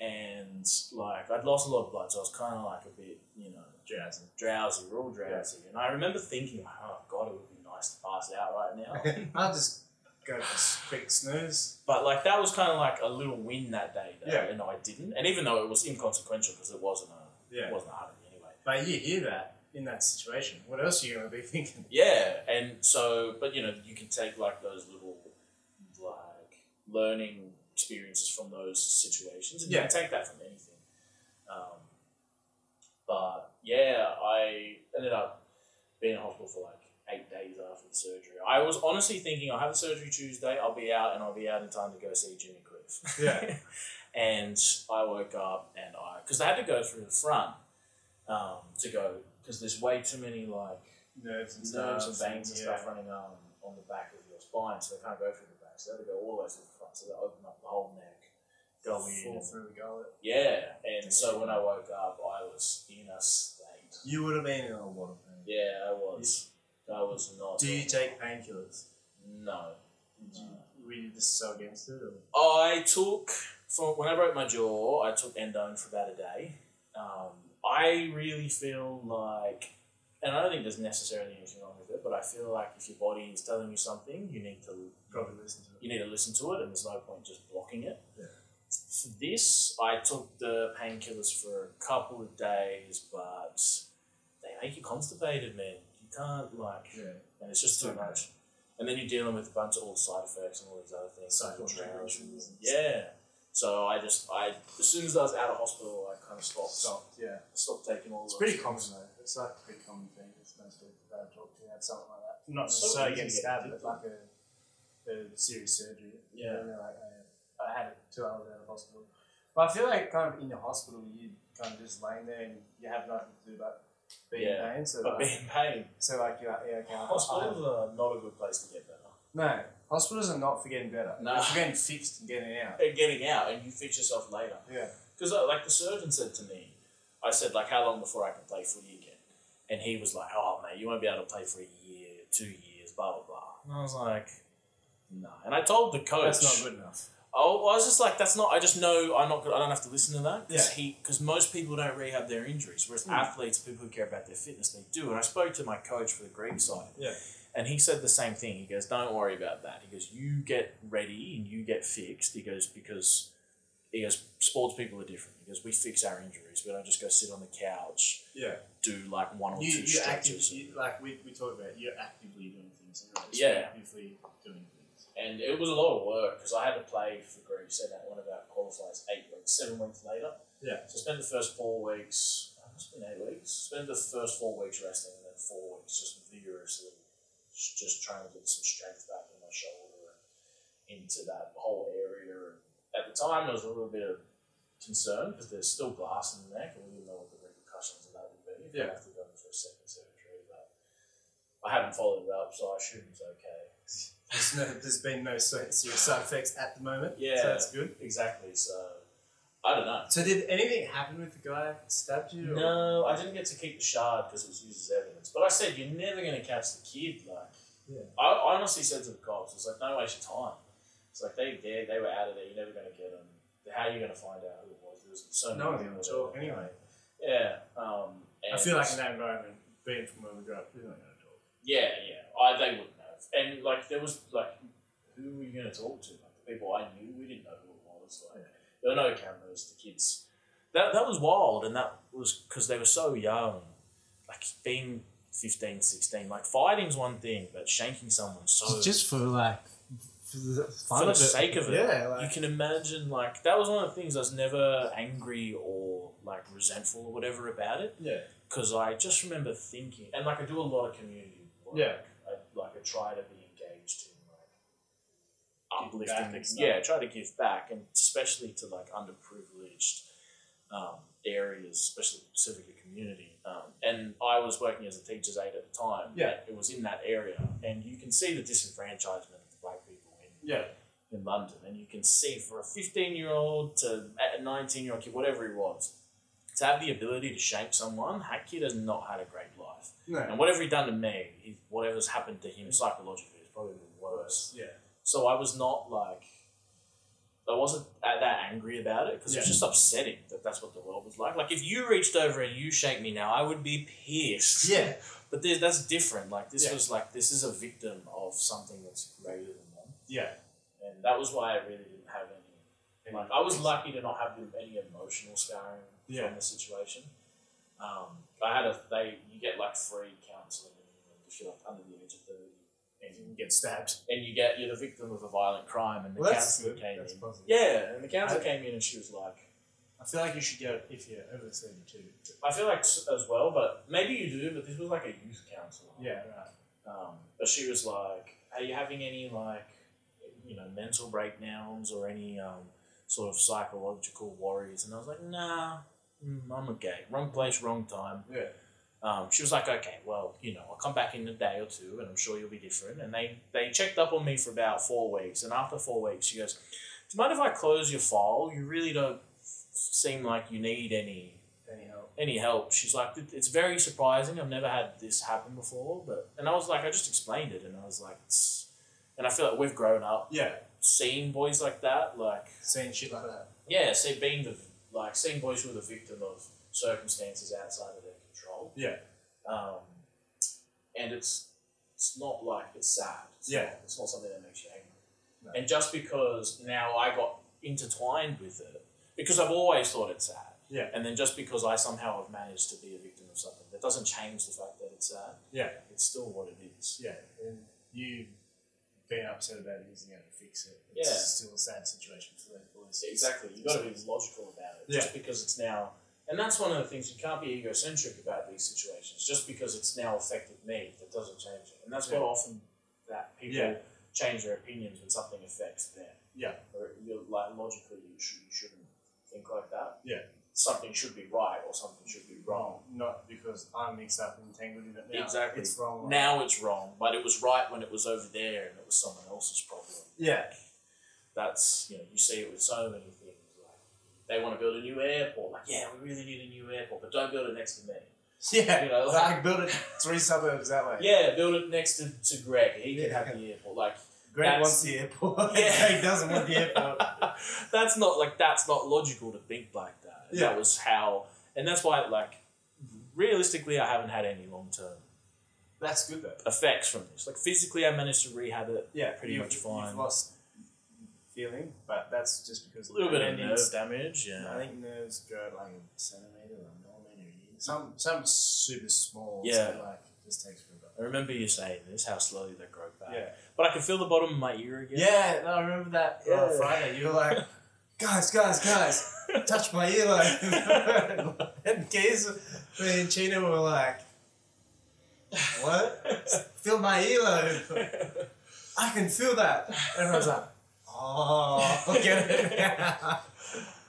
S2: And like I'd lost a lot of blood, so I was kind of like a bit, you know,
S3: Drowsy.
S2: drowsy, real drowsy. And I remember thinking, like, oh god, it would be nice to pass out right now.
S3: I'll just go for a quick snooze.
S2: but like that was kind of like a little win that day. That,
S3: Yeah.
S2: You know, I didn't. And even though it was inconsequential because it wasn't a,
S3: Yeah.
S2: it wasn't a artery anyway.
S3: But you hear that in that situation. What else are you going to be thinking?
S2: Yeah, and so, but you know, you can take like those little like learning experiences from those situations, and
S3: Yeah.
S2: you can take that from anything. Um, but yeah, I ended up being in hospital for like eight days after the surgery. I was honestly thinking I'll have the surgery Tuesday, I'll be out, and I'll be out in time to go see Jimmy Cliff.
S3: Yeah.
S2: and I woke up and I, because they had to go through the front um, to go, because there's way too many like
S3: Nerves and
S2: nerves and
S3: stuff.
S2: veins and
S3: yeah.
S2: stuff running on on the back of your spine, so they can't go through the back. So they have to go all the way through the front, so they open up the whole neck, go
S3: Fall
S2: in.
S3: through the gullet.
S2: Yeah, and so when I woke up, I was in a state.
S3: You would have been in a lot of pain.
S2: Yeah, I was. I was not.
S3: Do you take painkillers?
S2: No.
S3: Did you- Were you just so against it? Or?
S2: I took from when I broke my jaw. I took endone for about a day. Um, I really feel like, and I don't think there's necessarily anything wrong with it, but I feel like if your body is telling you something, you need to
S3: Probably listen to it.
S2: you need to listen to it, and there's no point just blocking it.
S3: Yeah.
S2: For this, I took the painkillers for a couple of days, but they make you constipated, man. You can't like,
S3: Yeah.
S2: and it's just too
S3: Okay.
S2: much. And then you're dealing with a bunch of all side effects and all these other things.
S3: Psychotropic
S2: Drowning.
S3: reactions and stuff.
S2: Yeah. So I just, I as soon as I was out of hospital, I kind of stopped, stopped,
S3: Soft, yeah.
S2: taking all.
S3: It's
S2: those
S3: pretty
S2: things.
S3: common though. It's like a pretty common thing. It's most people that I talk to have something like that. Not
S2: So
S3: necessarily
S2: easy
S3: getting
S2: to get
S3: stabbed,
S2: addicted.
S3: but like a, a serious surgery.
S2: Yeah.
S3: And they're like, I, I had it till I was out of hospital. But I feel like kind of in the hospital, you kind of just laying there and you have nothing to do but be
S2: Yeah.
S3: in pain. So
S2: But
S3: like,
S2: being paid,
S3: so like you're like, yeah, okay. I'll-
S2: hospitals are not a good place to get better.
S3: I'll- no, hospitals are not for getting better.
S2: No.
S3: They're for getting fixed and getting out.
S2: And getting out, and you fix yourself later.
S3: Yeah.
S2: Because uh, like the surgeon said to me, I said like how long before I can play footy again, and he was like, oh mate, you won't be able to play for a year, two years, blah blah blah. And I was like, no. And I told the coach,
S3: That's not good enough.
S2: Oh, well, I was just like, that's not. I just know I'm not. gonna- I don't have to listen to that because
S3: Yeah. Hmm.
S2: he because most people don't rehab their injuries, whereas athletes, people who care about their fitness, they do. And I spoke to my coach for the Greek side.
S3: Yeah.
S2: And he said the same thing. He goes, "Don't worry about that." He goes, "You get ready and you get fixed." He goes because he goes sports people are different. He goes, "We fix our injuries. We don't just go sit on the couch,
S3: Yeah.
S2: do like one or
S3: You,
S2: two
S3: you
S2: stretches."
S3: actively, like we, we talk about, you're actively doing things. You're not just
S2: Yeah.
S3: actively doing things.
S2: and it was a lot of work because I had to play for Greece and that one of our qualifiers eight weeks, seven weeks later.
S3: Yeah.
S2: So spend the first four weeks. uh, It's been eight weeks. Spend the first four weeks resting, and then four weeks just vigorously, s- just trying to get some strength back in my shoulder and into that whole area. At the time, there was a little bit of concern because there's still glass in the neck, and we didn't know what the repercussions of that would be. If
S3: Yeah.
S2: I have to go in for a second surgery, but I haven't followed it up, so I assume it's okay.
S3: There's, no, there's been no se- serious side effects at the moment.
S2: Yeah.
S3: So that's good.
S2: Exactly. So I don't know.
S3: So did anything happen with the guy that stabbed you? Or?
S2: No, I didn't get to keep the shard because it was used as evidence. But I said you're never going to catch the kid. Like,
S3: Yeah.
S2: I I honestly said to the cops, "It's like no waste your time. It's like they they, they were out of there. You're never going to get them. How are you going to find out who it was? There was so
S3: No
S2: many
S3: one
S2: people
S3: talk
S2: there.
S3: anyway.
S2: Yeah. Um,
S3: I
S2: and-
S3: feel like in that environment, being from where we grew up, you're not going to talk.
S2: Yeah, yeah. I they wouldn't have. And like there was like who were you gonna talk to? Like the people I knew, we didn't know who it was. Like there were no cameras, the kids. That that was wild and that was because they were so young. Like being 15, 16. Like fighting's one thing, but shanking someone so
S4: just for like for the fun
S2: for the
S4: of it.
S2: sake of it.
S3: Yeah,
S2: You
S3: like-
S2: can imagine like that was one of the things I was never angry or like resentful or whatever about it
S3: Yeah.
S2: because I just remember thinking, and like I do a lot of community work.
S3: Yeah.
S2: I, like I try to be engaged in like
S3: Give back
S2: uplifting.
S3: and stuff.
S2: Yeah, try to give back, and especially to like underprivileged um, areas, especially specifically community. Um, and I was working as a teacher's aide at the time.
S3: Yeah.
S2: it was in that area, and you can see the disenfranchisement of the black people in
S3: Yeah.
S2: in London, and you can see for a 15 year old to a 19 year old kid, whatever he was, to have the ability to shank someone, that kid has not had a great life.
S3: No.
S2: And whatever he done to me, he, whatever's happened to him psychologically is probably the worst.
S3: Yeah.
S2: So I was not like, I wasn't that that angry about it because it was
S3: Yeah.
S2: just upsetting that that's what the world was like. Like if you reached over and you shanked me now, I would be pissed.
S3: Yeah.
S2: But there's, that's different. Like this
S3: Yeah.
S2: was like this is a victim of something that's greater than them
S3: Yeah.
S2: and that was why I really didn't have any. Like I was lucky to not have any emotional scarring
S3: Yeah.
S2: from the situation. Um, I had a they you get like free counselling in England if you're like under the age of thirty,
S3: You
S2: and,
S3: didn't get stabbed.
S2: and you get you're the victim of a violent crime, and the
S3: Well, that's
S2: counselor
S3: good.
S2: came
S3: That's
S2: in.
S3: positive.
S2: Yeah, and the counselor
S3: I-
S2: came in and she was like,
S3: I feel like you should get it if you're over 32.
S2: I feel like s- as well, but maybe you do, but this was like a youth counselor.
S3: Yeah, right.
S2: Um, but she was like, "Are you having any like, you know, mental breakdowns or any um, sort of psychological worries?" And I was like, "Nah, mm, I'm okay. Wrong place, wrong time."
S3: Yeah.
S2: Um, she was like, "Okay, well, you know, I'll come back in a day or two, and I'm sure you'll be different." And they they checked up on me for about four weeks, and after four weeks, she goes, "Do you mind if I close your file? You really don't seem like you need any
S3: Anyhow.
S2: any help. She's like, "It- it's very surprising. I've never had this happen before. But and I was like, I just explained it, and I was like, it's, and I feel like we've grown up
S3: Yeah.
S2: seeing boys like that, like
S3: Saying shit like that.
S2: yeah, see being the like seeing boys who are the victim of circumstances outside of their control.
S1: Yeah.
S2: Um, and it's it's not like it's sad. It's
S1: Yeah.
S2: Not, it's not something that makes you angry.
S1: No.
S2: And just because now I got intertwined with it, because I've always thought it's sad.
S1: Yeah.
S2: And then just because I somehow have managed to be a victim of something, that doesn't change the fact that it's sad.
S1: Yeah.
S2: It's still what it is.
S3: Yeah, and you being upset about it isn't going to fix it. It's
S2: Yeah.
S3: still a sad situation for those boys.
S2: Exactly. You've got to be logical about it. Just because it's now, and that's one of the things you can't be egocentric about these situations. Just because it's now affected me, that doesn't change it. And that's what
S1: Yeah.
S2: often that people
S1: Yeah.
S2: change their opinions when something affects them.
S1: Yeah.
S2: Or you're like logically, you, should, you shouldn't think like that.
S1: Yeah.
S2: Something should be right or something should be wrong.
S3: wrong, not because I'm mixed up and entangled in it now.
S2: Exactly.
S3: It's wrong.
S2: Now it's wrong, but it was right when it was over there and it was someone else's problem.
S1: Yeah.
S2: that's you know you see it with so many things. Like they want to build a new airport. Like yeah, we really need a new airport, but don't build it next to me.
S3: Yeah.
S2: You know,
S3: I
S2: like
S3: can build it three suburbs that way.
S2: yeah, build it next to, to Greg. He can have the airport. Like
S3: Greg
S2: That's-
S3: wants the airport.
S2: Yeah.
S3: Greg doesn't want the airport.
S2: that's not like that's not logical to think like that. And
S1: Yeah.
S2: That was how, and that's why like realistically, I haven't had any long term
S3: That's good though.
S2: effects from this. Like physically, I managed to rehab it.
S3: Yeah,
S2: pretty
S3: you've,
S2: much fine.
S3: You've lost feeling, but that's just because
S2: A little bit of
S3: and
S2: nerve
S3: it's-
S2: damage.
S3: I
S2: Yeah,
S3: think nerves grow at like a centimeter or a millimeter. Some some super small.
S2: Yeah.
S3: So like this takes forever.
S2: I remember you saying this how slowly they grow back.
S3: Yeah.
S2: but I can feel the bottom of my ear again.
S3: Yeah, no, I remember that uh,
S2: Yeah.
S3: Friday. You were like, guys, guys, guys, touch my earlobe. and Keys, me and Chino were like, what? Feel my earlobe. I can feel that. Everyone's like, oh, I get it now.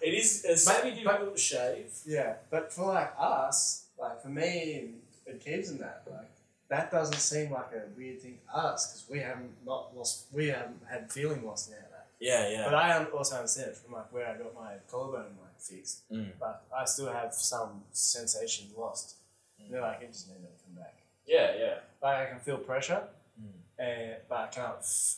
S2: It is. It's
S3: But-
S2: maybe do
S3: but-
S2: a little shave.
S3: Yeah, but for like us, like for me and, and Keys and that, like that doesn't seem like a weird thing to us because we haven't not lost, we haven't had feeling loss now. Like.
S2: Yeah, yeah.
S3: But I un- also understand it from like where I got my collarbone like fixed.
S2: Mm.
S3: But I still have some sensation lost.
S2: Mm.
S3: You know, like it just never come back.
S2: yeah, yeah.
S3: Like I can feel pressure,
S2: Mm.
S3: and but I can't. F-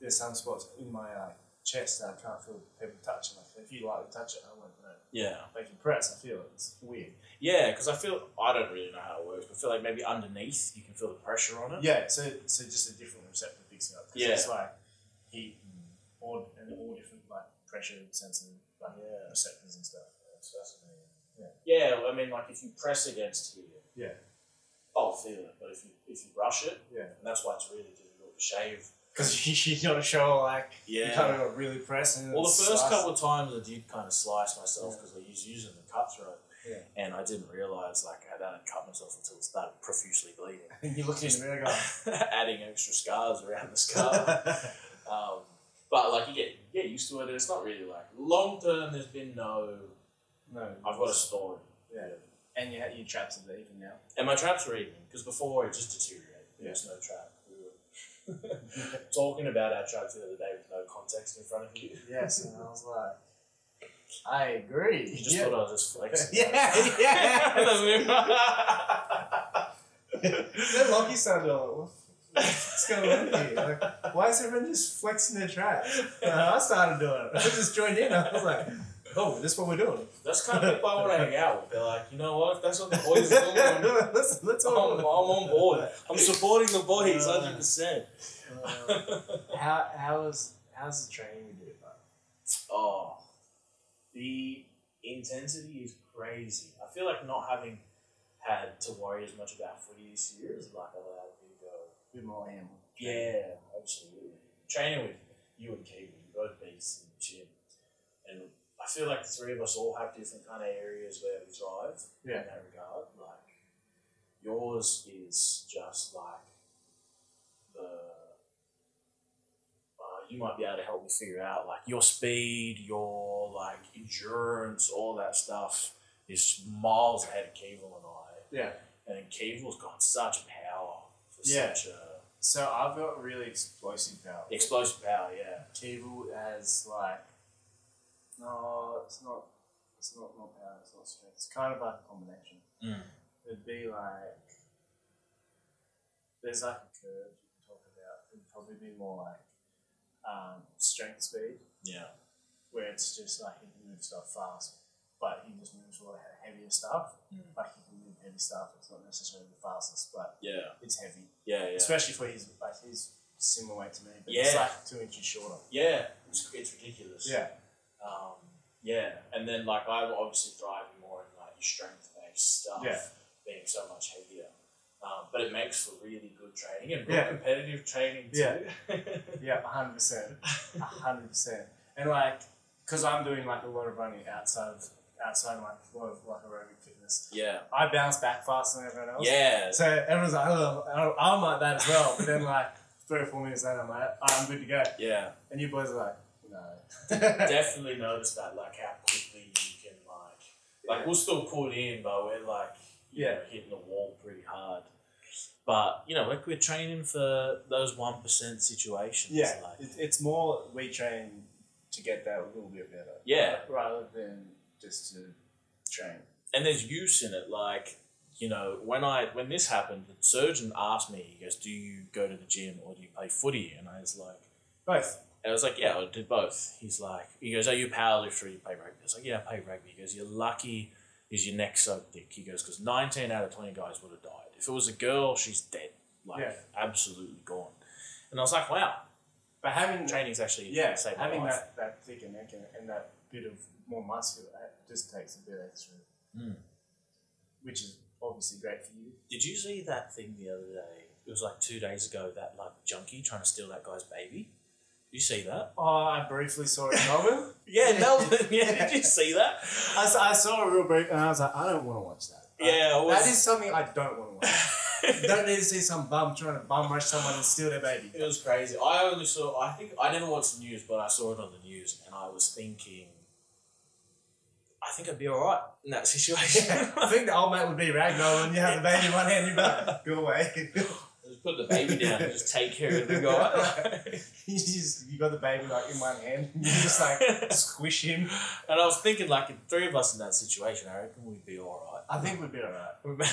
S3: there's some spots in my like, chest that I can't feel people touching. Like if you lightly touch it, I won't know.
S2: Yeah.
S3: Like you press, I feel it. It's weird.
S2: Yeah, because I feel I don't really know how it works, but I feel like maybe underneath you can feel the pressure on it.
S3: Yeah. So so just a different receptor picks it up. 'cause
S2: Yeah.
S3: It's like heat and all and all different like pressure sensors, like
S2: Yeah.
S3: receptors and stuff.
S2: That's fascinating. Yeah. I mean, like if you press against here,
S3: Yeah.
S2: I'll feel it. But if you if you rush it,
S3: Yeah.
S2: and that's why it's really difficult to shave.
S3: Because you gotta show like
S2: Yeah.
S3: you kind of really press and
S2: Well, the
S3: it's
S2: first
S3: slice-
S2: couple of times I did kind of slice myself
S3: Yeah.
S2: because I was using the cuts right,
S3: Yeah.
S2: and I didn't realize like I hadn't cut myself until it started profusely bleeding,
S3: and you look in the mirror going,
S2: adding extra scars around the scar. Um, but like you get you get used to it, and it's not really like long term. There's been no.
S3: no,
S2: I've got a story,
S3: yeah. And you had your traps are there even now.
S2: and my traps were even because before it just deteriorated. There was no trap. We were talking about our traps the other day with no context in front of you.
S3: Yes, and I was like, I agree.
S2: You just
S3: yeah.
S2: thought I was just flexing.
S3: Yeah, yeah.
S2: That's me.
S3: That Lockie sounded all like, what's going on here? Like, why is everyone just flexing their traps? And I started doing it. I just joined in. I was like, oh, this is what we're doing.
S2: That's kind of people I want to hang out with. They're like, you know what? If that's what the boys are doing.
S3: let's let's
S2: I'm,
S3: all
S2: I'm on board. I'm supporting the boys, hundred percent.
S3: Uh, how how is how's the training you do? Bud?
S2: Oh, the intensity is crazy. I feel like not having had to worry as much about footy this year is like allowed me to go.
S3: Bit more animal.
S2: Yeah, absolutely. Training with you and Keegan, you both beats in the gym, and I feel like the three of us all have different kind of areas where we thrive
S3: Yeah.
S2: in that regard. Like yours is just like the uh, you might be able to help me figure out like your speed, your like endurance, all that stuff is miles ahead of Keevil and I.
S3: Yeah.
S2: And then Keevil's got such power for
S3: Yeah.
S2: such a
S3: So I've got really explosive power.
S2: explosive power, yeah.
S3: Cable has like no, it's not. It's not not power. It's not strength. It's kind of like a combination.
S2: Mm.
S3: It'd be like there's like a curve you can talk about. It'd probably be more like um, strength speed,
S2: Yeah.
S3: where it's just like he can move stuff fast, but he just moves all ahead heavier stuff. Like he can move heavy stuff. It's not necessarily the fastest, but
S2: Yeah,
S3: it's heavy.
S2: yeah, yeah.
S3: Especially for his like he's similar weight to me, but it's
S2: Yeah.
S3: like two inches shorter.
S2: Yeah, it's, it's ridiculous.
S3: Yeah.
S2: Um, yeah, and then like I will obviously thrive more in like strength based stuff
S3: Yeah.
S2: being so much heavier. Um, but it makes for really good training and good
S3: Yeah.
S2: competitive training too.
S3: Yeah. Yeah, hundred percent, hundred percent. And like, because I'm doing like a lot of running outside of outside my lot of like aerobic fitness,
S2: yeah.
S3: I bounce back faster than everyone else.
S2: Yeah.
S3: So everyone's like, oh, oh, I'm like that as well. But then like three or four minutes later, I'm like, I'm good to go.
S2: Yeah.
S3: And you boys are like, no.
S2: Definitely notice that like how quickly you can like like we're still caught in but we're like you
S3: Yeah.
S2: know, hitting the wall pretty hard. But you know, like we're training for those one percent situations.
S3: yeah,
S2: Like,
S3: it, it's more we train to get that a little bit better.
S2: Yeah.
S3: ra- Rather than just to train.
S2: and there's use in it. Like, you know, when I when this happened, the surgeon asked me, he goes, "Do you go to the gym or do you play footy?" And I was like,
S3: Both.
S2: and I was like, "Yeah, I did both." He's like, he goes, "Are you a powerlifter? Or you play rugby?" I was like, "Yeah, I play rugby." He goes, "You're lucky, is your neck's so thick." He goes, "Because 19 out of 20 guys would have died. If it was a girl, she's dead, like
S3: Yeah.
S2: absolutely gone." And I was like, "Wow,
S3: But having
S2: training's actually
S3: Yeah,
S2: saved my
S3: having
S2: life."
S3: that, that thicker neck and, and that bit of more muscle that just takes a bit extra,
S2: Mm.
S3: which is obviously great for you.
S2: Did you see that thing the other day? It was like two days ago. That like junkie trying to steal that guy's baby. You see that?
S3: Oh, I briefly saw it in Melbourne.
S2: Yeah, Melbourne. Yeah, did you see that?
S3: I, s- I saw it real brief and I was like, I don't want to watch that.
S2: Yeah, I
S3: I-
S2: was-
S3: that is something I don't want to watch. You don't need to see some bum trying to bum rush someone and steal their baby.
S2: It was crazy. I only saw. I think I never watched the news, but I saw it on the news, and I was thinking, I think I'd be all right in that situation.
S3: Yeah, I think the old mate would be Ragnar and you have the baby in one hand, you're like, go away.
S2: just put the baby down and just take care of the guy.
S3: you just you got the baby like in one hand, and you just like squish him.
S2: and I was thinking, like, the three of us in that situation, I reckon we'd be all
S3: I think we'd be alright.
S2: right.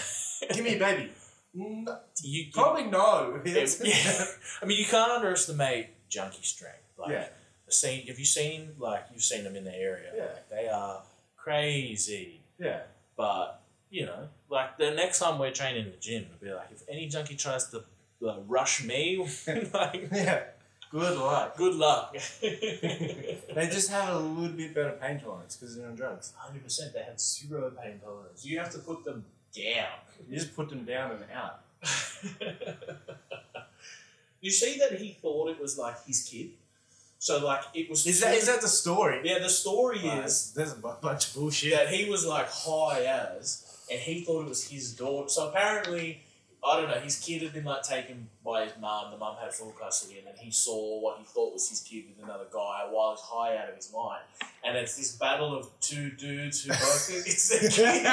S3: Give me a baby. Mm,
S2: you, you
S3: Probably no. It's-
S2: yeah. I mean, you can't underestimate junkie strength. Like,
S3: Yeah.
S2: the scene, have you seen, like, you've seen them in the area?
S3: Yeah.
S2: Like, they are crazy.
S3: yeah.
S2: But, you know, like, the next time we're training in the gym, it'll be like, if any junkie tries to like, rush me, like,
S3: Yeah. Good luck.
S2: good luck. 100%,
S3: They just have a little bit better pain tolerance because they're on drugs.
S2: they have zero pain tolerance. You have to put them down.
S3: You just put them down and out.
S2: you see that he thought it was, like, his kid? So, like, it was.
S3: Is that is that the story?
S2: Yeah, the story is
S3: Yes. There's a bu- bunch of bullshit.
S2: that he was like high as, and he thought it was his daughter. So apparently, I don't know, his kid had been like taken by his mum. The mum had full custody, and then he saw what he thought was his kid with another guy while he's high out of his mind. And it's this battle of two dudes who both think it's their kid.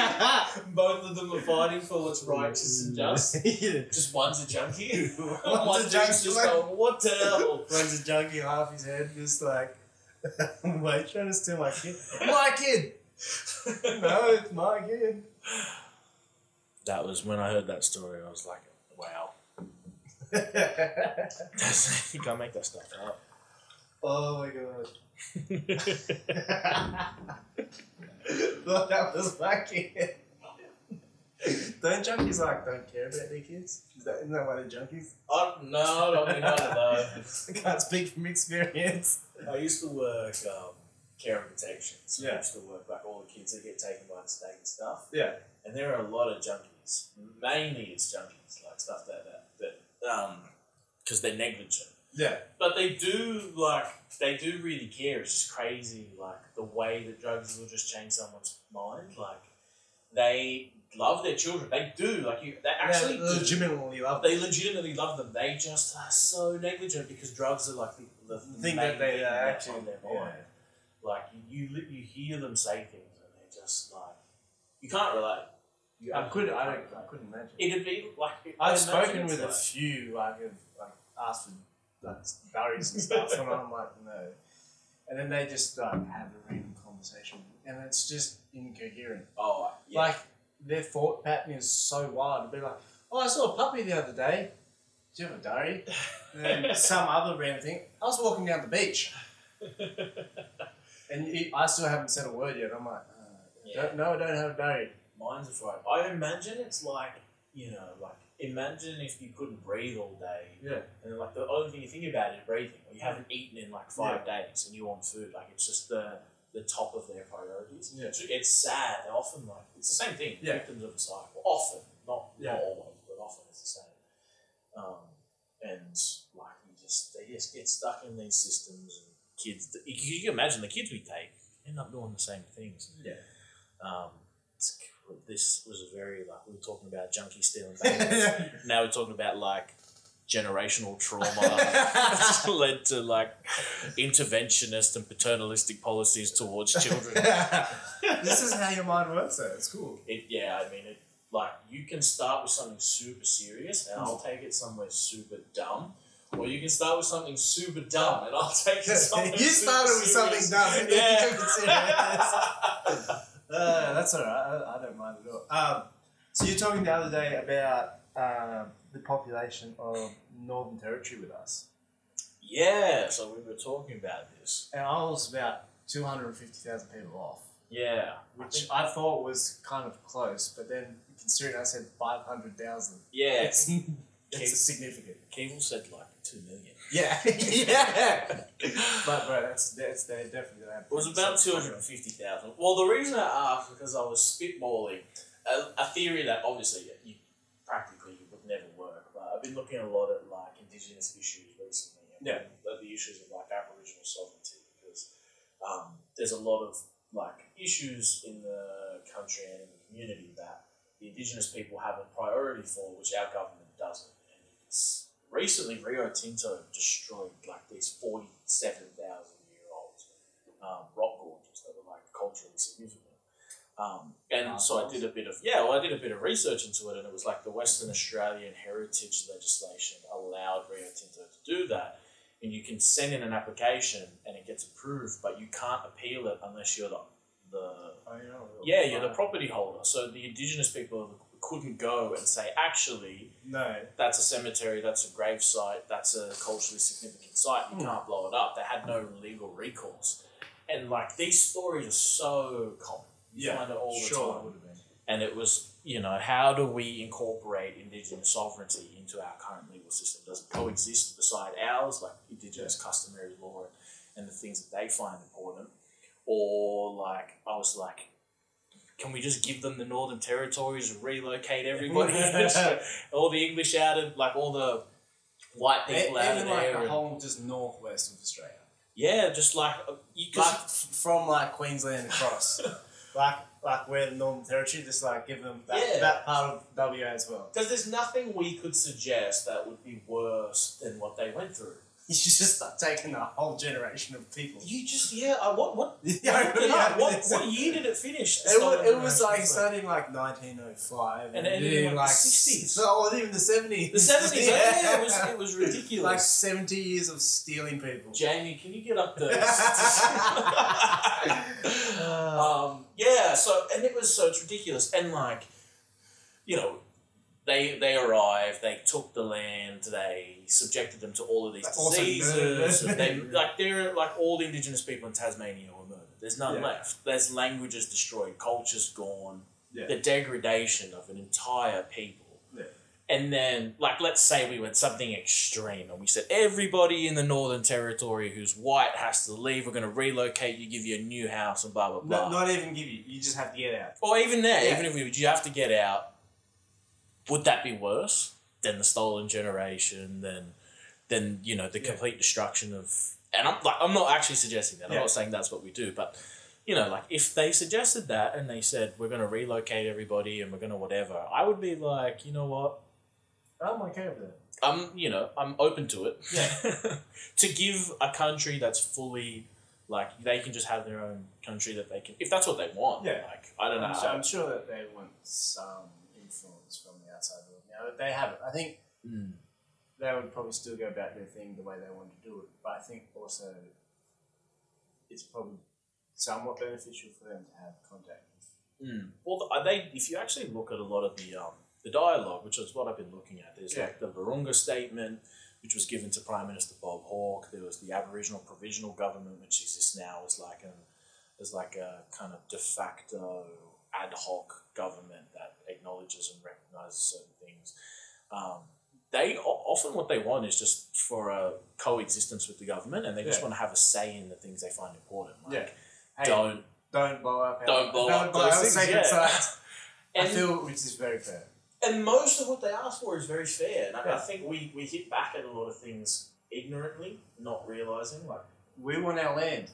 S2: Both of them are fighting for what's righteous and just. Just one's a junkie. One's
S3: a
S2: just
S3: junkie.
S2: going, what the hell?
S3: Runs a junkie half his head, just like, wait, trying to steal my kid. My kid! No, it's my kid.
S2: That was when I heard that story. I was like, wow. you can't make that stuff up.
S3: oh my god.
S2: yeah,
S3: Thought that was my kid. don't junkies like don't care about their kids? Is that, isn't that why they're junkies?
S2: I, no, I don't think I know.
S3: I can't speak from experience.
S2: I used to work um, care and protection. So I
S3: Yeah.
S2: used to work like all the kids that get taken by the state and stuff.
S3: Yeah.
S2: And there are a lot of junkies. Mainly it's junkies, like stuff that that that um because they're negligent.
S3: Yeah.
S2: But they do like they do really care. It's just crazy, like the way that drugs will just change someone's mind. Like they love their children. They do. Like you, they actually
S3: Yeah,
S2: do.
S3: legitimately love
S2: They legitimately love them. They just are so negligent because drugs are like the, the
S3: The thing
S2: main
S3: that they
S2: thing
S3: are
S2: that's
S3: actually-
S2: on their
S3: yeah.
S2: mind. Like you, you, li- you hear them say things and they're just like you can't relate. You
S3: I could. I
S2: absolutely
S3: don't. I couldn't imagine.
S2: can't relate. It'd be like I
S3: I've
S2: imagine
S3: spoken
S2: it's
S3: with a
S2: like-
S3: few. Like, have like asked for like berries and stuff, and I'm like, no. And then they just like have a random conversation, and it's just incoherent.
S2: oh yeah.
S3: Like their thought pattern is so wild. It'd be like, oh, I saw a puppy the other day. Do you have a diary? And then some other random thing. I was walking down the beach, and you, I still haven't said a word yet. I'm like, uh,
S2: Yeah.
S3: No, no, I don't have no.
S2: Mine's a fright. I imagine it's like, you know, like, imagine if you couldn't breathe all day.
S3: Yeah.
S2: And, like, the only thing you think about is breathing. Or you haven't eaten in, like, five days and you want food. Like, it's just the the top of their priorities.
S3: Yeah.
S2: It's, it's sad. They're often, like, it's the same thing.
S3: Yeah.
S2: Victims of the cycle. Often. Not,
S3: Yeah.
S2: not always, but often it's the same. Um, and, like, you just, they just get stuck in these systems. And kids, you, you can imagine the kids we take end up doing the same things.
S3: Yeah.
S2: Um, it's- this was a very like we were talking about junkie stealing babies. now we're talking about like generational trauma that's led to like interventionist and paternalistic policies towards children.
S3: this is how your mind works, though. It's cool.
S2: It, yeah, I mean, it, like you can start with something super serious, and I'll take it somewhere super dumb. Or you can start with something super dumb, and I'll take it something.
S3: you
S2: super
S3: started with something
S2: serious.
S3: dumb. and then you took it serious.
S2: Yeah.
S3: Uh, that's all right. I, I don't mind at all. Um, so you're talking the other day about um, the population of Northern Territory with us,
S2: yeah. So we were talking about this.
S3: and I was about two hundred and fifty thousand people off,
S2: Yeah.
S3: which I thought was kind of close. But then considering I said five hundred thousand,
S2: Yeah.
S3: it's it's significant.
S2: Cable said like two million.
S3: Yeah, yeah. but bro, that's that's they definitely gonna have.
S2: It was about two hundred and fifty thousand. Well, the reason I asked because I was spitballing a, a theory that obviously you, practically would never work. But I've been looking a lot at like indigenous issues recently. and
S3: Yeah.
S2: the- the issues of like Aboriginal sovereignty because um, there's a lot of like issues in the country and in the community that the indigenous people have a priority for, which our government doesn't. And it's recently Rio Tinto destroyed like these forty-seven thousand year old um, rock gorges that were like culturally significant. Um, and so I did a bit of yeah, well, I did a bit of research into it, and it was like the Western Australian heritage legislation allowed Rio Tinto to do that. And you can send in an application, and it gets approved, but you can't appeal it unless you're the, the yeah, you're the property holder. So the indigenous people couldn't go and say, actually,
S3: No,
S2: that's a cemetery, that's a grave site, that's a culturally significant site,
S3: Hmm.
S2: you can't blow it up. They had no legal recourse. And like these stories are so common. You
S3: Yeah,
S2: find it all the
S3: sure,
S2: time
S3: it would have been.
S2: and it was you know how do we incorporate indigenous sovereignty into our current legal system does it coexist beside ours like indigenous customary law and the things that they find important or like i was like can we just give them the northern territories and relocate everybody all the english out of like all the white people out of
S3: E-, Even
S2: there
S3: like the
S2: and-
S3: whole just northwest of Australia,
S2: yeah just like uh, you
S3: like
S2: cause,
S3: f- from like Queensland across, like like where the Northern Territory, just like give them that,
S2: Yeah.
S3: that part of WA as well.
S2: because there's nothing we could suggest that would be worse than what they went through
S3: You should just start taking a whole generation of people.
S2: You just yeah. I, what what?
S3: Yeah, I
S2: what,
S3: really have
S2: what,
S3: this.
S2: what year did it finish?
S3: It was, it
S2: Someone-
S3: was like starting like 1905
S2: And ended in, like, the 60s.
S3: No, or oh, even the 70s.
S2: the seventies. oh, Yeah. it was it was
S3: like
S2: ridiculous.
S3: 70 years of stealing people.
S2: Jamie, can you get up there?
S3: Uh,
S2: um, yeah. So and it was so it's ridiculous and like, you know, they they arrived. They took the land. They subjected them to all of these
S3: Also
S2: diseases.
S3: murdered.
S2: they like they're like all the indigenous people in Tasmania were murdered. There's none
S3: Yeah.
S2: left. There's languages destroyed. Cultures gone.
S3: yeah.
S2: the degradation of an entire people.
S3: Yeah.
S2: And then, like, let's say we went something extreme and we said, everybody in the Northern Territory who's white has to leave. We're going to relocate you, give you a new house, and blah, blah, blah.
S3: No, not even give you. You just have to get out.
S2: or even there,
S3: Yeah.
S2: even if we, you have to get out, would that be worse than the stolen generation, than, than you know, the
S3: Yeah.
S2: complete destruction of. And I'm, like, I'm not actually suggesting that. I'm
S3: Yeah.
S2: not saying that's what we do, but you know, like if they suggested that and they said we're going to relocate everybody and we're going to whatever, I would be like, you know what?
S3: I'm okay with that.
S2: I'm, you know, I'm open to it. to give a country that's fully like they can just have their own country that they can if that's what they want.
S3: Yeah.
S2: Like I don't know.
S3: I'm, sure, I'm sure that they want some influence from the outside world. Now, they have it. I think
S2: Mm.
S3: they would probably still go about their thing the way they want to do it. But I think also it's probably somewhat beneficial for them to have contact. Hmm.
S2: Mm. Well, th- are they? If you actually look at a lot of the um, the dialogue, which is what I've been looking at, there's
S3: Yeah.
S2: like the Virunga statement, which was given to Prime Minister Bob Hawke. There was the Aboriginal Provisional Government, which exists now as like an as like a kind of de facto ad hoc government that acknowledges and recognizes certain things. Um, they o- often what they want is just for a coexistence with the government, and they just
S3: Yeah.
S2: want to have a say in the things they find important. Like,
S3: Yeah. Hey, don't,
S2: don't
S3: blow up. our-
S2: Don't blow up
S3: blow
S2: those
S3: our
S2: things,
S3: sacred
S2: yeah.
S3: sites. I
S2: and
S3: feel which is very fair.
S2: and most of what they ask for is very fair. And I, I
S3: Yeah.
S2: think we, we hit back at a lot of things ignorantly, not realizing. Like,
S3: We want our land.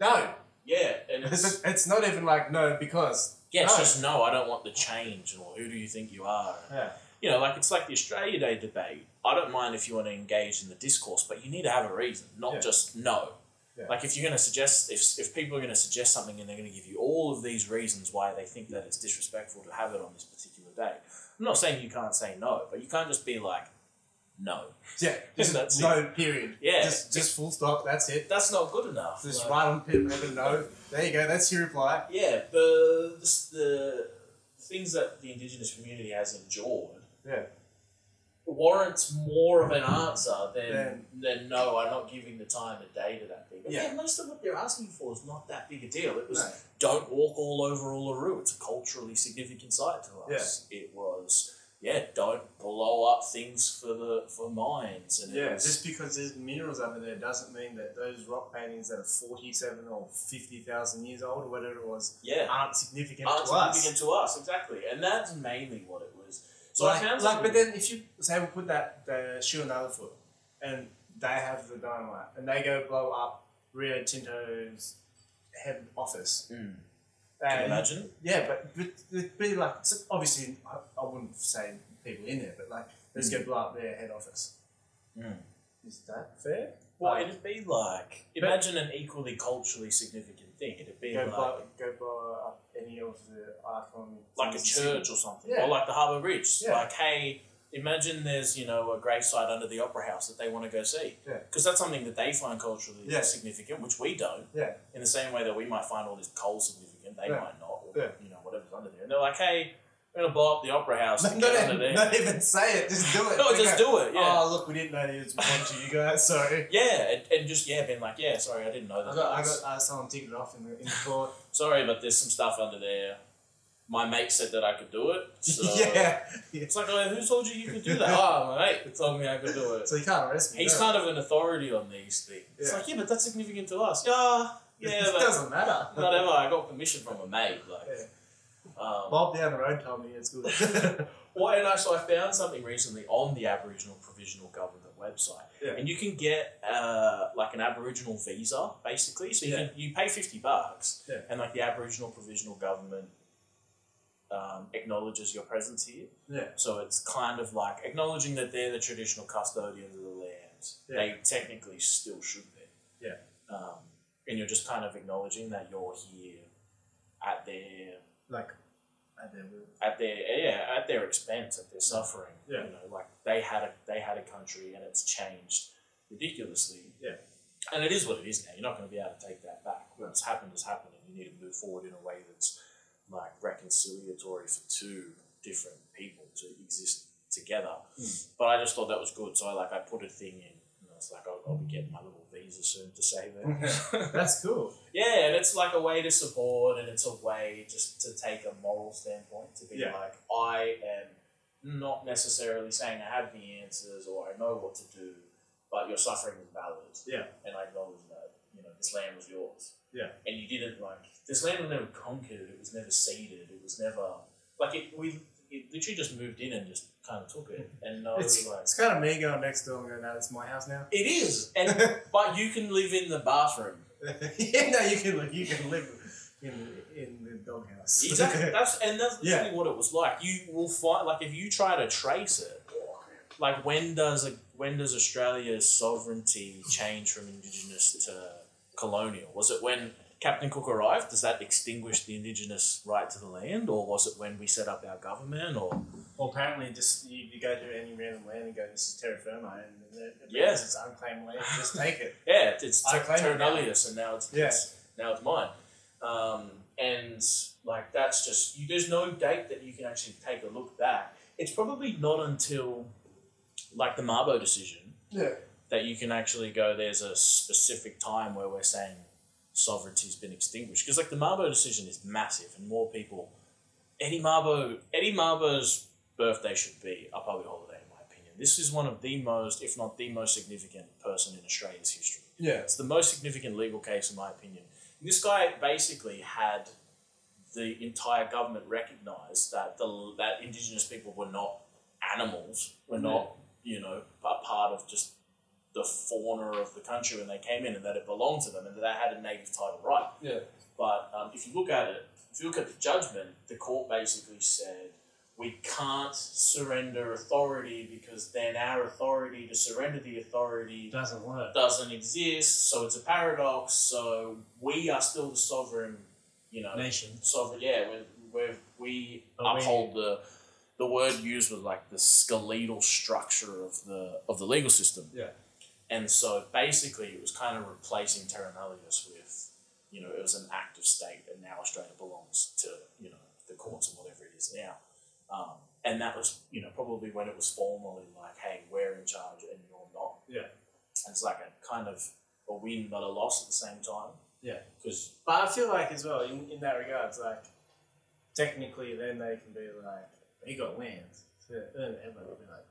S3: No,
S2: yeah, and it's
S3: it's, it's not even like no because
S2: yeah, it's
S3: No.
S2: just no. I don't want the change, or who do you think you are? And,
S3: yeah,
S2: you know, like it's like the Australia Day debate. I don't mind if you want to engage in the discourse, but you need to have a reason, not
S3: Yeah.
S2: just no.
S3: Yeah.
S2: Like if you're going to suggest, if, if people are going to suggest something and they're going to give you all of these reasons why they think that it's disrespectful to have it on this particular day, I'm not saying you can't say no, but you can't just be like, no.
S3: yeah, just
S2: That's
S3: no period.
S2: Yeah.
S3: just just full stop. That's it.
S2: That's not good enough.
S3: Just
S2: Like-
S3: right on pit, never know. There you go. That's your reply.
S2: Yeah, the, the the things that the indigenous community has endured
S3: Yeah.
S2: warrants more of an answer than
S3: Than-
S2: than no, I'm not giving the time of day to that thing. But yeah.
S3: Yeah.
S2: most of what they're asking for is not that big a deal. It was
S3: No.
S2: don't walk all over Uluru. It's a culturally significant site to us. It was yeah, don't blow up things for the for mines and it
S3: Yeah,
S2: was-
S3: just because there's minerals under there doesn't mean that those rock paintings that are 47 or 50,000 years old or whatever it was
S2: yeah.
S3: aren't significant
S2: Aren't
S3: to us.
S2: significant to us, exactly. And that's mainly what it was. So
S3: like,
S2: I found
S3: like,
S2: something-
S3: but then if you say we put that the shoe on the other foot, and they have the dynamite, and they go blow up Rio Tinto's head office.
S2: Mm. Can you
S3: And-
S2: imagine?
S3: yeah, but but it'd be like so obviously I, I wouldn't say people in there, but like they just go blow up their head office. Hmm.
S2: Mm.
S3: Is that fair?
S2: Well,
S3: Like,
S2: it'd be like imagine an equally culturally significant thing. It'd be
S3: go
S2: like
S3: blow, go blow up any of the icon
S2: like a
S3: things.
S2: church or something,
S3: Yeah.
S2: or like the Harbour Bridge.
S3: Yeah.
S2: Like, hey, imagine there's you know a gravesite under the Opera House that they want to go see,
S3: Yeah.
S2: because that's something that they find culturally
S3: Yeah.
S2: significant, which we don't.
S3: Yeah.
S2: In the same way that we might find all this coal significant, they
S3: Yeah.
S2: might not. Or,
S3: Yeah.
S2: You know whatever's under there, and they're like, hey, we're gonna blow up the Opera House.
S3: No,
S2: and get
S3: not,
S2: under there.
S3: even, not even say it, just do it.
S2: No,
S3: They
S2: just
S3: go,
S2: do it. Yeah.
S3: Oh look, we didn't know this was one to you guys. Sorry.
S2: yeah, and, and just yeah, being like, yeah, sorry, I didn't know that.
S3: I got, I
S2: That's-
S3: got uh, someone ticketed off in the, in the court.
S2: sorry, but there's some stuff under there. My mate said that I could do it. So
S3: yeah. yeah.
S2: It's like, oh, who told you you could do that? oh, my mate told me I could do it.
S3: So you can't arrest me.
S2: He's
S3: no.
S2: kind of an authority on these things. It's
S3: Yeah.
S2: like, yeah, but that's significant to us. Yeah, yeah,
S3: it
S2: but
S3: doesn't matter.
S2: whatever. I got permission from a mate. Like, um,
S3: Bob down the road told me it's good.
S2: well, and actually, I found something recently on the Aboriginal Provisional Government website,
S3: Yeah.
S2: and you can get uh, like an Aboriginal visa basically. So you
S3: Yeah.
S2: can, you pay fifty bucks,
S3: Yeah.
S2: and like the Aboriginal Provisional Government um, acknowledges your presence here.
S3: Yeah.
S2: So it's kind of like acknowledging that they're the traditional custodians of the land.
S3: Yeah.
S2: They technically still should be.
S3: Yeah.
S2: Um, and you're just kind of acknowledging that you're here at their
S3: like, I don't know.
S2: at their yeah at their expense at their suffering.
S3: Yeah.
S2: You know, like they had a they had a country and it's changed ridiculously.
S3: Yeah.
S2: And it is what it is now. You're not going to be able to take that back. What's happened has happened, and you need to move forward in a way that's like reconciliatory for two different people to exist together.
S3: Hmm.
S2: But I just thought that was good, so I like I put a thing in. and I was like, I'll, I'll be getting my little visa soon to say that.
S3: That's cool.
S2: Yeah, and it's like a way to support, and it's a way just to take a moral standpoint to be
S3: Yeah.
S2: like, I am not necessarily saying I have the answers or I know what to do, but your suffering is valid.
S3: Yeah.
S2: and I acknowledge that. You know, this land was yours.
S3: Yeah.
S2: and you didn't like this land was never conquered. It was never ceded. It was never like it. We it literally just moved in and just kind of took it, and I was
S3: It's,
S2: like.
S3: it's kind of me going next door and going, no, that's my house now.
S2: It is, and but you can live in the bathroom.
S3: yeah, no, you can, you can live in, in the doghouse.
S2: Exactly. That's and that's
S3: Yeah.
S2: literally what it was like. You will find like if you try to trace it, like when does a, when does Australia's sovereignty change from indigenous to colonial? Was it when Captain Cook arrived? Does that extinguish the indigenous right to the land, or was it when we set up our government? Or
S3: well, apparently, just you, you go to any random land and go, this is terra firma, and then it means
S2: Yeah.
S3: it's unclaimed land. Just take it.
S2: yeah, it's, it's
S3: I claim it
S2: Terra
S3: now.
S2: Nullius, and now it's
S3: Yeah.
S2: it's- now it's mine. Um, and like that's just you, there's no date that you can actually take a look back. It's probably not until like the Marbo decision
S3: Yeah.
S2: that you can actually go there's a specific time where we're saying sovereignty's been extinguished. Because like the Marbo decision is massive, and more people. Eddie Marbo, Eddie Marbo's birthday should be a public holiday, in my opinion. This is one of the most, if not the most significant person in Australia's history.
S1: Yeah.
S2: It's the most significant legal case, in my opinion. This guy basically had the entire government recognise that the that Indigenous people were not animals, were not you know a part of just the fauna of the country when they came in, and that it belonged to them, and that they had a native title right.
S1: Yeah.
S2: But um, if you look at it, if you look at the judgment, the court basically said we can't surrender authority because then our authority to surrender the authority
S3: doesn't work.
S2: doesn't exist, so it's a paradox. So we are still the sovereign, you know,
S3: Nation.
S2: sovereign. Yeah, we're, we're, we
S3: Are we-
S2: uphold the the word used was like the skeletal structure of the of the legal system.
S1: Yeah.
S2: and so basically it was kind of replacing terra nullius with, you know, it was an active state, and now Australia belongs to you know the courts and whatever it is now. Um, and that was, you know, probably when it was formally like, hey, we're in charge and you're not.
S3: Yeah.
S2: And it's like a kind of a win but a loss at the same time.
S3: Yeah.
S2: Because
S3: But I feel like as well in, in that regard, it's like technically then they can be like, he got land. So then everyone will be like,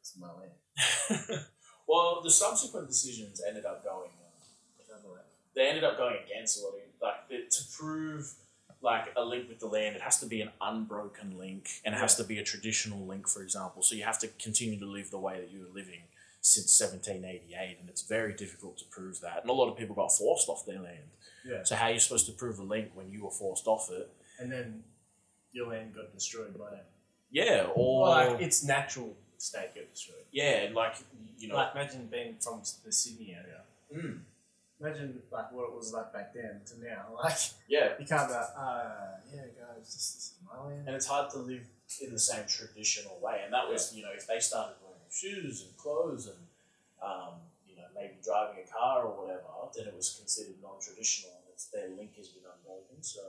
S3: it's my land.
S2: well, the subsequent decisions ended up going. um, They ended up going against a lot of like the, to prove like a link with the land. It has to be an unbroken link, and it has to be a traditional link, for example. So you have to continue to live the way that you were living since 1788, and it's very difficult to prove that. And a lot of people got forced off their land.
S3: Yeah.
S2: So how are you supposed to prove a link when you were forced off it?
S3: And then your land got destroyed by it.
S2: Yeah, or
S3: Well, like its natural state got destroyed.
S2: yeah, like you know,
S3: Like imagine being from the Sydney area.
S2: Mm.
S3: Imagine like what it was like back then to now. Like
S2: yeah,
S3: you can't be like, uh, yeah, guys, this is my land.
S2: and it's hard to live in the same traditional way. And that was, you know, if they started wearing shoes and clothes and, um, you know, maybe driving a car or whatever, then it was considered non-traditional. and It's, their link has been unbroken. So,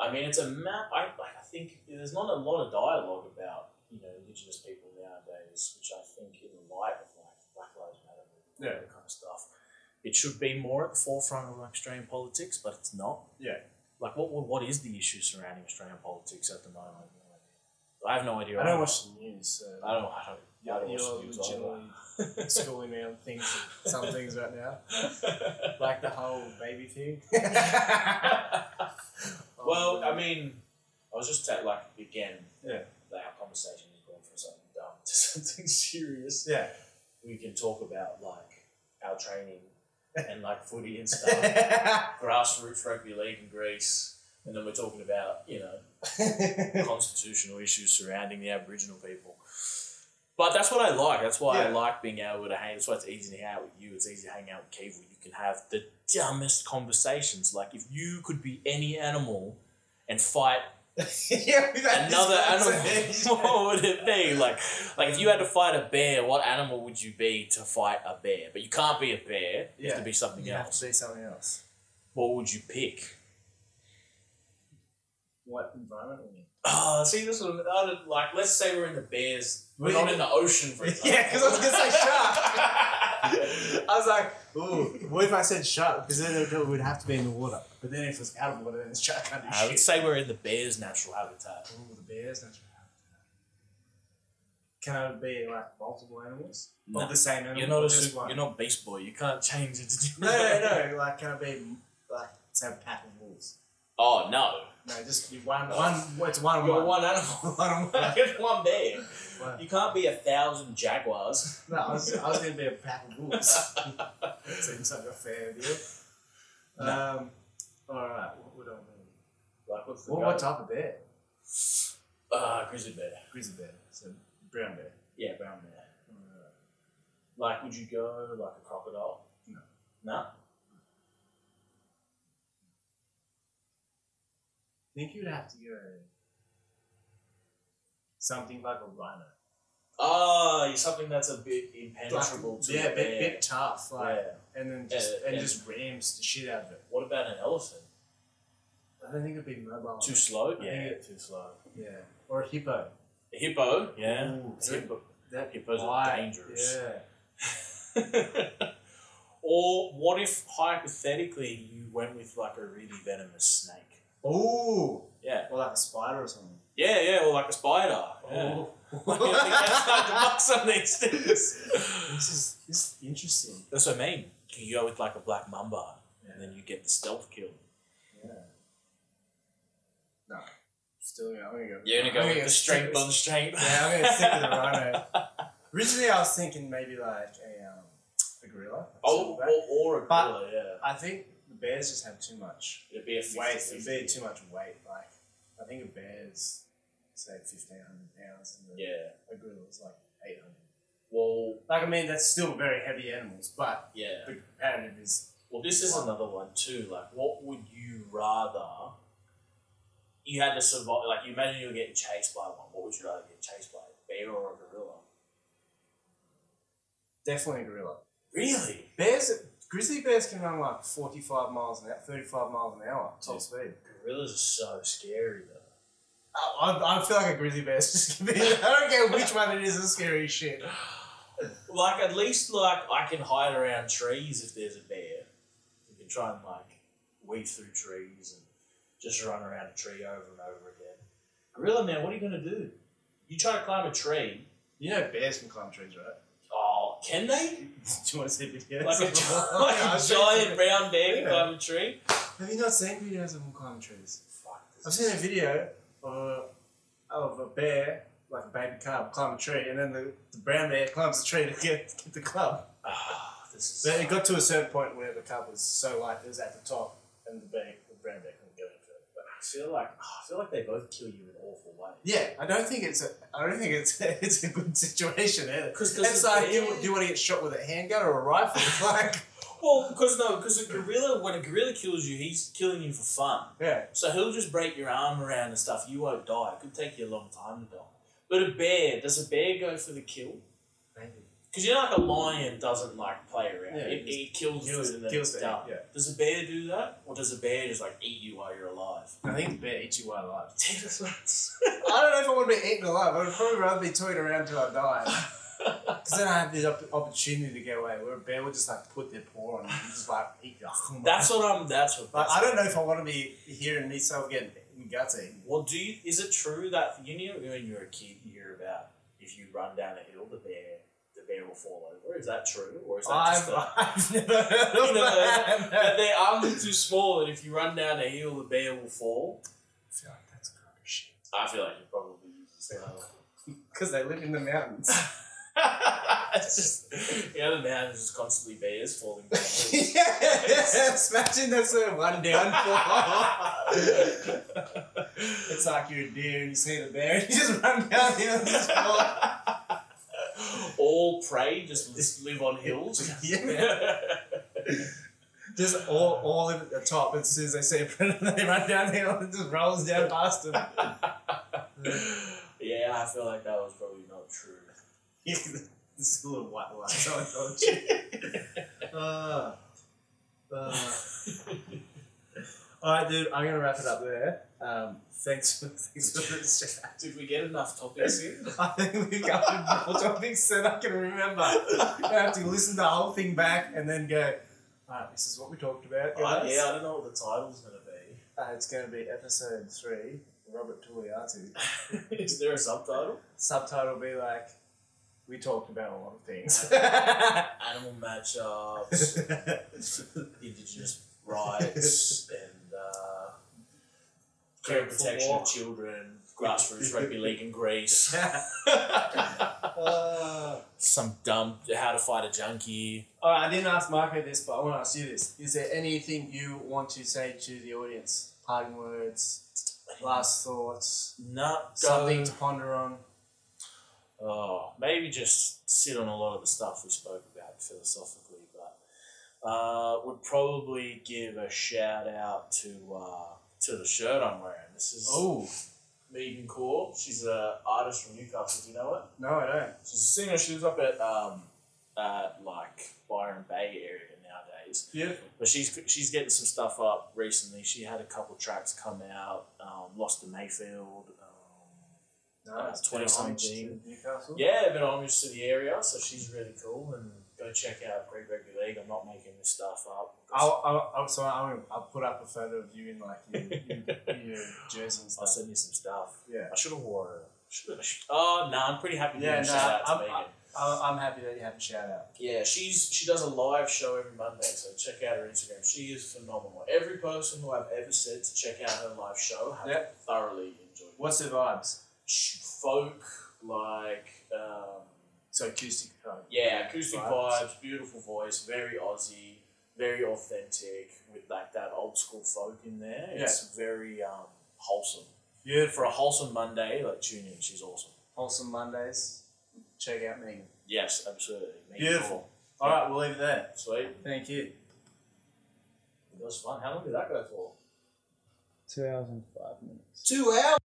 S2: I mean, it's a map. I like. I think there's not a lot of dialogue about you know Indigenous people nowadays, which I think in the light of like Black Lives Matter and all that kind of stuff, it should be more at the forefront of Australian politics, but it's not like what what what is the issue surrounding Australian politics at the moment? I have no idea.
S3: I don't watch the news, so
S2: I don't. I don't. I don't watch
S3: you're
S2: the news either.
S3: legitimately schooling me on things, some things right now, like the whole baby thing. Oh,
S2: well, I mean, I was just at, like again.
S3: Yeah.
S2: Like our conversation has gone from something dumb to something serious.
S3: yeah,
S2: We can talk about like our training and like footy and stuff,
S3: yeah,
S2: grassroots rugby league in Greece, and then we're talking about you know constitutional issues surrounding the Aboriginal people. But that's what I like. That's why I
S3: Yeah.
S2: like being able to hang. That's why it's easy to hang out with you. It's easy to hang out with Keith. where You can have the dumbest conversations. Like if you could be any animal and fight
S3: we've had this
S2: another
S3: conversation.
S2: animal, what would it be? Like, like if you had to fight a bear, what animal would you be to fight a bear? But you can't be a bear. You have
S3: Yeah.
S2: to be something
S3: You have
S2: else.
S3: to be something else.
S2: What would you pick?
S3: What environment are we in?
S2: Ah, see, this one. I don't- Like, let's say we're in the bears. We're
S3: We-
S2: not in the ocean, for example.
S3: Yeah, 'cause I was gonna say
S2: shark.
S3: I was like, ooh, what if I said shark? Because then it would have to be in the water. But then if it was out of water, then it's shark can't do
S2: I would
S3: shit.
S2: say we're in the bear's natural habitat.
S3: Ooh, the bears, don't you have to. Can it be like multiple animals?
S2: No.
S3: Not the same animal.
S2: You're not a
S3: just
S2: super,
S3: one.
S2: you're not Beast Boy. You can't change it. To
S3: No, no, no. Like, can it be like it's a pack of wolves?
S2: Oh no!
S3: No, just you one, one. It's one on
S2: You're
S3: one.
S2: one animal.
S3: One on one.
S2: You're one bear.
S3: One.
S2: You can't be a thousand jaguars.
S3: No, I was, I was going to be a pack of wolves. Seems like a fair deal. Um, all right. What would I mean?
S2: Like what's the
S3: What,
S2: goat?
S3: what type of bear?
S2: Uh, grizzly bear.
S3: Grizzly bear. So brown bear.
S2: Yeah, brown bear. Uh, Like, would you go like a crocodile?
S3: No.
S2: No.
S3: I think you'd have to go something like a rhino.
S2: Oh, you're something that's a bit impenetrable to
S3: yeah,
S2: a
S3: bit,
S2: bear.
S3: bit tough, like,
S2: Yeah.
S3: and then just
S2: Yeah,
S3: and
S2: yeah.
S3: just rams the shit out of it.
S2: What about an elephant?
S3: I don't think it'd be mobile.
S2: Too slow?
S3: I think it-
S2: too slow.
S3: yeah, or a hippo.
S2: A hippo? Yeah.
S3: Ooh,
S2: A hippo.
S3: that
S2: Hippos are
S3: bite,
S2: dangerous.
S3: Yeah.
S2: Or what if hypothetically you went with like a really venomous snake?
S3: Ooh.
S2: Yeah.
S3: Or like a spider or something.
S2: Yeah, yeah, or like a spider. Yeah.
S3: Ooh.
S2: Like, you think outside the box on these things.
S3: This is this is interesting.
S2: That's what I mean. You go with like a black mamba, and then you get the stealth kill.
S3: Yeah. No. Still, yeah, I'm gonna go.
S2: You're gonna go
S3: I'm
S2: with the strength
S3: stick-
S2: on strength.
S3: Yeah, I'm gonna stick with the rhino. Originally, I was thinking maybe like a um, a gorilla.
S2: Oh,
S3: silverback.
S2: or, or a
S3: But-
S2: gorilla, yeah.
S3: I think the bears just have too much
S2: It'd be a
S3: weight.
S2: 50,
S3: It'd be too much weight. Like I think a bear's say fifteen hundred pounds, and the,
S2: Yeah.
S3: a gorilla's like eight hundred.
S2: Well,
S3: Like I mean, that's still very heavy animals, but
S2: yeah.
S3: the comparative is
S2: Well, this is another one too. Like, what would you rather? You had to survive. Like, you imagine you're getting chased by one. What would you rather get chased by, a bear or a gorilla?
S3: definitely a gorilla.
S2: Really?
S3: Bears, grizzly bears can run like forty-five miles an hour, thirty-five miles an hour top
S2: Yeah.
S3: speed.
S2: Gorillas are so scary though.
S3: I, I, I feel like a grizzly bear's just gonna be. I don't care which one it is. It's scary as shit.
S2: Like, at least like I can hide around trees if there's a bear. You can try and like weave through trees and just run around a tree over and over again. Gorilla man, what are you gonna do? You try to climb a tree.
S3: You know, bears can climb trees, right?
S2: Oh, can they?
S3: Do you want to see videos?
S2: Like a,
S3: of-
S2: like
S3: Yeah,
S2: a
S3: I've seen
S2: giant
S3: some-
S2: brown bear can
S3: Yeah.
S2: climb a tree?
S3: Have you not seen videos of them climbing trees?
S2: Fuck, this
S3: I've
S2: is-
S3: seen a video of a, of a bear, like a baby cub, climb a tree, and then the, the brown bear climbs the tree to get, get the cub.
S2: Ah, this is.
S3: But it got to a certain point where the cub was so light, it was at the top, and the bear, the brown bear couldn't go any further.
S2: but I feel like ah, I feel like they both kill you in awful ways.
S3: Yeah, I don't think it's a. I don't think it's a, it's a good situation either.
S2: 'Cause does
S3: it's
S2: it-
S3: like, you, do you want to get shot with a handgun or a rifle? like,
S2: Well, because no, because a gorilla when a gorilla kills you, he's killing you for fun.
S3: yeah,
S2: So he'll just break your arm around and stuff. You won't die. It could take you a long time to die. But a bear, does a bear go for the kill?
S3: maybe.
S2: Because you know, like a lion doesn't like play around.
S3: Yeah,
S2: it,
S3: it
S2: it kills the
S3: kills-
S2: food and then
S3: kills
S2: it's
S3: the egg,
S2: done.
S3: yeah.
S2: Does a bear do that, or does a bear just like eat you while you're alive?
S3: I think the bear eats you while alive.
S2: Dude,
S3: I don't know if I want to be eaten alive. I'd probably rather be toyed around till I die. Because then I have this op- opportunity to get away. Where a bear will just like put their paw on you and just like eat you.
S2: that's what I'm. That's what.
S3: But
S2: that's
S3: I don't know if I want to be hearing myself getting guts eaten.
S2: Well, do you, is it true that you know when you're a kid you hear about if you run down a hill the bear the bear will fall over? Is that true, or is that
S3: I've,
S2: just a,
S3: I've never heard
S2: you know,
S3: of
S2: that, that
S3: that.
S2: their arms are too small and if you run down a hill the bear will fall?
S3: I feel like that's kind of shit.
S2: I feel like you probably use
S3: Because they live in the mountains.
S2: it's just yeah, the man is just constantly bears falling. Down hills.
S3: yes, imagine that's a one downfall. it's like you're a deer and you see the bear and you just run down the hill and just fall.
S2: All prey just lis- live on hills.
S3: Yeah, just all, all live at the top. As soon as they see a predator, they run down the hill and it just rolls down past them.
S2: yeah, I feel like that was probably not true.
S3: this little white light, so I told you. Uh, uh. All right, dude, I'm gonna wrap it up there. Um, thanks for thanks for this chat.
S2: Did we get enough topics here?
S3: I think we've covered more topics than I can remember. I have to listen to the whole thing back and then go. All right, this is what we talked about.
S2: Uh,
S3: guys."
S2: yeah, I don't know what the title's gonna be.
S3: Uh, it's going to be episode three, Robert Tuliatu.
S2: Is there a subtitle?
S3: Subtitle will be like, we talked about a lot of things.
S2: Animal matchups, indigenous rights, and uh, care and protection of children, grassroots rugby league in Greece.
S3: Uh,
S2: Some dumb how to fight a junkie.
S3: all right, I didn't ask Marco this, but I want to ask you this. Is there anything you want to say to the audience? Parting words, last thoughts,
S2: Not
S3: something
S2: going.
S3: to ponder on?
S2: Oh, maybe just sit on a lot of the stuff we spoke about philosophically, but uh, would probably give a shout out to uh, to the shirt I'm wearing. This is
S3: Oh,
S2: Megan Core. She's an artist from Newcastle. Do you know her?
S3: no, I don't.
S2: She's a singer. She was up at um, uh, like Byron Bay area nowadays.
S3: Beautiful.
S2: But she's she's getting some stuff up recently. She had a couple tracks come out. Um, Lost to Mayfield. Um,
S3: No,
S2: Uh,
S3: it's been
S2: 20-something.
S3: homage to Newcastle.
S2: yeah, a bit of homage to the area, so she's really cool. And go check out Great Regular League. I'm not making this stuff up.
S3: I'll, I'll, I'll, so I'll, I'll put up a photo of you in like your, your, your jersey and
S2: I'll
S3: stuff.
S2: send you some stuff.
S3: Yeah.
S2: I should have worn it. Should have. Oh no, I'm pretty happy.
S3: Yeah,
S2: Yeah,
S3: no,
S2: shout out to
S3: I'm-
S2: Megan.
S3: I'm, I'm happy that you have a shout out.
S2: Yeah, she's she does a live show every Monday, so check out her Instagram. She is phenomenal. Every person who I've ever said to check out her live show have
S3: Yeah.
S2: thoroughly enjoyed. it.
S3: What's the vibes?
S2: Sh- Folk like um,
S3: So acoustic code.
S2: yeah, acoustic
S3: Vibes.
S2: vibes, beautiful voice, very Aussie, very authentic with like that old school folk in there.
S3: Yeah.
S2: It's very um, wholesome.
S3: Beautiful.
S2: For a wholesome Monday, like tune in. She's awesome.
S3: Wholesome Mondays. Check out Megan.
S2: Yes, absolutely. Make it
S3: Beautiful.
S2: Yeah.
S3: All right, we'll leave it there.
S2: cool. Sweet.
S3: Thank you.
S2: That was fun. How long did that go for?
S4: Two hours and five minutes.
S2: Two hours.